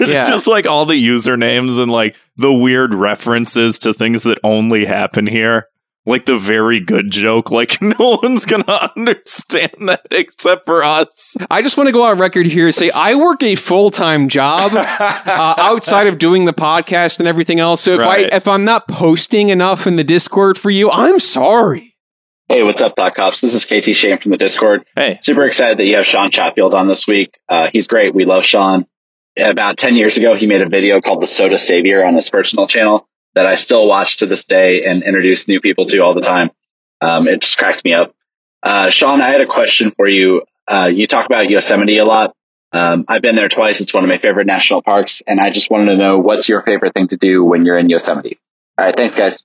Speaker 7: It's
Speaker 6: Yeah.
Speaker 7: just like all the usernames and like the weird references to things that only happen here. Like the very good joke. Like no one's gonna understand that except for us.
Speaker 6: I just want to go on record here and say I work a full time job uh, outside of doing the podcast and everything else. So if
Speaker 15: Right.
Speaker 6: I if I'm not posting enough in the Discord for you, I'm sorry.
Speaker 15: Hey, what's up, Thought Cops? This is Casey Shane from the Discord.
Speaker 7: Hey.
Speaker 15: Super excited that you have Sean Chatfield on this week. Uh, he's great. We love Sean. About 10 years ago, he made a video called The Soda Savior on his personal channel that I still watch to this day and introduce new people to all the time. Um, it just cracks me up. Uh, Sean, I had a question for you. Uh, you talk about Yosemite a lot. Um, I've been there twice. It's one of my favorite national parks. And I just wanted to know what's your favorite thing to do when you're in Yosemite? All right. Thanks, guys.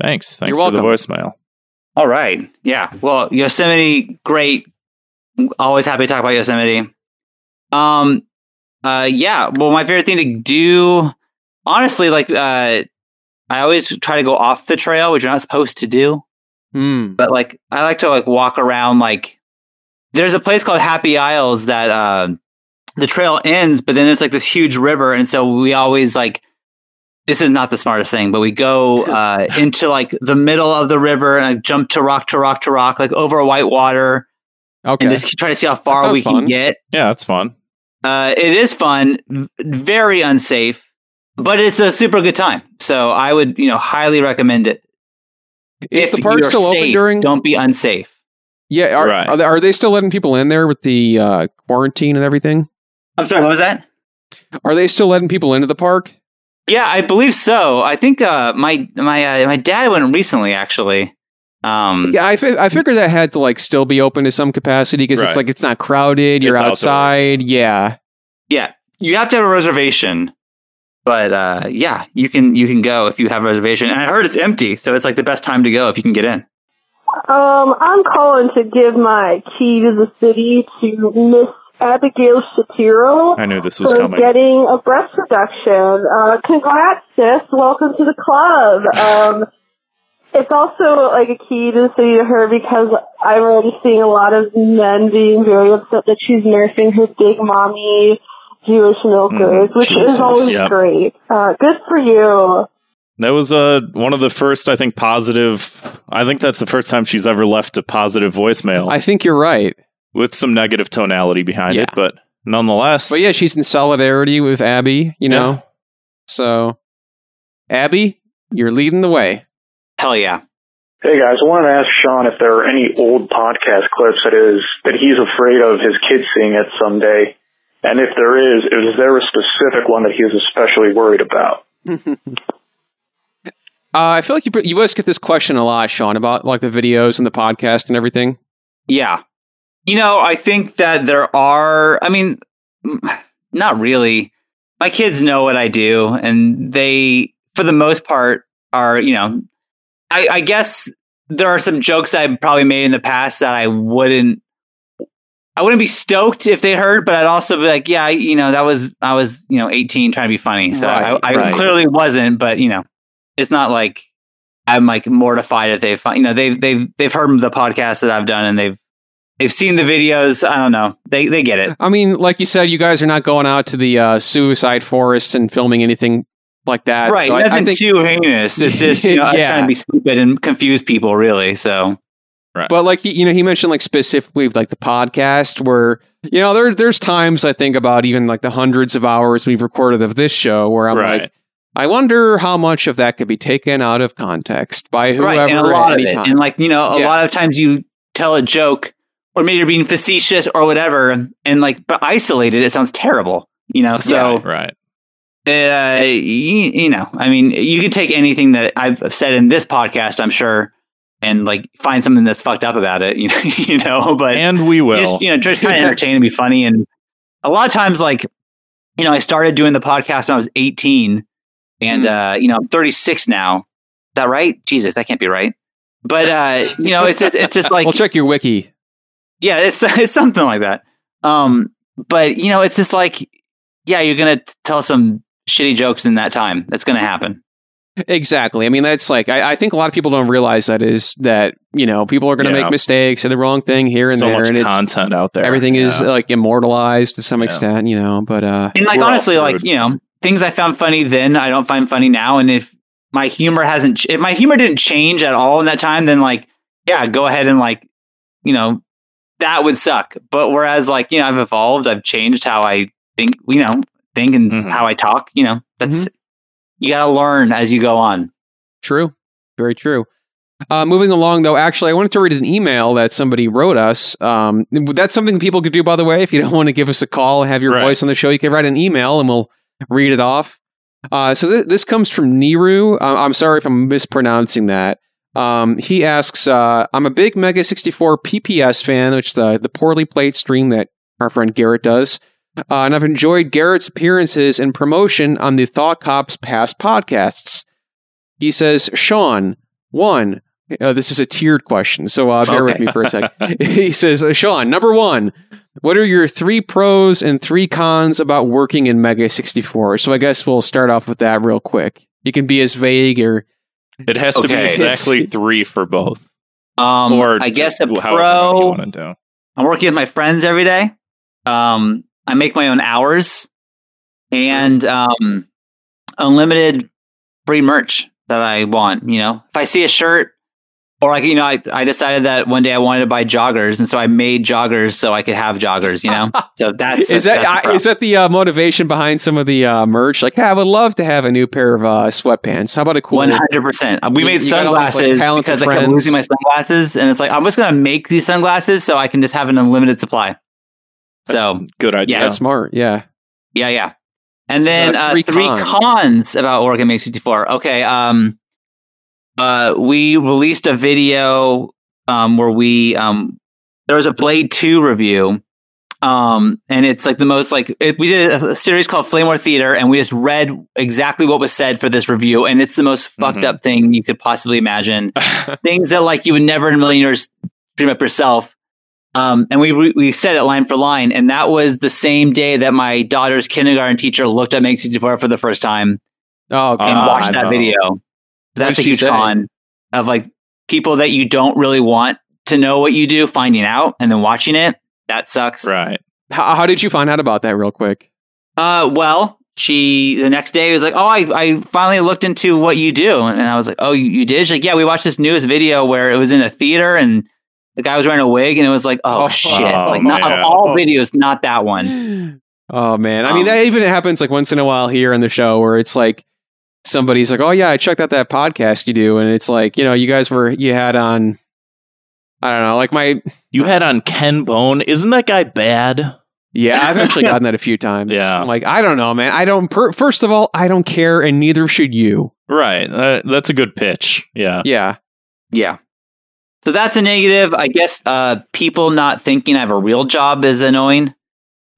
Speaker 7: Thanks. Thanks
Speaker 5: You're
Speaker 7: for the voicemail.
Speaker 5: All right. Yeah. Well, Yosemite, great. Always happy to talk about Yosemite. Um, uh, yeah. Well, my favorite thing to do, honestly, like, uh, I always try to go off the trail, which you're not supposed to do. But like, I like to like walk around. Like, there's a place called Happy Isles that uh, the trail ends, but then it's like this huge river, and so we always like this is not the smartest thing, but we go uh, into like the middle of the river and I jump to rock to rock to rock, like over white water.
Speaker 6: Okay.
Speaker 5: And just try to see how
Speaker 6: That
Speaker 5: far
Speaker 6: sounds
Speaker 5: we can
Speaker 6: fun.
Speaker 5: get.
Speaker 7: Yeah, that's fun.
Speaker 5: Uh, it is fun, v- very unsafe, but it's a super good time. So I would, you know, highly recommend it.
Speaker 6: Is
Speaker 5: If
Speaker 6: the park
Speaker 5: you're
Speaker 6: still open
Speaker 5: safe,
Speaker 6: during-
Speaker 5: Don't be unsafe.
Speaker 6: Yeah, are are, they, are they still letting people in there with the uh, quarantine and everything?
Speaker 5: I'm sorry, what was that?
Speaker 6: Are they still letting people into the park?
Speaker 5: Yeah, I believe so. I think uh, my my uh, my dad went recently, actually. Um,
Speaker 6: Yeah, I, fi- I figured that had to like still be open to some capacity because
Speaker 5: Right.
Speaker 6: it's like it's not crowded. You're
Speaker 5: It's outdoors.
Speaker 6: outside. Yeah.
Speaker 5: Yeah, you have to have a reservation, but uh, yeah, you can you can go if you have a reservation. And I heard it's empty, so it's like the best time to go if you can get in.
Speaker 16: Um, I'm calling to give my key to the city to Miss Abigail Shapiro.
Speaker 7: I knew this was
Speaker 16: for
Speaker 7: coming.
Speaker 16: Getting a breast reduction. Uh, congrats, sis. Welcome to the club. Um, It's also like a key to the city to her because I'm already seeing a lot of men being very upset that she's nursing her big mommy Jewish milkers,
Speaker 7: Mhm,
Speaker 16: which
Speaker 7: Jesus.
Speaker 16: is always
Speaker 7: Yep.
Speaker 16: great. Uh, good for you.
Speaker 7: That was uh, one of the first, I think, positive. I think that's the first time she's ever left a positive
Speaker 5: Oh.
Speaker 7: voicemail. I
Speaker 6: think you're right.
Speaker 7: With some negative tonality behind it, but nonetheless.
Speaker 6: But yeah, she's in solidarity with Abby, you know? So, Abby, you're leading the way.
Speaker 5: Hell yeah.
Speaker 17: Hey guys, I wanted to ask Sean if there are any old podcast clips that is that he's afraid of his kids seeing it someday, and if there is, is there a specific one that he is especially worried about?
Speaker 6: Uh, I feel like you you always get this question a lot, Sean, about like the videos and the podcast and everything.
Speaker 5: Yeah. You know, I think that there are, I mean, mm, not really. My kids know what I do, and they, for the most part, are, you know, I, I guess there are some jokes I probably made in the past that I wouldn't. I wouldn't be stoked if they heard, but I'd also be like, "Yeah, you know, that was I was, you know, 18 trying to be funny, so
Speaker 6: Right,
Speaker 5: I, I
Speaker 6: right.
Speaker 5: clearly wasn't." But you know, it's not like I'm like mortified if they find you know they've they've they've heard the podcast that I've done and they've they've seen the videos. I don't know. They they get it.
Speaker 6: I mean, like you said, you guys are not going out to the uh, suicide forest and filming anything like that,
Speaker 5: right.
Speaker 6: So I- I
Speaker 5: Nothing
Speaker 6: think-
Speaker 5: too heinous. It's just you know, I was
Speaker 6: Yeah.
Speaker 5: trying to be stupid and confuse people really. So right.
Speaker 6: But like he, you know, he mentioned like specifically like the podcast where you know there there's times I think about even like the hundreds of hours we've recorded of this show where I'm
Speaker 5: Right.
Speaker 6: like, I wonder how much of that could be taken out of context by whoever
Speaker 5: right, and a
Speaker 6: at
Speaker 5: lot
Speaker 6: any
Speaker 5: of it.
Speaker 6: time.
Speaker 5: And like you know, a
Speaker 6: Yeah.
Speaker 5: lot of times you tell a joke, or maybe you're being facetious or whatever, and like but isolated, it sounds terrible. You know, so
Speaker 7: right.
Speaker 5: Uh, you, you know, I mean, you could take anything that I've said in this podcast, I'm sure, and like find something that's fucked up about it. You know, you know, but
Speaker 7: and we will.
Speaker 5: just, you know, just try to entertain and be funny. And a lot of times, like you know, I started doing the podcast when I was 18, and
Speaker 6: Mm.
Speaker 5: uh, you know, I'm 36 now. Is that right? Jesus, that can't be right. But uh, you know, it's just, it's just like
Speaker 6: well, check your wiki.
Speaker 5: yeah, it's it's something like that. Um, but you know, it's just like yeah, you're gonna t- tell some shitty jokes in that time. That's gonna happen.
Speaker 6: Exactly. I mean, that's like I, I think a lot of people don't realize that is that you know people are going to
Speaker 7: Yeah.
Speaker 6: make mistakes, say the wrong thing here and
Speaker 7: so
Speaker 6: there,
Speaker 7: much
Speaker 6: and it's
Speaker 7: content out there.
Speaker 6: everything is
Speaker 7: Yeah.
Speaker 6: like immortalized to some extent, you know. But uh,
Speaker 5: And like
Speaker 6: we're all
Speaker 5: honestly, like
Speaker 6: screwed.
Speaker 5: you know, things I found funny then I don't find funny now. And if my humor hasn't, ch- if my humor didn't change at all in that time, then like yeah, go ahead and like you know that would suck. But whereas like you know, I've evolved, I've changed how I think, you know, think and
Speaker 7: Mm-hmm.
Speaker 5: how I talk. You know, that's you gotta learn as you go on.
Speaker 6: True. Very true. Uh, moving along, though, actually, I wanted to read an email that somebody wrote us. Um, that's something that people could do, by the way. If you don't want to give us a call, have your voice on the show, you can write an email and we'll read it off. Uh, so th- this comes from Niru. Uh, I'm sorry if I'm mispronouncing that. Um, he asks, uh, I'm a big Mega 64 PPS fan, which is the, the poorly played stream that our friend Garrett does. Uh, and I've enjoyed Garrett's appearances and promotion on the Thought Cops past podcasts. He says, Sean, one, uh, this is a tiered question, so uh, bear with
Speaker 18: Okay.
Speaker 6: me for a sec. he says, uh, Sean, number one, what are your three pros and three cons about working in Mega 64? So I guess we'll start off with that real quick. You can be as vague or.
Speaker 7: It has to be
Speaker 6: Okay.
Speaker 7: exactly three for both.
Speaker 5: Um,
Speaker 7: Or
Speaker 5: I guess
Speaker 7: just
Speaker 5: a
Speaker 7: however
Speaker 5: pro-
Speaker 7: you wanna do.
Speaker 5: I'm working with my friends every day. Um, I make my own hours and um, unlimited free merch that I want. You know, if I see a shirt, or like you know, I, I decided that one day I wanted to buy joggers, and so I made joggers so I could have joggers. You know, so that's
Speaker 6: is that
Speaker 5: that's a
Speaker 6: I-
Speaker 5: pro.
Speaker 6: is that the uh, motivation behind some of the uh, merch? Like, hey, I would love to have a new pair of uh, sweatpants. How about a cool
Speaker 5: One hundred percent. We
Speaker 6: You-
Speaker 5: made
Speaker 6: you got all these, like,
Speaker 5: sunglasses
Speaker 6: talented
Speaker 5: because I kept
Speaker 6: friends.
Speaker 5: losing my sunglasses, and it's like I'm just gonna make these sunglasses so I can just have an unlimited supply. so
Speaker 7: good idea.
Speaker 5: Yeah,
Speaker 6: That's smart. Yeah.
Speaker 5: yeah, yeah. And
Speaker 6: So
Speaker 5: then uh,
Speaker 6: three
Speaker 5: three,
Speaker 6: cons.
Speaker 5: cons. about Oregon Make 64. Okay. Um, uh, we released a video um, where we um, there was a Blade 2 review. Um, and it's like the most like it, we did a series called Flame War Theater, and we just read exactly what was said for this review, and it's the most fucked up thing you could possibly imagine. Things that like you would never in a million years dream up yourself. Um, and we we- we said it line for line, and that was the same day that my daughter's kindergarten teacher looked at Meg 64 for the first time
Speaker 6: Oh,
Speaker 5: Uh, and watched that video.
Speaker 6: What
Speaker 5: That's a
Speaker 6: did she
Speaker 5: huge
Speaker 6: say?
Speaker 5: con. of like people that you don't really want to know what you do finding out and then watching it. That sucks.
Speaker 7: Right.
Speaker 6: How, how did you find out about that real quick?
Speaker 5: Uh, well, she the next day was like, "Oh, I, I finally looked into what you do," and I was like, "Oh, you, you did?" She's like, "Yeah, we watched this newest video where it was in a theater and the guy was wearing a wig, and it was like, oh, shit!
Speaker 6: oh,
Speaker 5: Like, not,
Speaker 6: man.
Speaker 5: of all videos, not that one.
Speaker 6: Oh man, I mean that even happens like once in a while here on the show where it's like somebody's like, "Oh yeah, I checked out that podcast you do," and it's like you know you guys were you had on, I don't know, like my
Speaker 7: you had on Ken Bone. Isn't that guy bad?
Speaker 6: Yeah, I've actually gotten that a few times.
Speaker 7: Yeah.
Speaker 6: I'm like I don't know, man. I don't. Per- first of all, I don't care, and neither should you.
Speaker 7: Right. Uh, that's a good pitch. Yeah.
Speaker 6: Yeah.
Speaker 5: Yeah. So that's a negative. I guess uh, people not thinking I have a real job is annoying,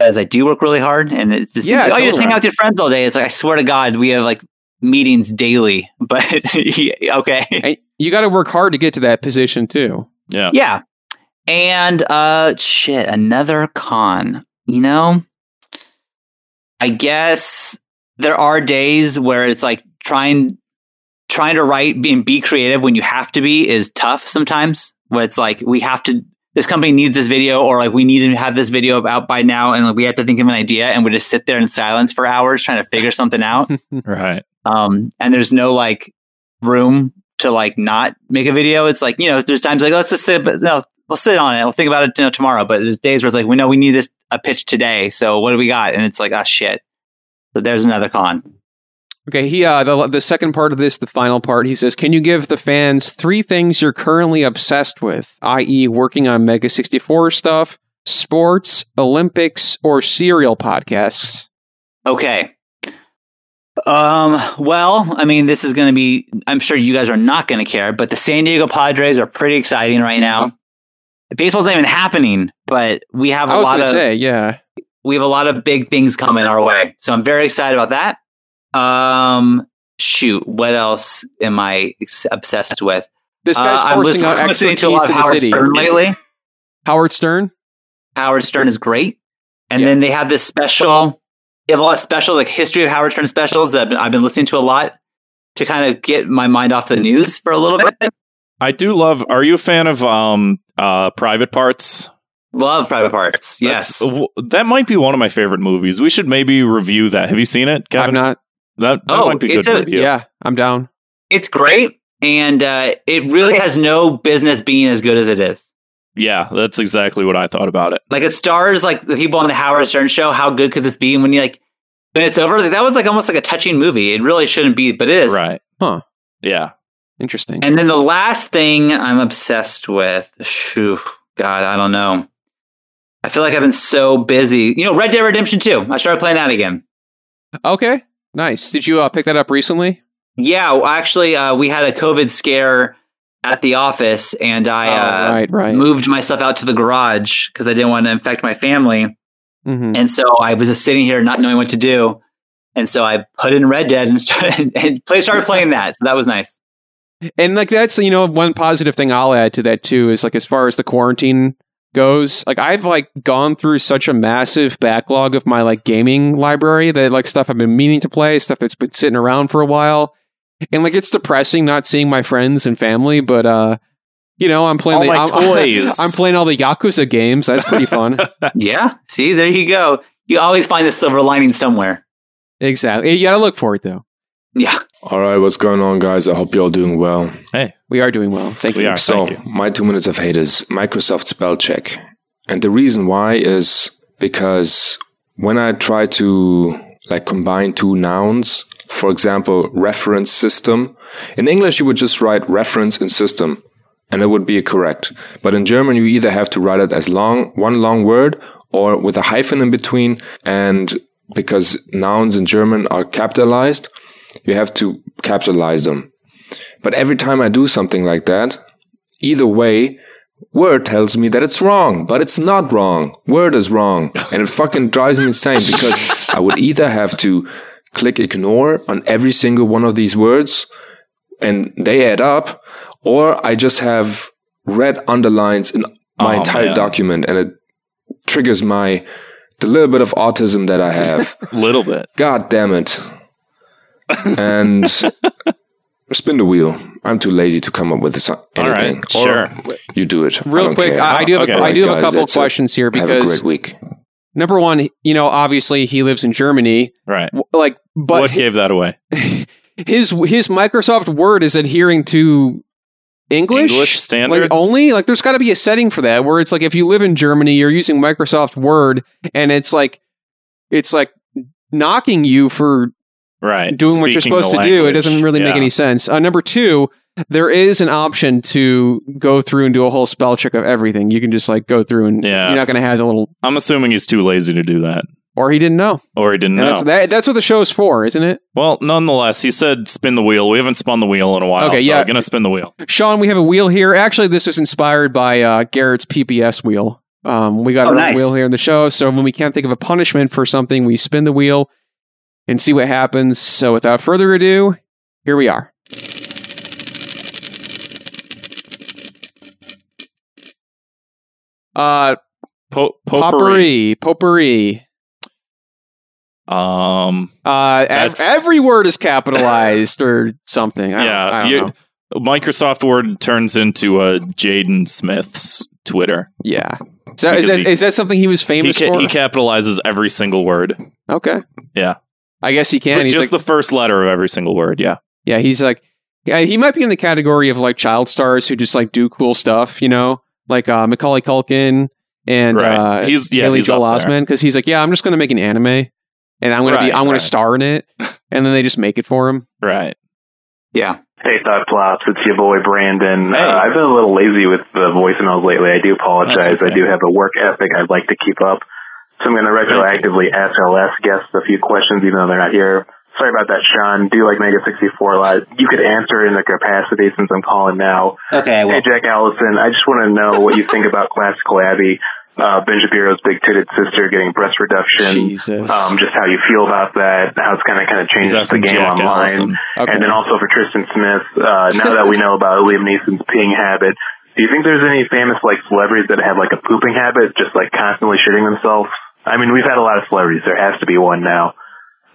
Speaker 5: as I do work really hard, and it's just
Speaker 6: Yeah,
Speaker 5: oh,
Speaker 6: it's
Speaker 5: you just hang out
Speaker 6: overtime.
Speaker 5: with your friends all day. It's like I swear to God, we have like meetings daily, but yeah, okay,
Speaker 6: And you got to work hard to get to that position too.
Speaker 7: Yeah.
Speaker 5: yeah. And uh, shit, another con. You know, I guess there are days where it's like trying trying to write be- and be creative when you have to be is tough sometimes. Where it's like we have to this company needs this video or like we need to have this video out by now and like we have to think of an idea and we just sit there in silence for hours trying to figure something out.
Speaker 7: Right.
Speaker 5: Um and there's no like room to like not make a video. It's like, you know, there's times like let's just sit but no, we'll sit on it. We'll think about it you know, tomorrow. But there's days where it's like we know we need this a pitch today. So what do we got? And it's like, oh shit. So there's another con.
Speaker 6: Okay, he uh the the second part of this, the final part, he says, "Can you give the fans three things you're currently obsessed with, i.e., working on Mega 64 stuff, sports, Olympics, or serial podcasts?"
Speaker 5: Okay. Um, well, I mean, this is going to be, I'm sure you guys are not going to care, but the San Diego Padres are pretty exciting right now. Baseball's not even happening, but we have a
Speaker 6: Mm-hmm. I was
Speaker 5: lot
Speaker 6: gonna
Speaker 5: of,
Speaker 6: say, yeah,
Speaker 5: we have a lot of big things coming our way. So I'm very excited about that. Um, shoot, what else am I ex- obsessed with? Uh,
Speaker 6: This guy's
Speaker 5: I'm
Speaker 6: forcing
Speaker 5: listening-
Speaker 6: out
Speaker 5: I'm listening to a lot of
Speaker 6: expertise to the
Speaker 5: Howard
Speaker 6: city.
Speaker 5: Stern lately.
Speaker 6: Howard Stern.
Speaker 5: Howard Stern is great. And then they have this special. They have a lot of specials, like history of Howard Stern specials that I've been, I've been listening to a lot to kind of get my mind off the news for a little bit.
Speaker 7: I do love. Are you a fan of um uh Private Parts?
Speaker 5: Love Private Parts. Yes.
Speaker 7: w- that might be one of my favorite movies. We should maybe review that. Have you seen it? Kevin?
Speaker 6: I'm not.
Speaker 7: That, that
Speaker 5: Oh,
Speaker 7: might be good.
Speaker 5: it's a-
Speaker 7: review.
Speaker 6: Yeah, I'm down.
Speaker 5: It's great, and uh, it really has no business being as good as it is.
Speaker 7: Yeah, that's exactly what I thought about it.
Speaker 5: Like it stars like the people on the Howard Stern show. How good could this be? And when you like when it's over, like, that was like almost like a touching movie. It really shouldn't be, but it is.
Speaker 7: Right.
Speaker 6: Huh.
Speaker 7: Yeah.
Speaker 6: Interesting.
Speaker 5: And then the last thing I'm obsessed with, shoo, God, I don't know. I feel like I've been so busy. You know, Red Dead Redemption 2. I started playing that again.
Speaker 6: Okay, nice. Did you uh, pick that up recently?
Speaker 5: Yeah, well, actually, uh, we had a COVID scare at the office, and I uh,
Speaker 6: Oh, right, right.
Speaker 5: moved myself out to the garage because I didn't want to infect my family.
Speaker 6: Mm-hmm.
Speaker 5: And so I was just sitting here not knowing what to do. And so I put in Red Dead and started, and play, started playing that. So that was nice.
Speaker 6: And like that's you know one positive thing I'll add to that too is like as far as the quarantine goes, like I've like gone through such a massive backlog of my like gaming library that like stuff I've been meaning to play, stuff that's been sitting around for a while. And like it's depressing not seeing my friends and family, but uh you know, I'm playing
Speaker 7: All
Speaker 6: the
Speaker 7: my
Speaker 6: I'm,
Speaker 7: toys.
Speaker 6: I'm playing all the Yakuza games. That's pretty fun.
Speaker 5: Yeah. See, there you go. You always find the silver lining somewhere.
Speaker 6: exactly. You gotta look for it though.
Speaker 5: Yeah.
Speaker 13: All right, what's going on, guys? I hope you're all doing well.
Speaker 7: Hey,
Speaker 6: we are doing well. Thank you.
Speaker 13: so, my two minutes of hate is Microsoft spell check. And the reason why is because when I try to like combine two nouns, for example, reference system, in English you would just write reference and system, and it would be correct. But in German you either have to write it as long one long word or with a hyphen in between, and because nouns in German are capitalized, you have to capitalize them. But every time I do something like that, either way, Word tells me that it's wrong, but it's not wrong. Word is wrong. And it fucking drives me insane because I would either have to click ignore on every single one of these words and they add up, or I just have red underlines in my
Speaker 7: Oh,
Speaker 13: entire
Speaker 7: man.
Speaker 13: document and it triggers my the little bit of autism that I have.
Speaker 7: Little bit.
Speaker 13: God damn it. And Spin the wheel. I'm too lazy to come up with so-
Speaker 7: All right,
Speaker 13: anything.
Speaker 7: sure.
Speaker 13: You do it. I
Speaker 6: Real
Speaker 13: don't
Speaker 6: quick,
Speaker 13: care.
Speaker 6: I, I do have
Speaker 13: Okay.
Speaker 6: a, I
Speaker 13: Alright,
Speaker 6: do have
Speaker 13: guys,
Speaker 6: a couple
Speaker 13: that's it.
Speaker 6: questions here
Speaker 13: Have
Speaker 6: because
Speaker 13: a great week.
Speaker 6: number one, you know, obviously he lives in Germany,
Speaker 7: right?
Speaker 6: Like, but
Speaker 7: what gave that away?
Speaker 6: his his Microsoft Word is adhering to English,
Speaker 7: English standards?
Speaker 6: like only. Like, there's got to be a setting for that where it's like if you live in Germany, you're using Microsoft Word, and it's like it's like knocking you for
Speaker 7: right
Speaker 6: doing what you're
Speaker 7: Speaking the
Speaker 6: supposed to do. It
Speaker 7: language.
Speaker 6: doesn't really make
Speaker 7: Yeah.
Speaker 6: any sense. Uh, number two, there is an option to go through and do a whole spell check of everything. You can just like go through and
Speaker 7: Yeah.
Speaker 6: you're not going to have the little
Speaker 7: I'm assuming he's too lazy to do that,
Speaker 6: or he didn't know.
Speaker 7: or he didn't
Speaker 6: And
Speaker 7: know.
Speaker 6: that's, that, that's what the show's for, isn't it?
Speaker 7: well, nonetheless, he said spin the wheel. We haven't spun the wheel in a while,
Speaker 6: Okay,
Speaker 7: so
Speaker 6: yeah.
Speaker 7: I'm gonna spin the wheel.
Speaker 6: Sean, we have a wheel here. Actually, this is inspired by uh, Garrett's PBS wheel. Um, we got
Speaker 18: Oh,
Speaker 6: our own
Speaker 18: nice.
Speaker 6: wheel here in the show, so when we can't think of a punishment for something, we spin the wheel and see what happens. So, without further ado, here we are. Uh,
Speaker 7: po-
Speaker 6: potpourri, potpourri.
Speaker 7: Um,
Speaker 6: Uh, ev-
Speaker 7: that's-
Speaker 6: every word is capitalized or something. I yeah,
Speaker 7: Yeah,
Speaker 6: I don't
Speaker 7: you-
Speaker 6: know.
Speaker 7: Microsoft Word turns into uh, Jaden Smith's Twitter.
Speaker 6: Yeah, Is that, is, that,
Speaker 7: Because he-
Speaker 6: is that something he was
Speaker 7: he,
Speaker 6: famous
Speaker 7: ca-
Speaker 6: for?
Speaker 7: he capitalizes every single word.
Speaker 6: okay.
Speaker 7: Yeah,
Speaker 6: I guess he can.
Speaker 7: But
Speaker 6: He's
Speaker 7: just
Speaker 6: like-
Speaker 7: the first letter of every single word. Yeah,
Speaker 6: Yeah, he's like, yeah, he might be in the category of like child stars who just like do cool stuff, you know, like uh, Macaulay Culkin and
Speaker 7: Right.
Speaker 6: uh,
Speaker 7: He's- yeah,
Speaker 6: Haley
Speaker 7: he's
Speaker 6: Joel
Speaker 7: up there.
Speaker 6: Osment because he's like, yeah, I'm just gonna make an anime and I'm gonna be,
Speaker 7: Right,
Speaker 6: I'm gonna
Speaker 7: right.
Speaker 6: star in it, and then they just make it for him.
Speaker 7: Right.
Speaker 5: Yeah.
Speaker 19: Hey, Thought Flops, it's your boy Brandon. Uh, I've been a little lazy with the voicemails lately. I do apologize.
Speaker 7: That's okay.
Speaker 19: I do have a work ethic I'd like to keep up. So I'm going to retroactively SLS guests a few questions, even though they're not here. Sorry about that, Sean. Do like Mega 64 Live. You could answer in the capacity since I'm calling now.
Speaker 18: Okay, I will.
Speaker 19: Hey, Jack Allison, I just want to know what you think about Classical Abbey, uh, Ben Shapiro's big titted sister getting breast reduction.
Speaker 6: Jesus.
Speaker 19: Um, just how you feel about that, how it's kind of kind of changes the
Speaker 7: asking
Speaker 19: game
Speaker 7: Jack
Speaker 19: online.
Speaker 7: Allison. Okay.
Speaker 19: And then also for Tristan Smith, uh, now that we know about Liam Neeson's peeing habit, do you think there's any famous like celebrities that have like a pooping habit, just like constantly shitting themselves? I mean, we've had a lot of celebrities. There has to be one now.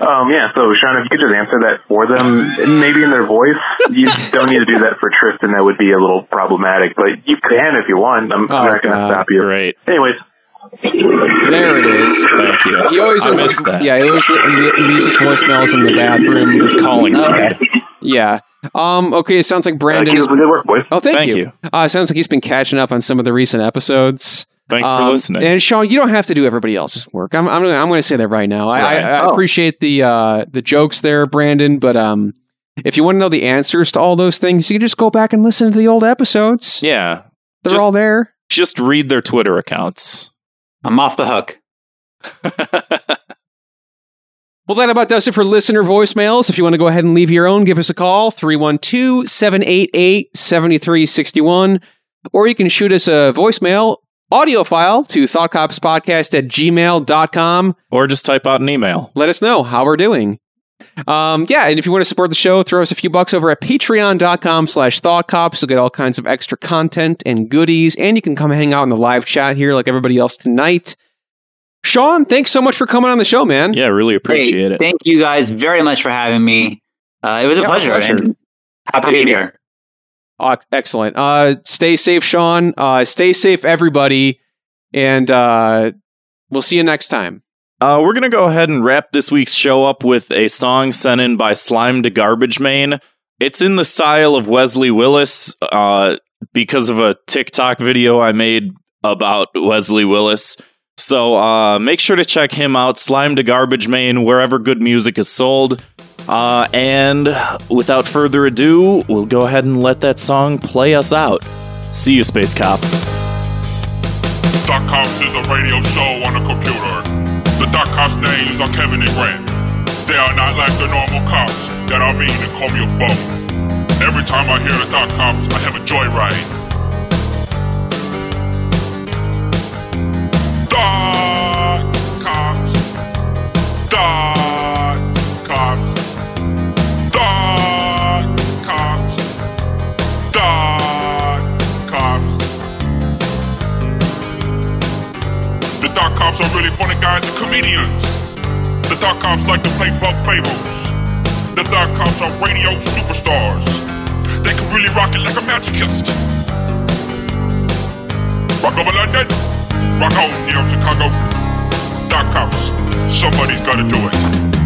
Speaker 19: Um, yeah, so Sean, if you could just answer that for them, maybe in their voice. You don't need to do that for Tristan. That would be a little problematic, but you can if you want. I'm, I'm not going to stop you.
Speaker 7: Great.
Speaker 19: Anyways. uh,
Speaker 6: There it is.
Speaker 7: Thank you.
Speaker 6: He always
Speaker 7: I
Speaker 6: has
Speaker 7: missed that.
Speaker 6: yeah, he always le- le- leaves his voicemails in the bathroom.
Speaker 7: His calling card.
Speaker 6: Yeah. Um. Okay. It sounds like Brandon is
Speaker 19: good work, boys.
Speaker 6: Oh, thank,
Speaker 7: Thank
Speaker 6: you.
Speaker 7: you.
Speaker 6: Uh, it sounds like he's been catching up on some of the recent episodes.
Speaker 7: Thanks for listening.
Speaker 6: Um, And Sean, you don't have to do everybody else's work. I'm I'm, gonna- I'm going to say that right now. I,
Speaker 7: Right.
Speaker 6: I, I
Speaker 7: Oh.
Speaker 6: appreciate the uh, the jokes there, Brandon. But um, if you want to know the answers to all those things, you can just go back and listen to the old episodes.
Speaker 7: Yeah,
Speaker 6: They're
Speaker 7: Just-
Speaker 6: all there.
Speaker 7: just read their Twitter accounts.
Speaker 5: I'm off the hook.
Speaker 6: Well, that about does it for listener voicemails. If you want to go ahead and leave your own, give us a call, 312 788 7361. Or you can shoot us a voicemail audio file to thoughtcopspodcast at gmail.com.
Speaker 7: Or just type out an email.
Speaker 6: Let us know how we're doing. Um, yeah, and if you want to support the show, throw us a few bucks over at patreon.com slash thoughtcops. You'll get all kinds of extra content and goodies. And you can come hang out in the live chat here like everybody else tonight. Sean, thanks so much for coming on the show, man.
Speaker 7: Yeah, really
Speaker 5: Hey, Thank you guys very much for having me. Uh, it was a
Speaker 6: Yeah, my
Speaker 5: pleasure.
Speaker 6: pleasure.
Speaker 5: and happy to be here.
Speaker 6: Oh, excellent. Uh, stay safe, Sean. Uh, stay safe, everybody. And uh, we'll see you next time.
Speaker 7: Uh, we're gonna go ahead and wrap this week's show up with a song sent in by Slime to Garbage Man. It's in the style of Wesley Willis, uh, because of a TikTok video I made about Wesley Willis. So uh, make sure to check him out, Slime to Garbage Man, wherever good music is sold. Uh, and without further ado, we'll go ahead and let that song play us out. See you, Space Cop.
Speaker 2: Doc Cops is a radio show on a computer. The Doc Cops names are Kevin and Grant. They are not like the normal cops that are mean and call me a bum. Every time I hear the Doc Cops, I have a joyride. Doc Cops. Doc Cops. Doc Cops. Doc Cops. The dark cops are really funny guys and comedians. The dark cops like to play buck fables. The thought cops are radio superstars. They can really rock it like a magicist. Rock over London, rock on here in Chicago. Dot cops, somebody's gotta do it.